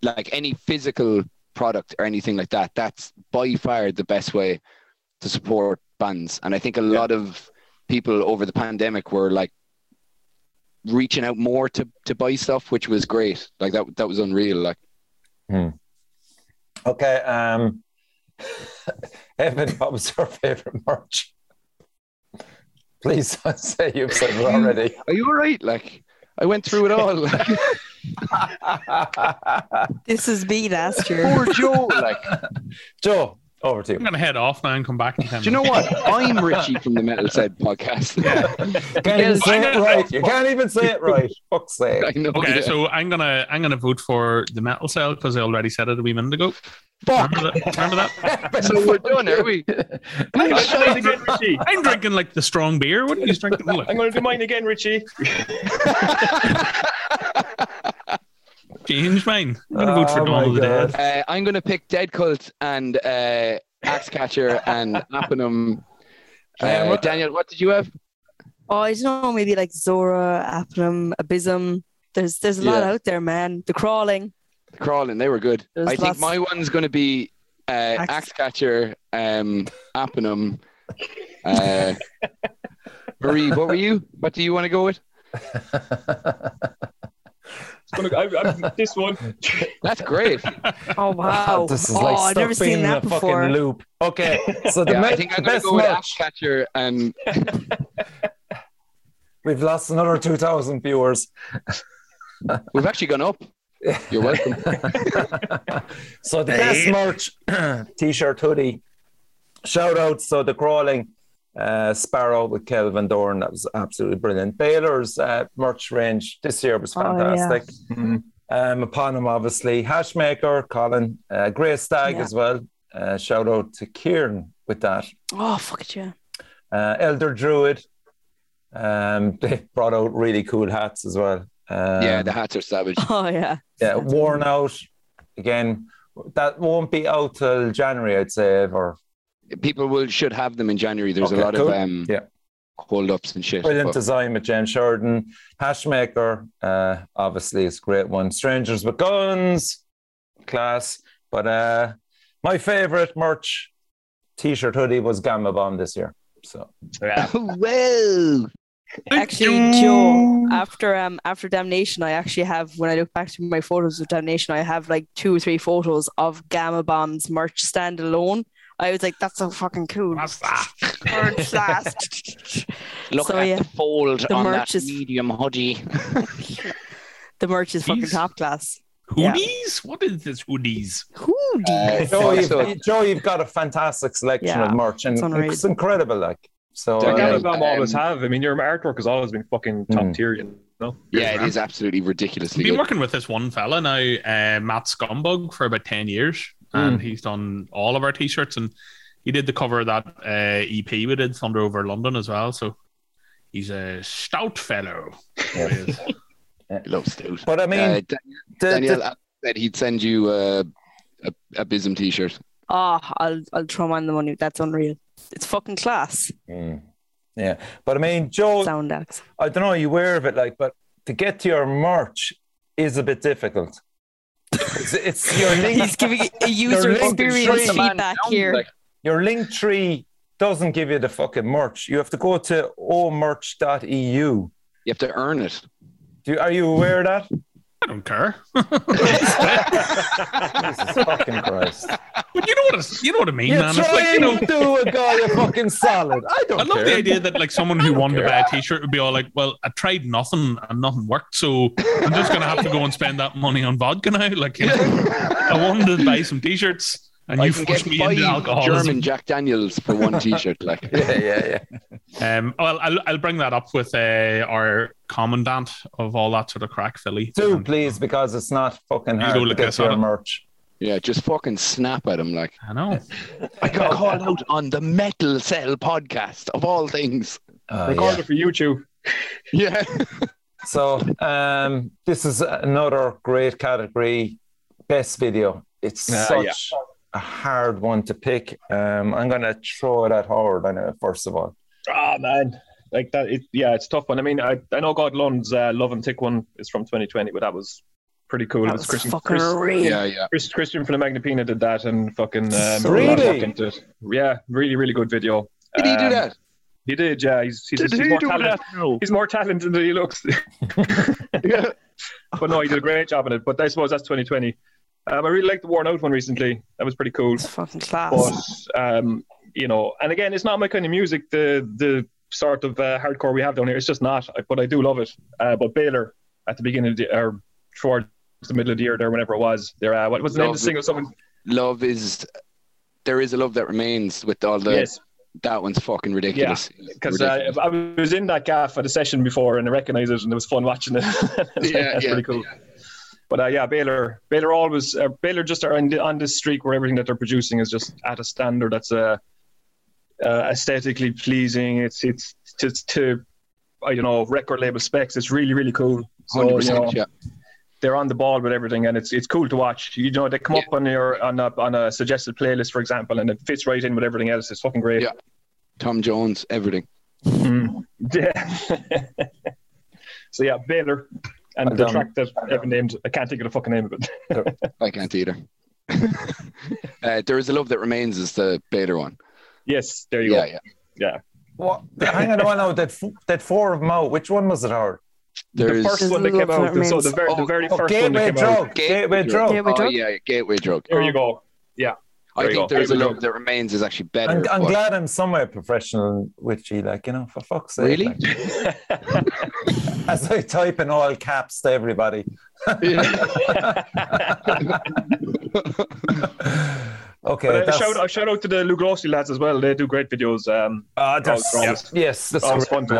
S2: like any physical product or anything like that, that's by far the best way to support bands. And I think a lot of people over the pandemic were like reaching out more to, to buy stuff, which was great. Like that that was unreal. Like
S1: Okay. Um, (laughs) Evan, what was your favorite merch? Please (laughs) don't say you've said it
S3: (laughs)
S1: already.
S2: are you all right? Like I went through it all. (laughs) Like
S4: this is me last year
S2: poor Joe. Like
S1: Joe, over to
S5: I'm
S1: you.
S5: gonna head off now and come back in ten
S2: do you know
S5: minutes.
S2: what? I'm Richie from the Metal Said podcast.
S1: You can't even say it right. You can't even say it right. Fuck's sake.
S2: (laughs) I know.
S5: Okay,
S2: yeah.
S5: so I'm gonna I'm gonna vote for the metal cell because I already said it a wee minute ago.
S2: Fuck.
S5: Remember that? Remember that?
S1: Evan,
S2: (laughs) So we're done, are we?
S3: (laughs) I'm going to do mine again,
S2: (laughs)
S3: Richie.
S5: I'm drinking like the strong beer. What are you drinking? Look,
S3: I'm going to do mine again, Richie.
S5: change mine. I'm gonna vote for
S1: Oh
S5: Dawn
S1: my
S5: of the
S1: God.
S5: Dead.
S2: Uh, I'm going to pick Dead Cult and uh, Axe Catcher and Appenum.
S1: Yeah,
S2: Uh,
S1: what-
S2: Daniel, what did you have?
S4: oh i don't know maybe like zora apnum abysm there's there's a lot
S2: Yeah.
S4: out there man the crawling
S2: Crawling, they were good.
S4: There's
S2: I think
S4: lots-
S2: my one's going to be uh,
S4: Axe-
S2: Axe Catcher, um, Appenum.
S1: (laughs)
S2: Uh, Marie, what were you? What do you want to go with?
S1: (laughs)
S3: It's gonna- I- I- this one.
S1: (laughs)
S2: That's great.
S4: oh (laughs) wow
S1: This is
S4: oh
S1: like
S4: i've
S1: stuck
S4: never seen
S1: in a
S4: that before
S1: fucking loop. Okay, so the
S2: Yeah,
S1: me-
S2: I think I'm going to
S1: best
S2: go with
S1: merch.
S2: Axe Catcher and
S1: We've lost another two thousand viewers.
S2: we've actually gone up.
S1: (laughs)
S2: You're welcome.
S1: So the best
S2: (clears throat)
S1: merch, t-shirt, hoodie, shout out. So the crawling uh, sparrow with Kelvin Dorn that was absolutely brilliant. Baylor's uh, merch range this year was
S4: Oh, yeah.
S1: fantastic.
S3: Mhm.
S1: Um, upon him, obviously, Hashmaker, Colin, uh, Grey Stag
S4: Yeah.
S1: as well. Uh, shout out to Kieran with that.
S4: oh fuck it yeah
S1: Uh, Elder Druid, um, (laughs) they brought out really cool hats as well. Um,
S2: yeah, the hats are savage.
S4: (laughs) Oh yeah.
S1: yeah, worn out again. That won't be out till January, I'd say. Or
S2: People will should have them in January. There's
S1: Okay,
S2: a lot
S1: cool.
S2: of um,
S1: Yeah.
S2: hold-ups and shit.
S1: brilliant
S2: but-
S1: design with James Sheridan, Hashmaker, uh, obviously, it's a great one. Strangers with Guns, class. But uh, my favorite merch t-shirt hoodie was Gamma Bomb this year. So
S3: Yeah.
S2: Oh, Whoa!
S4: Actually, Joe, after um after Damnation, I actually have when I look back to my photos of Damnation, I have like two or three photos of Gamma Bomb's merch stand alone. I was like, that's so fucking cool. (laughs)
S5: What's that?
S4: Merch last.
S2: Look
S4: So,
S2: at
S4: yeah.
S2: the fold
S4: The
S2: on
S4: merch
S2: that
S4: is-
S2: medium
S4: (laughs)
S2: hoodie.
S4: (laughs) the merch is fucking
S5: Jeez.
S4: top class. Yeah.
S5: Hoodies? What is this hoodies?
S4: Who
S2: Uh,
S1: Joe,
S2: so-
S1: you've,
S2: so-
S1: Joe, you've got a fantastic selection
S4: Yeah,
S1: of merch, and
S4: it's unreal.
S1: it's incredible. Like so,
S2: They're
S3: Like
S1: uh,
S2: gonna-
S3: Amazon always
S2: um,
S3: have. I mean, your artwork has always been fucking top
S1: Mm.
S3: tier. You know?
S2: yeah, it is absolutely ridiculously
S5: I've been
S2: good.
S5: working with this one fella now, uh, Matt Scumbug, for about ten years, and
S1: Hmm.
S5: he's done all of our t-shirts, and he did the cover of that uh, EP we did, Thunder Over London, as well. So he's a stout fellow.
S1: Yeah.
S5: He is.
S2: Love stout.
S1: but I mean,
S2: Uh, Dan-
S1: the- the-
S2: Daniel said he'd send you uh, a a Bism t-shirt.
S4: Oh, I'll I'll throw mine the money. That's unreal. It's fucking class.
S1: Mm. Yeah, but I mean, Joe,
S4: Sound acts.
S1: I don't know, you aware of it, like, but to get to your merch is a bit difficult. It's, it's your link.
S4: (laughs) He's giving a user
S1: linked in
S4: experience
S1: three.
S4: feedback here.
S2: Like,
S1: Your link tree doesn't give you the fucking merch. You have to go to omerch.eu.
S2: You have to earn it.
S1: Do you, are you aware of that?
S5: I don't care.
S1: Jesus fucking Christ.
S5: But you know what it's, you know what I mean,
S1: You're
S5: man. It's
S1: trying
S5: like you know,
S1: to do a guy a fucking solid. I don't
S5: I love
S1: care.
S5: the idea that like someone who wanted
S1: care.
S5: to buy a T-shirt would be all like, "Well, I tried nothing and nothing worked, so I'm just gonna have to go and spend that money on vodka now." Like, you
S1: (laughs)
S5: know, I wanted to buy some T-shirts, and
S2: I
S5: you
S2: can get
S5: forced me into
S2: five
S5: alcoholism.
S2: German Jack Daniels for one (laughs) T-shirt. Like,
S1: Yeah, yeah, yeah.
S5: Um, well, I'll, I'll bring that up with uh, our commandant of all that sort of crack, Philly.
S1: Two,
S5: And-
S1: please, because it's not fucking
S5: You
S1: hard
S5: go
S1: to
S5: look
S1: get
S5: this
S1: your
S5: up.
S1: merch.
S2: yeah, just fucking snap at him. Like,
S5: I know.
S2: I got called out on the Metal Cell podcast of all things.
S1: Oh,
S3: Recorded for YouTube.
S2: (laughs) Yeah,
S1: So um, this is another great category, best video. It's
S3: Ah,
S1: such a hard one to pick. Um, I'm gonna throw it at Howard anyway, first of all.
S3: Ah man, like that. It, yeah, it's a tough one. I mean, I, I know God Lund's uh, Love and Thick one is from 2020, but that was pretty cool.
S4: That
S3: It
S4: was
S3: Christian,
S4: fucking
S3: Chris,
S4: real.
S2: yeah, yeah.
S3: Chris- Christian from the Magnapina did that, and fucking um,
S1: Really?
S3: Roland Walken did it. Yeah, really, really good video.
S2: Did he do
S3: Um,
S2: that?
S3: He did. Yeah, he's he's,
S2: Did
S3: he's
S2: he
S3: more
S2: do
S3: talented.
S2: that? No.
S3: He's more talented than he looks.
S2: (laughs) Yeah.
S3: (laughs) but no, he did a great job in it. But I suppose that's 2020. Um, I really liked the worn out one recently. That was pretty cool.
S4: It's fucking class.
S3: but um, you know, and again, it's not my kind of music. The the sort of uh, hardcore we have down here, it's just not. I- But I do love it. Uh, but Baylor at the beginning of the, or towards the middle of the year, there, whenever it was, there. Uh, what was the name of the
S2: Lovely.
S3: single? Someone.
S2: Love is there is a love that remains with all the
S3: yes,
S2: that one's fucking ridiculous.
S3: because uh,
S2: Ridiculous.
S3: I was in that gaff at a session before, and I recognised it, and it was fun watching it. (laughs) It's
S2: Yeah,
S3: (laughs) that's
S2: yeah,
S3: pretty cool. But uh, yeah, Baylor, Baylor always, uh, Baylor just are on, the, on this streak where everything that they're producing is just at a standard that's uh, uh, aesthetically pleasing. It's it's to, to I don't know record label specs. It's really really cool. So you
S2: 100%,
S3: know,
S2: yeah.
S3: they're on the ball with everything, and it's it's cool to watch. You know, they come up on your on a, on a suggested playlist, for example, and it fits right in with everything else. It's fucking great.
S2: Yeah. Tom Jones, everything.
S3: Mm. Yeah. (laughs) so yeah, Baylor. And
S1: Well
S3: the
S1: done.
S3: track that Evan named, I can't think of the fucking name of it. (laughs)
S2: I can't either. (laughs) uh, there is a love that remains is the Bader one.
S3: Yes, there you
S2: Yeah,
S3: go.
S2: yeah.
S1: What? Hang on, I know that f- that four of them out. Which one was it, Howard?
S2: There
S3: the
S2: is
S3: first one that
S4: Love
S3: came out.
S4: that
S3: So
S4: remains.
S3: the very, the
S2: Oh,
S3: very
S1: Oh,
S3: first one
S1: Gateway
S3: that came out.
S1: Drug. Gateway Drug.
S4: Gateway
S2: oh
S4: Drug.
S2: yeah, Gateway Drug.
S3: There you go.
S2: I
S3: There you
S2: think
S3: go.
S2: there is a
S3: Gateway
S2: love
S3: Drug.
S2: that remains is actually better.
S1: I'm, I'm
S2: but-
S1: glad I'm somewhere professional with you, like you know, for fuck's sake.
S2: Really?
S1: like. (laughs) As I type in all caps to everybody.
S2: Yeah.
S1: Okay.
S3: But a
S1: that's- uh,
S3: shout, a shout out to the Lugosi lads as well. They do great videos. Um,
S1: Ah, that's,
S3: Oh, it's
S1: yes, that's
S3: always
S1: correct,
S3: fun to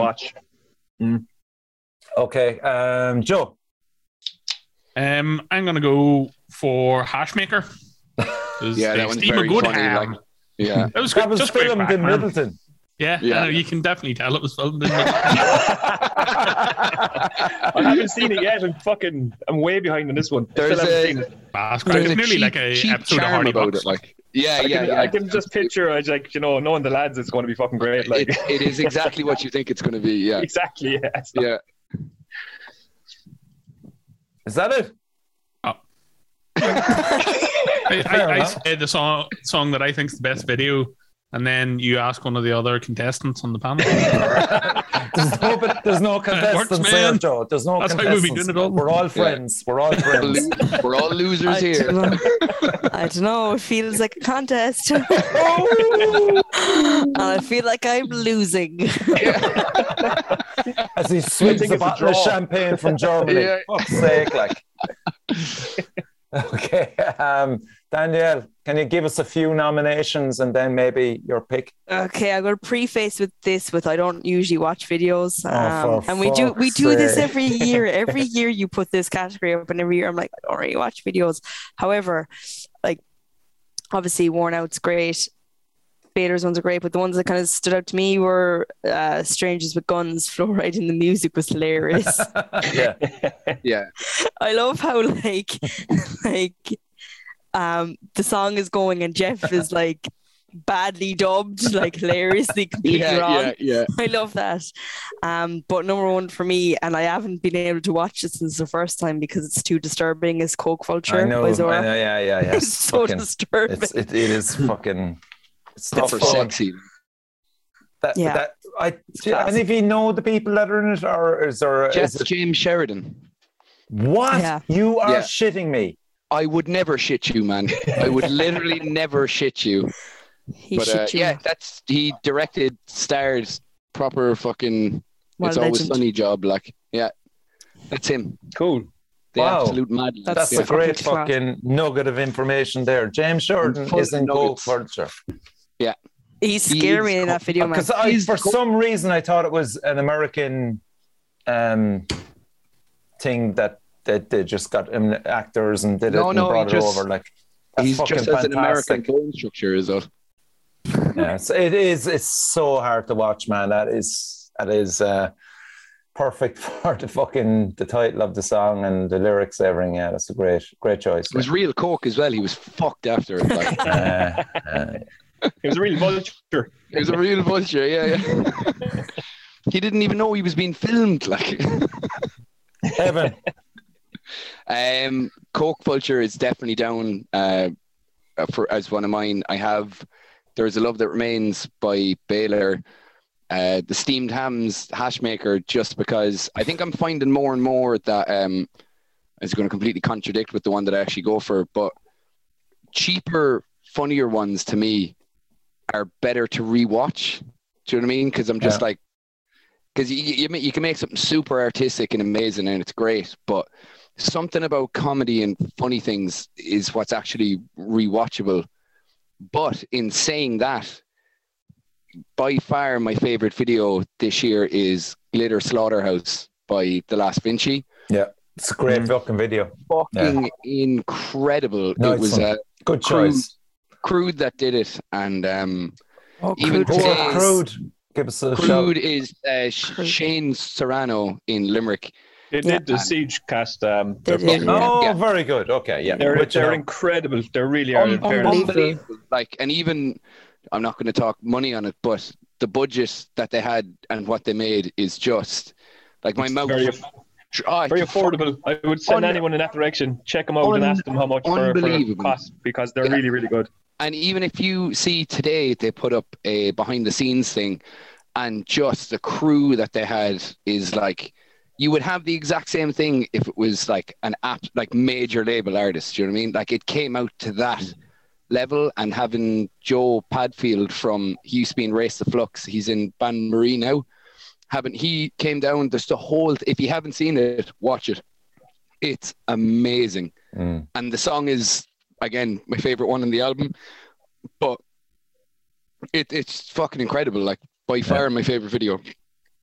S1: man.
S3: watch.
S1: Okay, um, Joe.
S5: Um, I'm gonna go
S2: (laughs)
S5: for Hashmaker.
S2: Yeah, that one's very funny, like-
S3: (laughs)
S2: yeah.
S5: That was,
S1: That was
S5: just great
S1: filmed
S5: crack,
S1: in
S5: man. (laughs)
S1: Middleton.
S5: Yeah,
S2: Yeah.
S5: I know, you can definitely tell it was filmed in Middleton.
S3: I haven't seen it yet. I'm fucking, I'm way behind on this one. I
S2: There's
S3: still haven't
S2: a-
S3: seen it.
S5: Basque.
S2: There's
S5: It's
S2: a
S5: nearly
S2: cheap,
S5: like a
S2: cheap
S5: episode of
S2: charm
S5: Hardy
S2: about
S5: Box.
S2: it. Like, yeah,
S3: I
S2: uh, yeah,
S3: can,
S2: yeah.
S3: I can just picture, I like, you know, knowing the lads, it's going to be fucking great. Like,
S2: It- it is exactly what you think it's going to be. Yeah,
S3: (laughs) exactly. Yeah. It's not-
S2: yeah.
S1: Is that it?
S5: I,
S1: Fair
S5: I, I
S1: enough.
S5: said the song, song that I think is the best video, and then you ask one of the other contestants on
S2: (laughs)
S5: the panel.
S1: There's no, but there's
S5: (laughs)
S1: no contestants
S5: works,
S1: there,
S5: man.
S1: Joe. There's no
S5: That's how we be
S1: contestants.
S5: doing it all.
S1: We're all friends. We're all friends.
S2: Lo- We're all losers
S4: I
S1: (laughs)
S2: here.
S4: dunno. I don't know. It feels like a contest. (laughs)
S1: Oh!
S4: and I feel like I'm losing.
S1: As he swings
S3: think
S1: a
S3: it's a
S1: bottle of
S3: draw.
S1: champagne from
S5: (laughs)
S1: Germany.
S2: Yeah.
S1: Fuck's sake, like. (laughs) okay, um, Danielle, can you give us a few nominations and then maybe your pick?
S4: Okay, I'm gonna preface with this with I don't usually watch videos.
S1: Oh,
S4: Um,
S1: for
S4: and we do we
S1: fuck's
S4: do this
S1: sake.
S4: every year. Every year you put this category up and every year I'm like, I don't really watch videos. However, like obviously worn out's great. Bader's ones are great, but the ones that kind of stood out to me were uh, Strangers with Guns, (laughs) Fluoride in the Music was hilarious.
S1: yeah.
S2: Yeah,
S4: I love how (laughs) like like um the song is going and
S2: (laughs)
S4: Jeff is like badly dubbed,
S2: (laughs)
S4: like hilariously completely
S2: yeah,
S4: wrong.
S2: yeah, yeah.
S4: (laughs) I love that. Um, but number one for me, and I haven't been able to watch it since the first time because it's too disturbing, is Coke Culture
S1: I know.
S4: by
S1: I
S4: Zora.
S1: know, Yeah, yeah, yeah.
S4: (laughs) It's so
S1: fucking-
S4: disturbing.
S1: it's, it, it is fucking It's not
S2: proper
S1: fun.
S2: sexy.
S1: That,
S4: Yeah.
S1: that, I, do
S4: class.
S1: any of you know the people that are in it, or is there? Is
S2: Just
S1: it,
S2: James Sheridan.
S1: what?
S4: Yeah.
S1: You are
S2: Yeah.
S1: shitting me.
S2: I would never shit you, man. I would literally never shit you.
S4: He
S2: but
S4: shit
S2: uh,
S4: you.
S2: yeah, that's he directed, stars, proper fucking.
S4: What
S2: it's
S4: a
S2: always
S4: legend.
S2: funny job, like yeah, that's him.
S3: Cool.
S2: The
S1: Wow.
S2: absolute mad. lad.
S1: That's
S4: Yeah.
S1: a great
S4: Fucking class.
S1: fucking nugget of information there. James Shorten
S2: Full
S1: is in go
S2: nuggets.
S1: culture
S4: He's
S2: He
S4: scared me
S2: is
S4: in that video, man.
S1: because I,
S2: Uh, He's
S1: for
S2: go-
S1: some reason, I thought it was an American um, thing that that they just got um, actors and did
S2: No,
S1: it and
S2: no, he
S1: brought it
S2: just-
S1: over. Like that's
S2: He's
S1: fucking
S2: just as an American
S1: fantastic.
S2: bone structure, is it?
S1: yeah, so it is. It's so hard to watch, man. That is that is uh, perfect (laughs) for the fucking the title of the song and the lyrics. Everything. Yeah, that's a great great choice.
S2: It was real coke as well. He was fucked after it. Like,
S3: (laughs)
S4: (laughs)
S1: Uh, uh,
S3: It was a real vulture.
S2: it was a real vulture. Yeah, yeah. (laughs) he didn't even know he was being filmed. Like,
S1: Evan,
S2: um, coke vulture is definitely down uh, for as one of mine. I have. There's a love that remains by Baylor. uh, the steamed hams hash maker just because I think I'm finding more and more that um, it's going to completely contradict with the one that I actually go for. But cheaper, funnier ones to me are better to rewatch. Do you know what I mean? Because I'm just like, because you, you, ma- you can make something super artistic and amazing and it's great, but something about comedy and funny things is what's actually rewatchable. But in saying that, by far my favorite video this year is Glitter Slaughterhouse by The Last Vinci.
S1: it's a
S2: Mm.
S1: great fucking video.
S2: Fucking incredible.
S1: No,
S2: it
S1: it's
S2: was
S1: fun.
S2: uh,
S1: Good
S2: Crude.
S1: choice.
S2: Crude that did it. And um,
S4: Oh,
S2: even
S4: crude
S1: Poor
S2: today-
S4: class.
S1: Crude. Give us a shout.
S2: Crude is uh, Sh-
S4: Crude.
S2: Shane Serrano in Limerick.
S3: They
S4: Yeah.
S3: did the siege cast. Um,
S4: They
S3: they're
S4: did,
S3: fucking-
S4: yeah.
S1: Oh,
S2: Yeah.
S1: very good. Okay, yeah.
S3: They're,
S1: Which
S3: they're
S1: one?
S3: incredible. They really are. in fairness.
S4: Unbelievable.
S2: Like, and even I'm not going to talk money on it, but the budget that they had and what they made is just like my mouth.
S3: Very,
S2: Oh, it's
S3: very
S2: a fucking-
S3: affordable. I would send
S2: Un-
S3: anyone in that direction. Check them out
S2: Un-
S3: and ask them how much for, for
S2: unbelievable.
S3: cost because they're
S2: Yeah.
S3: really, really good.
S2: And even if you see today, they put up a behind the scenes thing, and just the crew that they had is like, you would have the exact same thing if it was like an app, like major label artist. Do you know what I mean? Like it came out to that level, and having Joe Padfield from he used to be in Race the Flux, he's in Ban Marie now. Having he came down, there's the whole. If you haven't seen it, watch it. It's amazing
S1: Mm.
S2: and the song is again my favorite one on the album but it, it's fucking incredible like by far my favorite video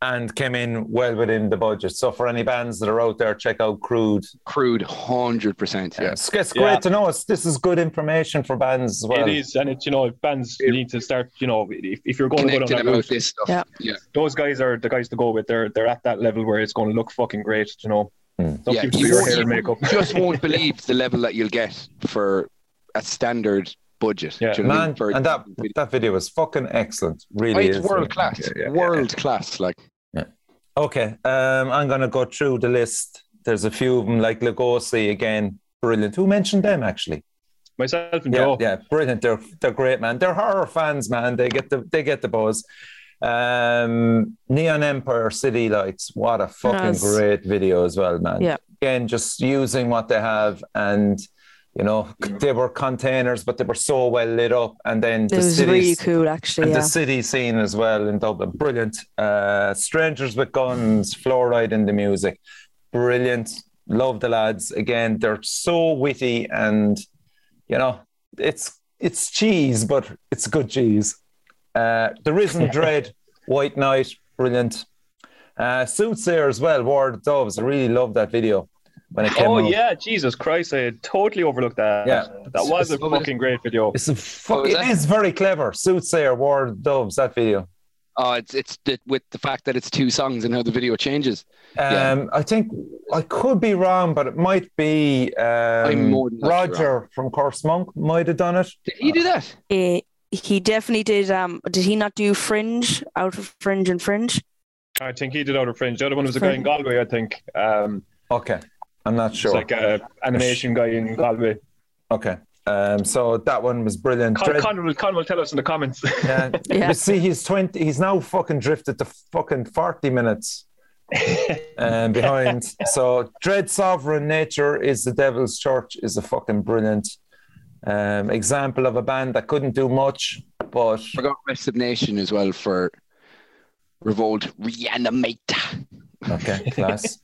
S1: And came in well within the budget. So for any bands that are out there, check out Crude.
S2: crude 100% yeah
S1: It's, it's great
S3: Yeah.
S1: to know. It's, this is good information for bands as well.
S3: It is, and it's you know bands need to start. You know, if, if you're going to go
S2: connected
S3: down that
S2: about
S3: route,
S2: this stuff
S4: Yeah.
S3: those guys are the guys to go with. They're they're at that level where it's going to look fucking great. You know,
S1: Mm.
S3: don't
S2: Yeah,
S3: keep
S2: you
S3: your
S2: won't-
S3: hair
S2: you
S3: and makeup.
S2: (laughs) (laughs) just won't believe the level that you'll get for a standard budget
S3: Yeah.
S2: do you know what I
S1: Man,
S2: mean? For-
S1: and that that video was fucking excellent.
S2: Oh,
S1: Really,
S2: it's
S1: is.
S2: world class
S1: Yeah, yeah, yeah.
S2: world class like
S1: Okay, um, I'm gonna go through the list. There's a few of them, like Lugosi again. Brilliant. Who mentioned them actually?
S3: (laughs) Myself and
S1: Yeah,
S3: Joe.
S1: yeah, brilliant. They're they're great, man. They're horror fans, man. They get the they get the buzz. Um, Neon Empire City Lights. What a fucking
S4: Yes.
S1: great video as well, man.
S4: Yeah.
S1: Again, just using what they have, and you know they were containers, but they were so well lit up, and then
S4: It
S1: the
S4: was
S1: cities.
S4: really cool, actually.
S1: And
S4: Yeah.
S1: the city scene as well in Dublin, brilliant. Uh, Strangers with Guns, Fluoride in the Music, brilliant. Love the lads again. They're so witty, and you know, it's it's cheese, but it's good cheese. Uh, the Risen Dread, White Knight, brilliant. Uh, Soothsayer as well, War of the Doves. I really love that video when it came
S3: Oh
S1: out.
S3: yeah, Jesus Christ! I had totally overlooked that.
S1: Yeah.
S3: that was
S2: It's-
S3: a
S2: it's-
S3: fucking great video.
S1: It's a
S2: Oh,
S1: fu-
S2: is
S1: it
S2: that-
S1: is very clever. Soothsayer, War of the Doves, that video.
S2: oh it's it's the, with the fact that it's two songs and how the video changes
S1: Um,
S2: Yeah.
S1: I think I could be wrong, but it might be um,
S2: more than likely
S1: Roger from Course Monk might have done it.
S2: did he do that
S4: Eh, he definitely did. Um, did he not do Fringe, Out of Fringe, and Fringe?
S3: I think he did Outer Fringe. The other one was a guy in
S4: Fringe.
S3: Galway, I think. Um,
S1: Okay, I'm not
S3: It's
S1: sure.
S3: like a animation guy in Galway.
S1: okay, Um, so that one was brilliant.
S3: Con,
S1: Dread-
S3: Con, will, Con will tell us in the comments. (laughs)
S1: yeah.
S4: Yeah.
S1: You see, he's twenty. He's now fucking drifted to fucking forty
S3: (laughs)
S1: minutes um, behind. so, Dread Sovereign Nature is the Devil's Church is a fucking brilliant um, example of a band that couldn't do much, but
S2: Forgot Rest of Nation as well for Revolt Reanimate.
S1: okay, class.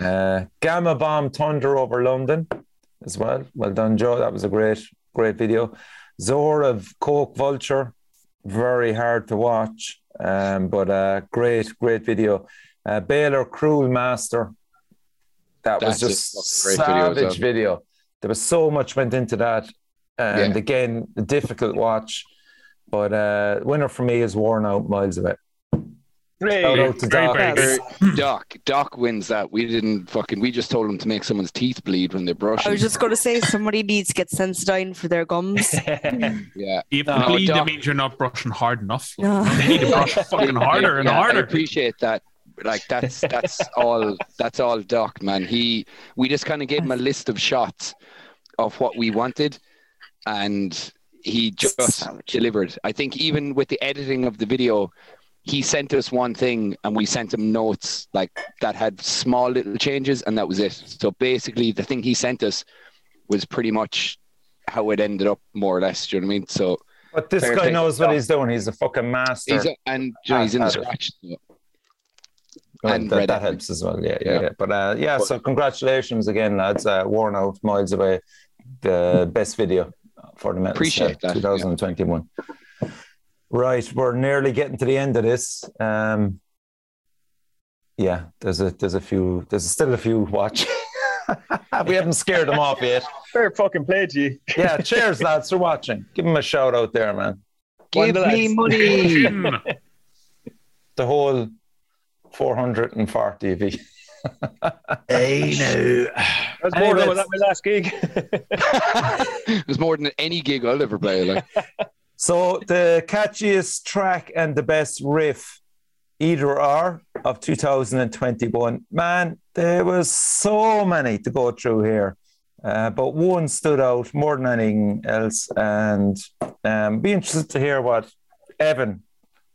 S1: Uh, Gamma Bomb Thunder over London as well. Well done, Joe. That was a great, great video. Zora of Coke Vulture, very hard to watch, um, but uh, great, great video. Uh, Baylor Cruel Master. That was
S2: That's a
S1: just
S2: fucking great video as
S1: savage
S2: well.
S1: video, There was so much went into that, and
S2: Yeah.
S1: again, a difficult watch. But uh, winner for me is Worn Out Miles Away. Shout
S3: Hey,
S1: out to
S5: Very,
S1: Doc.
S5: very
S4: Yes.
S2: Doc, Doc wins that. We didn't fucking. We just told him to make someone's teeth bleed when they brush.
S4: I was just going to say somebody needs to get Sensodyne for their gums.
S2: yeah.
S5: If
S2: No,
S5: bleed,
S2: Doc-
S5: it means you're not brushing hard enough. Like,
S4: No.
S5: They need to
S2: (laughs)
S5: brush fucking harder and
S2: Yeah, I
S5: harder.
S2: appreciate that. Like that's that's
S5: (laughs)
S2: all that's all Doc man. He we just kind of gave him a list of shots of what we wanted, and he just delivered. I think even with the editing of the video, he sent us one thing and we sent him notes like that had small little changes and that was it. So basically, the thing he sent us was pretty much how it ended up more or less. Do you know what I mean? So
S1: But this
S2: Fair
S1: guy
S2: play.
S1: knows what
S2: Yeah.
S1: he's doing. He's a fucking master.
S2: he's and you know, he's in the scratch. so
S1: Well,
S2: and
S1: that,
S2: Red
S1: that
S2: Apple.
S1: helps as well. Yeah, yeah, yeah.
S2: Yeah.
S1: But uh, yeah, so congratulations again, lads. Uh, worn out miles away. The best video for the Metal Set
S2: Appreciate that,
S1: 2021. Right, we're nearly getting to the end of this. Um, yeah, there's a there's a few there's still a few watch. (laughs) we haven't scared them off yet.
S3: fair fucking play to you.
S1: Yeah, cheers, lads, for watching. Give them a shout out there, man.
S2: Give
S3: Wonderland.
S2: me money.
S5: Mm.
S1: The whole 440 of you.
S3: That's
S1: Hey,
S3: more than was
S1: that's-
S3: that my last gig.
S2: it was more than any gig I'll ever play.
S1: (laughs)
S2: Like,
S1: So the catchiest track and the best riff, either are of 2021. Man, there was so many to go through here, uh, but one stood out more than anything else. And um, be interested to hear what Evan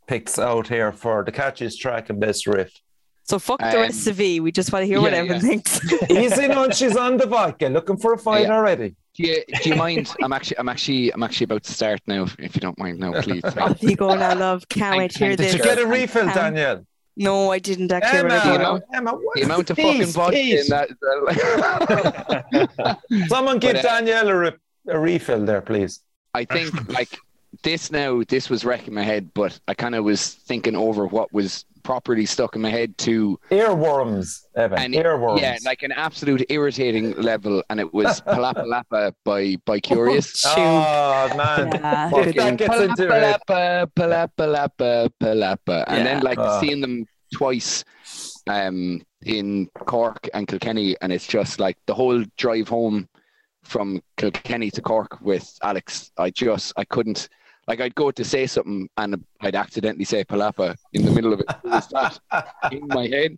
S1: picks out here for the catchiest track and best riff.
S4: (laughs) So fuck the
S2: Um,
S4: rest of E. We just want to hear what
S2: yeah,
S4: everyone
S2: yeah.
S4: (laughs) thinks.
S1: (laughs) Easy on, she's on the vodka, looking for a fight
S2: Yeah.
S1: already.
S2: do you, do you mind? I'm actually, I'm actually, I'm actually about to start now. If, if you don't mind, now please.
S1: Oh,
S4: Off you go now, love. Can't
S2: Thank-
S4: wait to hear
S2: thank you,
S4: this.
S1: Did you get a
S2: Um,
S1: refill, Danielle?
S4: No, I didn't actually. when I got
S1: Emma,
S4: out.
S1: Emma, what
S2: The
S1: is
S2: amount of
S1: this?
S2: fucking vodka
S1: Jeez.
S2: in that. uh,
S1: (laughs)
S2: that-
S1: Someone give
S2: But, uh,
S1: Danielle a, re- a refill there, please.
S2: (laughs) I think like this now. This was wrecking my head, but I kind of was thinking over what was properly stuck in my head to
S1: Earworms, Evan.
S2: And it-
S1: Earworms.
S2: yeah, like an absolute irritating level, and
S1: (laughs)
S2: it was Palapa Lapa by by Curious.
S4: Oh,
S1: oh man,
S4: Yeah,
S1: Fuck
S4: good
S1: that
S2: fucking
S4: one.
S1: gets into it.
S2: palapa, palapa, palapa, palapa.
S4: Yeah.
S2: And then like
S1: Ah.
S2: seeing them twice um, in Cork and Kilkenny, and it's just like the whole drive home from Kilkenny to Cork with Alex. I just I couldn't. Like I'd go to say something and I'd accidentally say palapa in the middle of it. It was that in my head,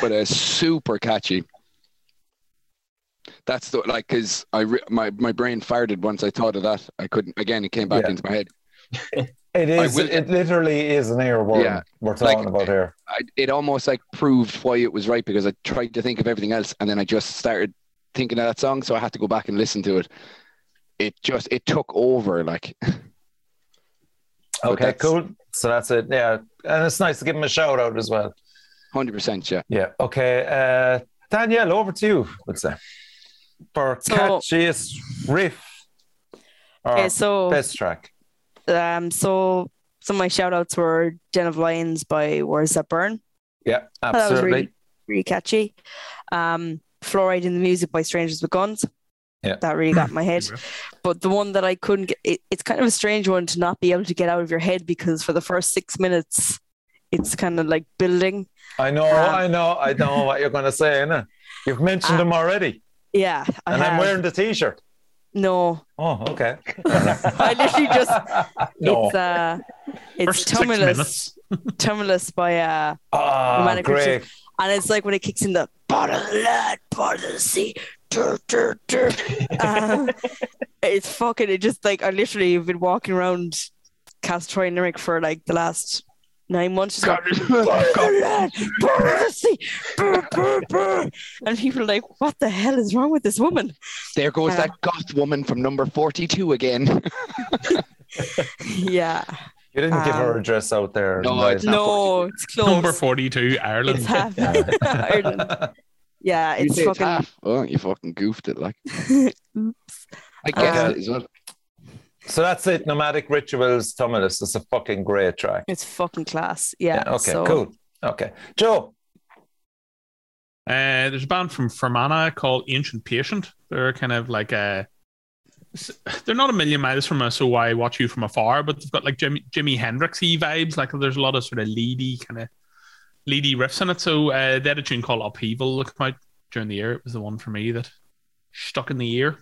S2: but uh, super catchy. That's the like because I re- my my brain farted once I thought of that. I couldn't again. It came back
S1: Yeah.
S2: into my head.
S1: it is.
S2: will-
S1: it literally is an earworm.
S2: Yeah,
S1: we're talking
S2: like-
S1: about here.
S2: I, it almost like proved why it was right because I tried to think of everything else and then I just started thinking of that song, so I had to go back and listen to it. It just it took over like (laughs) but
S1: Okay,
S2: that's-
S1: cool. So that's it. Yeah, and it's nice to give him a shout out as well.
S2: hundred percent. Yeah,
S1: Yeah. Okay, uh, Danielle, over to you. Let's say for
S4: So-
S1: catchiest riff or
S4: Okay, Eh, so
S1: best track.
S4: um, so some of my shout outs were Den of Lions by Where's That Burn?
S1: Yeah,
S4: that was
S1: absolutely.
S4: really, really catchy. Um, Fluoride in the Music by Strangers with Guns.
S1: Yeah.
S4: That
S1: (clears throat)
S4: really got in my head. But the one that I couldn't get, it, it's kind of a strange one to not be able to get out of your head because for the first six minutes, it's kind of like building.
S1: I know.
S4: Um,
S1: I know. I know what you're going to say. Innit? You've mentioned
S4: Uh,
S1: them already,
S4: Yeah. I
S1: and I'm
S4: have.
S1: wearing the t-shirt.
S4: No.
S1: Oh, okay.
S4: (laughs) I literally
S1: (laughs)
S4: just,
S1: no.
S4: it's, uh, it's
S5: First six
S4: Tumulus,
S5: minutes.
S1: (laughs)
S4: Tumulus by, uh,
S1: Ah,
S4: romantic
S1: great.
S4: and it's like when it kicks in the bottle of blood, bottle of sea, "Tur, tur, tur." Uh, it's fucking. It just like I literally have been walking around Castroy Lyric for like the last nine months. Just going, "Burn the land, burn the sea, burn, burn, burn." And people are like, "What the hell is wrong with this woman?" (laughs)
S2: There goes
S4: Uh,
S2: that goth woman from number 42 again.
S4: yeah.
S1: You didn't give her
S4: Um,
S1: a dress out there.
S2: No,
S1: right?
S2: it's not
S4: No, it's close.
S5: Number 42, Ireland.
S4: It's half. (laughs) Ireland. Yeah,
S2: You
S4: (laughs) it's
S2: say
S4: fucking.
S2: half. Oh, you fucking goofed it. Like,
S4: Oops. Um,
S2: I guessed
S1: Okay.
S2: it as well.
S1: So that's it. Nomadic Rituals, Tumulus. It's a fucking great track.
S4: It's fucking class. Yeah.
S1: okay,
S4: so-
S1: cool. Okay. Joe,
S5: Uh, there's a band from Fermanagh called Ancient Patient. They're kind of like a. They're not a million miles from us, so why watch you from afar? But they've got like Jimmy, Jimi Hendrixy vibes. Like there's a lot of sort of leady kind of leady riffs in it. So uh, they had a tune called Upheaval that came out during the year. It was the one for me that stuck in the ear.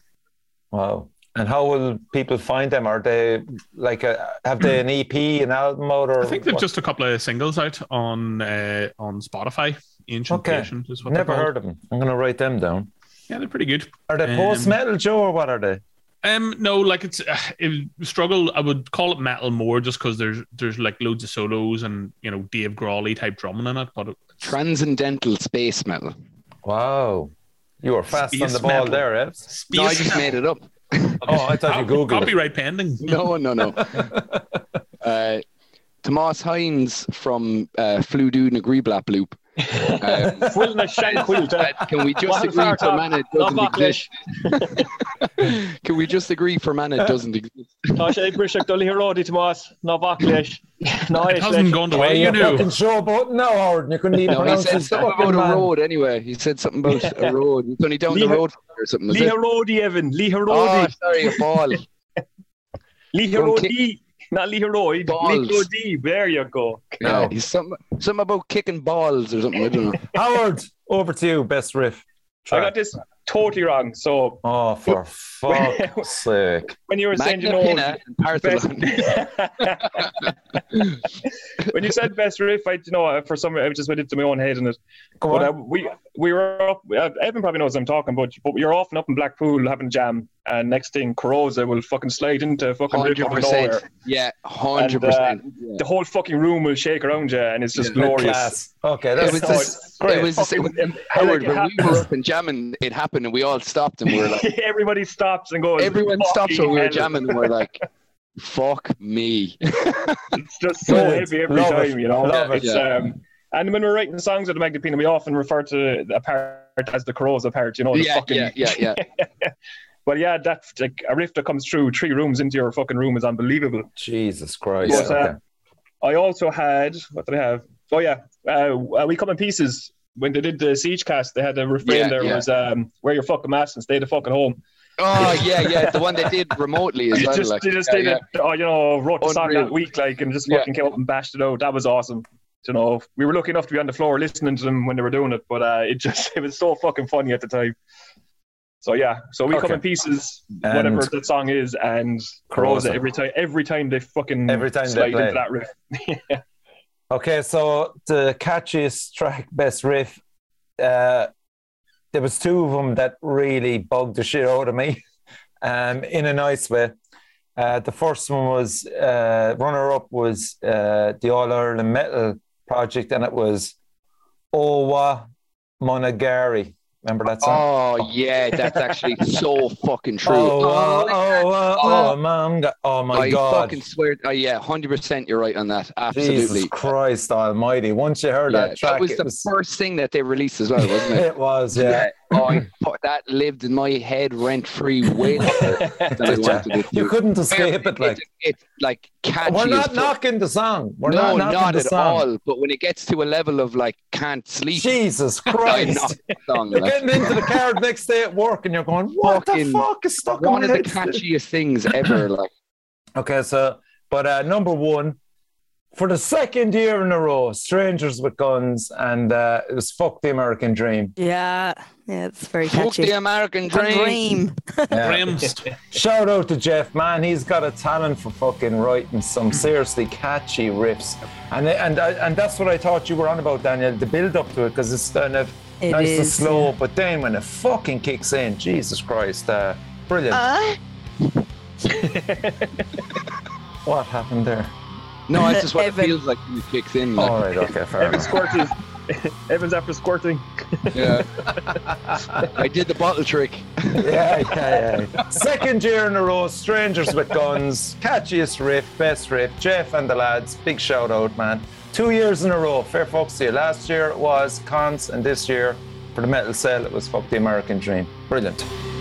S1: Wow. And how will people find them? Are they like a, have they an EP, an album out, or
S5: I think they've
S1: what?
S5: just a couple of singles out on uh, on Spotify. Ancient
S1: Okay.
S5: Patient is what
S1: never
S5: they're called.
S1: heard of them? I'm gonna write them down.
S5: Yeah, they're pretty good.
S1: Are they
S5: Um,
S1: post metal, Joe, or what are they?
S5: Um, no, like it's uh, it, struggle. I would call it metal more just because there's there's like loads of solos and you know Dave Grohl type drumming in it. But it-
S2: Transcendental space metal.
S1: Wow, you were fast on
S5: Space
S1: the ball
S5: metal.
S1: there, Evs.
S5: space
S2: No, I just made it up.
S1: Oh, I
S5: (laughs)
S1: thought you
S5: Copy-
S1: googled. it.
S5: copyright pending.
S2: No, no,
S4: (laughs)
S2: no. uh, Tomas Hines from uh, Flew Do Nagreeblap Loop. Um,
S3: Full na (laughs)
S2: Uh, can we just
S3: Well,
S2: agree
S3: fair
S2: for
S3: talk.
S2: man it
S3: No
S2: doesn't exist? can we just agree for man it doesn't exist?
S3: Tá sé briseach do líróí Tomás ná bhac leis ná
S5: It hasn't gone the way you
S1: you're
S5: knew.
S1: fucking showboating now, Howard. and You couldn't even
S2: No, he
S1: pronounce
S2: said
S1: his
S2: something about
S1: fucking
S2: a
S1: man.
S2: road anyway. He said something about a road. He's only down the
S3: Leave it-
S2: road or something. is it?
S3: Líróí Evan
S2: Oh,
S3: Líróí
S2: sorry, a
S3: (laughs)
S2: ball.
S3: Líróí ná Líróid
S2: Balls.
S3: Líróí there you go
S1: No.
S2: Yeah, he's something, something about kicking balls or something. I don't
S3: (laughs)
S2: know.
S1: Howard, over to you. Best riff.
S3: I
S1: Track.
S3: got this totally wrong so
S1: Oh, for fuck's sake!
S3: when you were saying you
S2: Magna
S3: know
S2: Pinna and Partholon.
S3: (laughs) when you said best riff I you know for some I just went into my own head and it
S1: Go
S3: But uh,
S1: on.
S3: we we were up. Uh, Evan probably knows what I'm talking about. But we were off and up in Blackpool having a jam, and next thing Corrosa will fucking slide
S2: (laughs)
S3: into fucking rip out of
S2: 100%.
S3: nowhere. uh,
S2: Yeah, 100%.
S3: The whole fucking room will shake around you, and it's just
S2: Yeah.
S3: glorious.
S1: Class. Okay,
S2: It
S1: that's
S2: was,
S3: so
S2: the-
S3: (laughs) it's
S1: great.
S2: it was the same
S3: Fucking-
S2: with
S3: and- and
S2: Howard
S3: it
S2: when we
S3: happens.
S2: were up and jamming. It happened, and we all stopped, and we
S3: (laughs)
S2: were like,
S3: Everybody stops and goes.
S2: everyone stops when we were
S3: "Fucking
S2: jamming and we're like, fuck me.
S3: hell." It's just so
S1: Brilliant.
S3: heavy every
S1: Love it.
S3: time, you know.
S1: Love it.
S3: it's, um, and when we're writing songs at the Magna Pina, we often refer to a part as the Corrosa part. You know, the
S2: yeah,
S3: fucking
S2: yeah, yeah, yeah.
S3: Well, yeah, that like, a riff that comes through three rooms into your fucking room is unbelievable.
S1: Jesus Christ.
S2: Yes,
S3: uh,
S1: okay.
S3: I also had what did I have? Oh yeah, uh, uh, we come in pieces. When they did the siege cast, they had a refrain
S2: Yeah,
S3: there
S2: yeah.
S3: was um, "Wear your fucking mask and stay the fucking home."
S2: Oh, yeah, yeah. The one they did remotely as
S3: (laughs) They
S2: well.
S3: just,
S2: like,
S3: they just
S2: yeah,
S3: did
S2: yeah.
S3: it. Oh, you know, wrote the song that
S2: Unreal.
S3: week, like, and just
S2: Yeah.
S3: fucking came up and bashed it out. That was awesome. You know, we were lucky enough to be on the floor listening to them when they were doing it, but uh, it just (laughs) it was so fucking funny at the time. So yeah, so we come
S1: Okay.
S3: in pieces,
S1: And-
S3: whatever that song is, and
S1: Corrosa.
S3: Corrosa every time. Every time they fucking
S1: Every time they
S3: slide
S1: play.
S3: into that riff.
S1: Okay, so the catchiest track, best riff. Uh, there was two of them that really bugged the shit out of me, (laughs) um, in a nice way. Uh, the first one was uh, runner up was uh, the All Ireland Metal Project, and it was Owa Monagari. Remember that song?
S2: Oh, yeah. That's actually so fucking Oh, true.
S1: Owa, Owa,
S2: Oh.
S1: Owa, Monga- oh my
S2: I
S1: god!
S2: fucking swear. Oh, yeah, 100% you're right on that. Absolutely.
S1: Jesus Christ Almighty! Once you heard
S2: Yeah,
S1: that track,
S2: was
S1: it
S2: the
S1: was.
S2: first thing that they released as well, wasn't it?
S1: It was, (laughs) yeah.
S2: Oh, I, fu- that lived in my head rent free
S1: (laughs)
S2: way longer than I wanted it to.
S1: you couldn't escape it. Like
S2: it's, it's like catchy.
S1: we're
S2: as
S1: not
S2: fuck.
S1: knocking the song. We're
S2: no,
S1: not knocking the
S2: at
S1: song.
S2: all. But when it gets to a level of like can't sleep, (laughs)
S1: Jesus
S2: I knock
S1: Christ!
S2: the song.
S1: You're
S2: like,
S1: getting into the car the next day at work, and you're going, "What the
S2: Fucking
S1: fuck is stuck on
S2: one of
S1: my
S2: the
S1: (laughs) head?"
S2: catchiest things ever. Like
S1: Okay, so but uh, number one, for the second year in a row, "Strangers with Guns," and uh, it was "Fuck the American
S2: (laughs)
S1: Dream."
S4: Yeah. Yeah. It's very
S2: fuck
S4: catchy.
S2: the American
S4: Fucking
S2: dream.
S4: dream.
S1: (laughs) Yeah.
S5: Grimst.
S1: Shout out to Jeff, man. He's got a talent for fucking writing
S4: Mm.
S1: some seriously uh, catchy riffs, and and and that's what I thought you were on about, Daniel. The build up to it, because it's kind of
S4: It
S1: nice and
S4: is,
S1: slow, but then when it fucking kicks in, Jesus Christ, uh, brilliant.
S4: Uh,
S1: what happened there?
S2: No, that's just what it
S4: Evan.
S2: feels like when it kicks in. Like,
S1: All right, okay, fair
S3: Evan's
S1: enough.
S3: squirting. (laughs) Evan's after squirting.
S1: Oh.
S2: yeah. (laughs) I did the bottle trick.
S1: yeah, yeah, yeah. Second year in a row, Strangers with Guns, catchiest riff, best riff, Jeff and the lads, big shout out, man. Two years in a row, fair folks to you. Last year was Cons, and this year for the Metal Cell, it was Fuck the American Dream. Brilliant.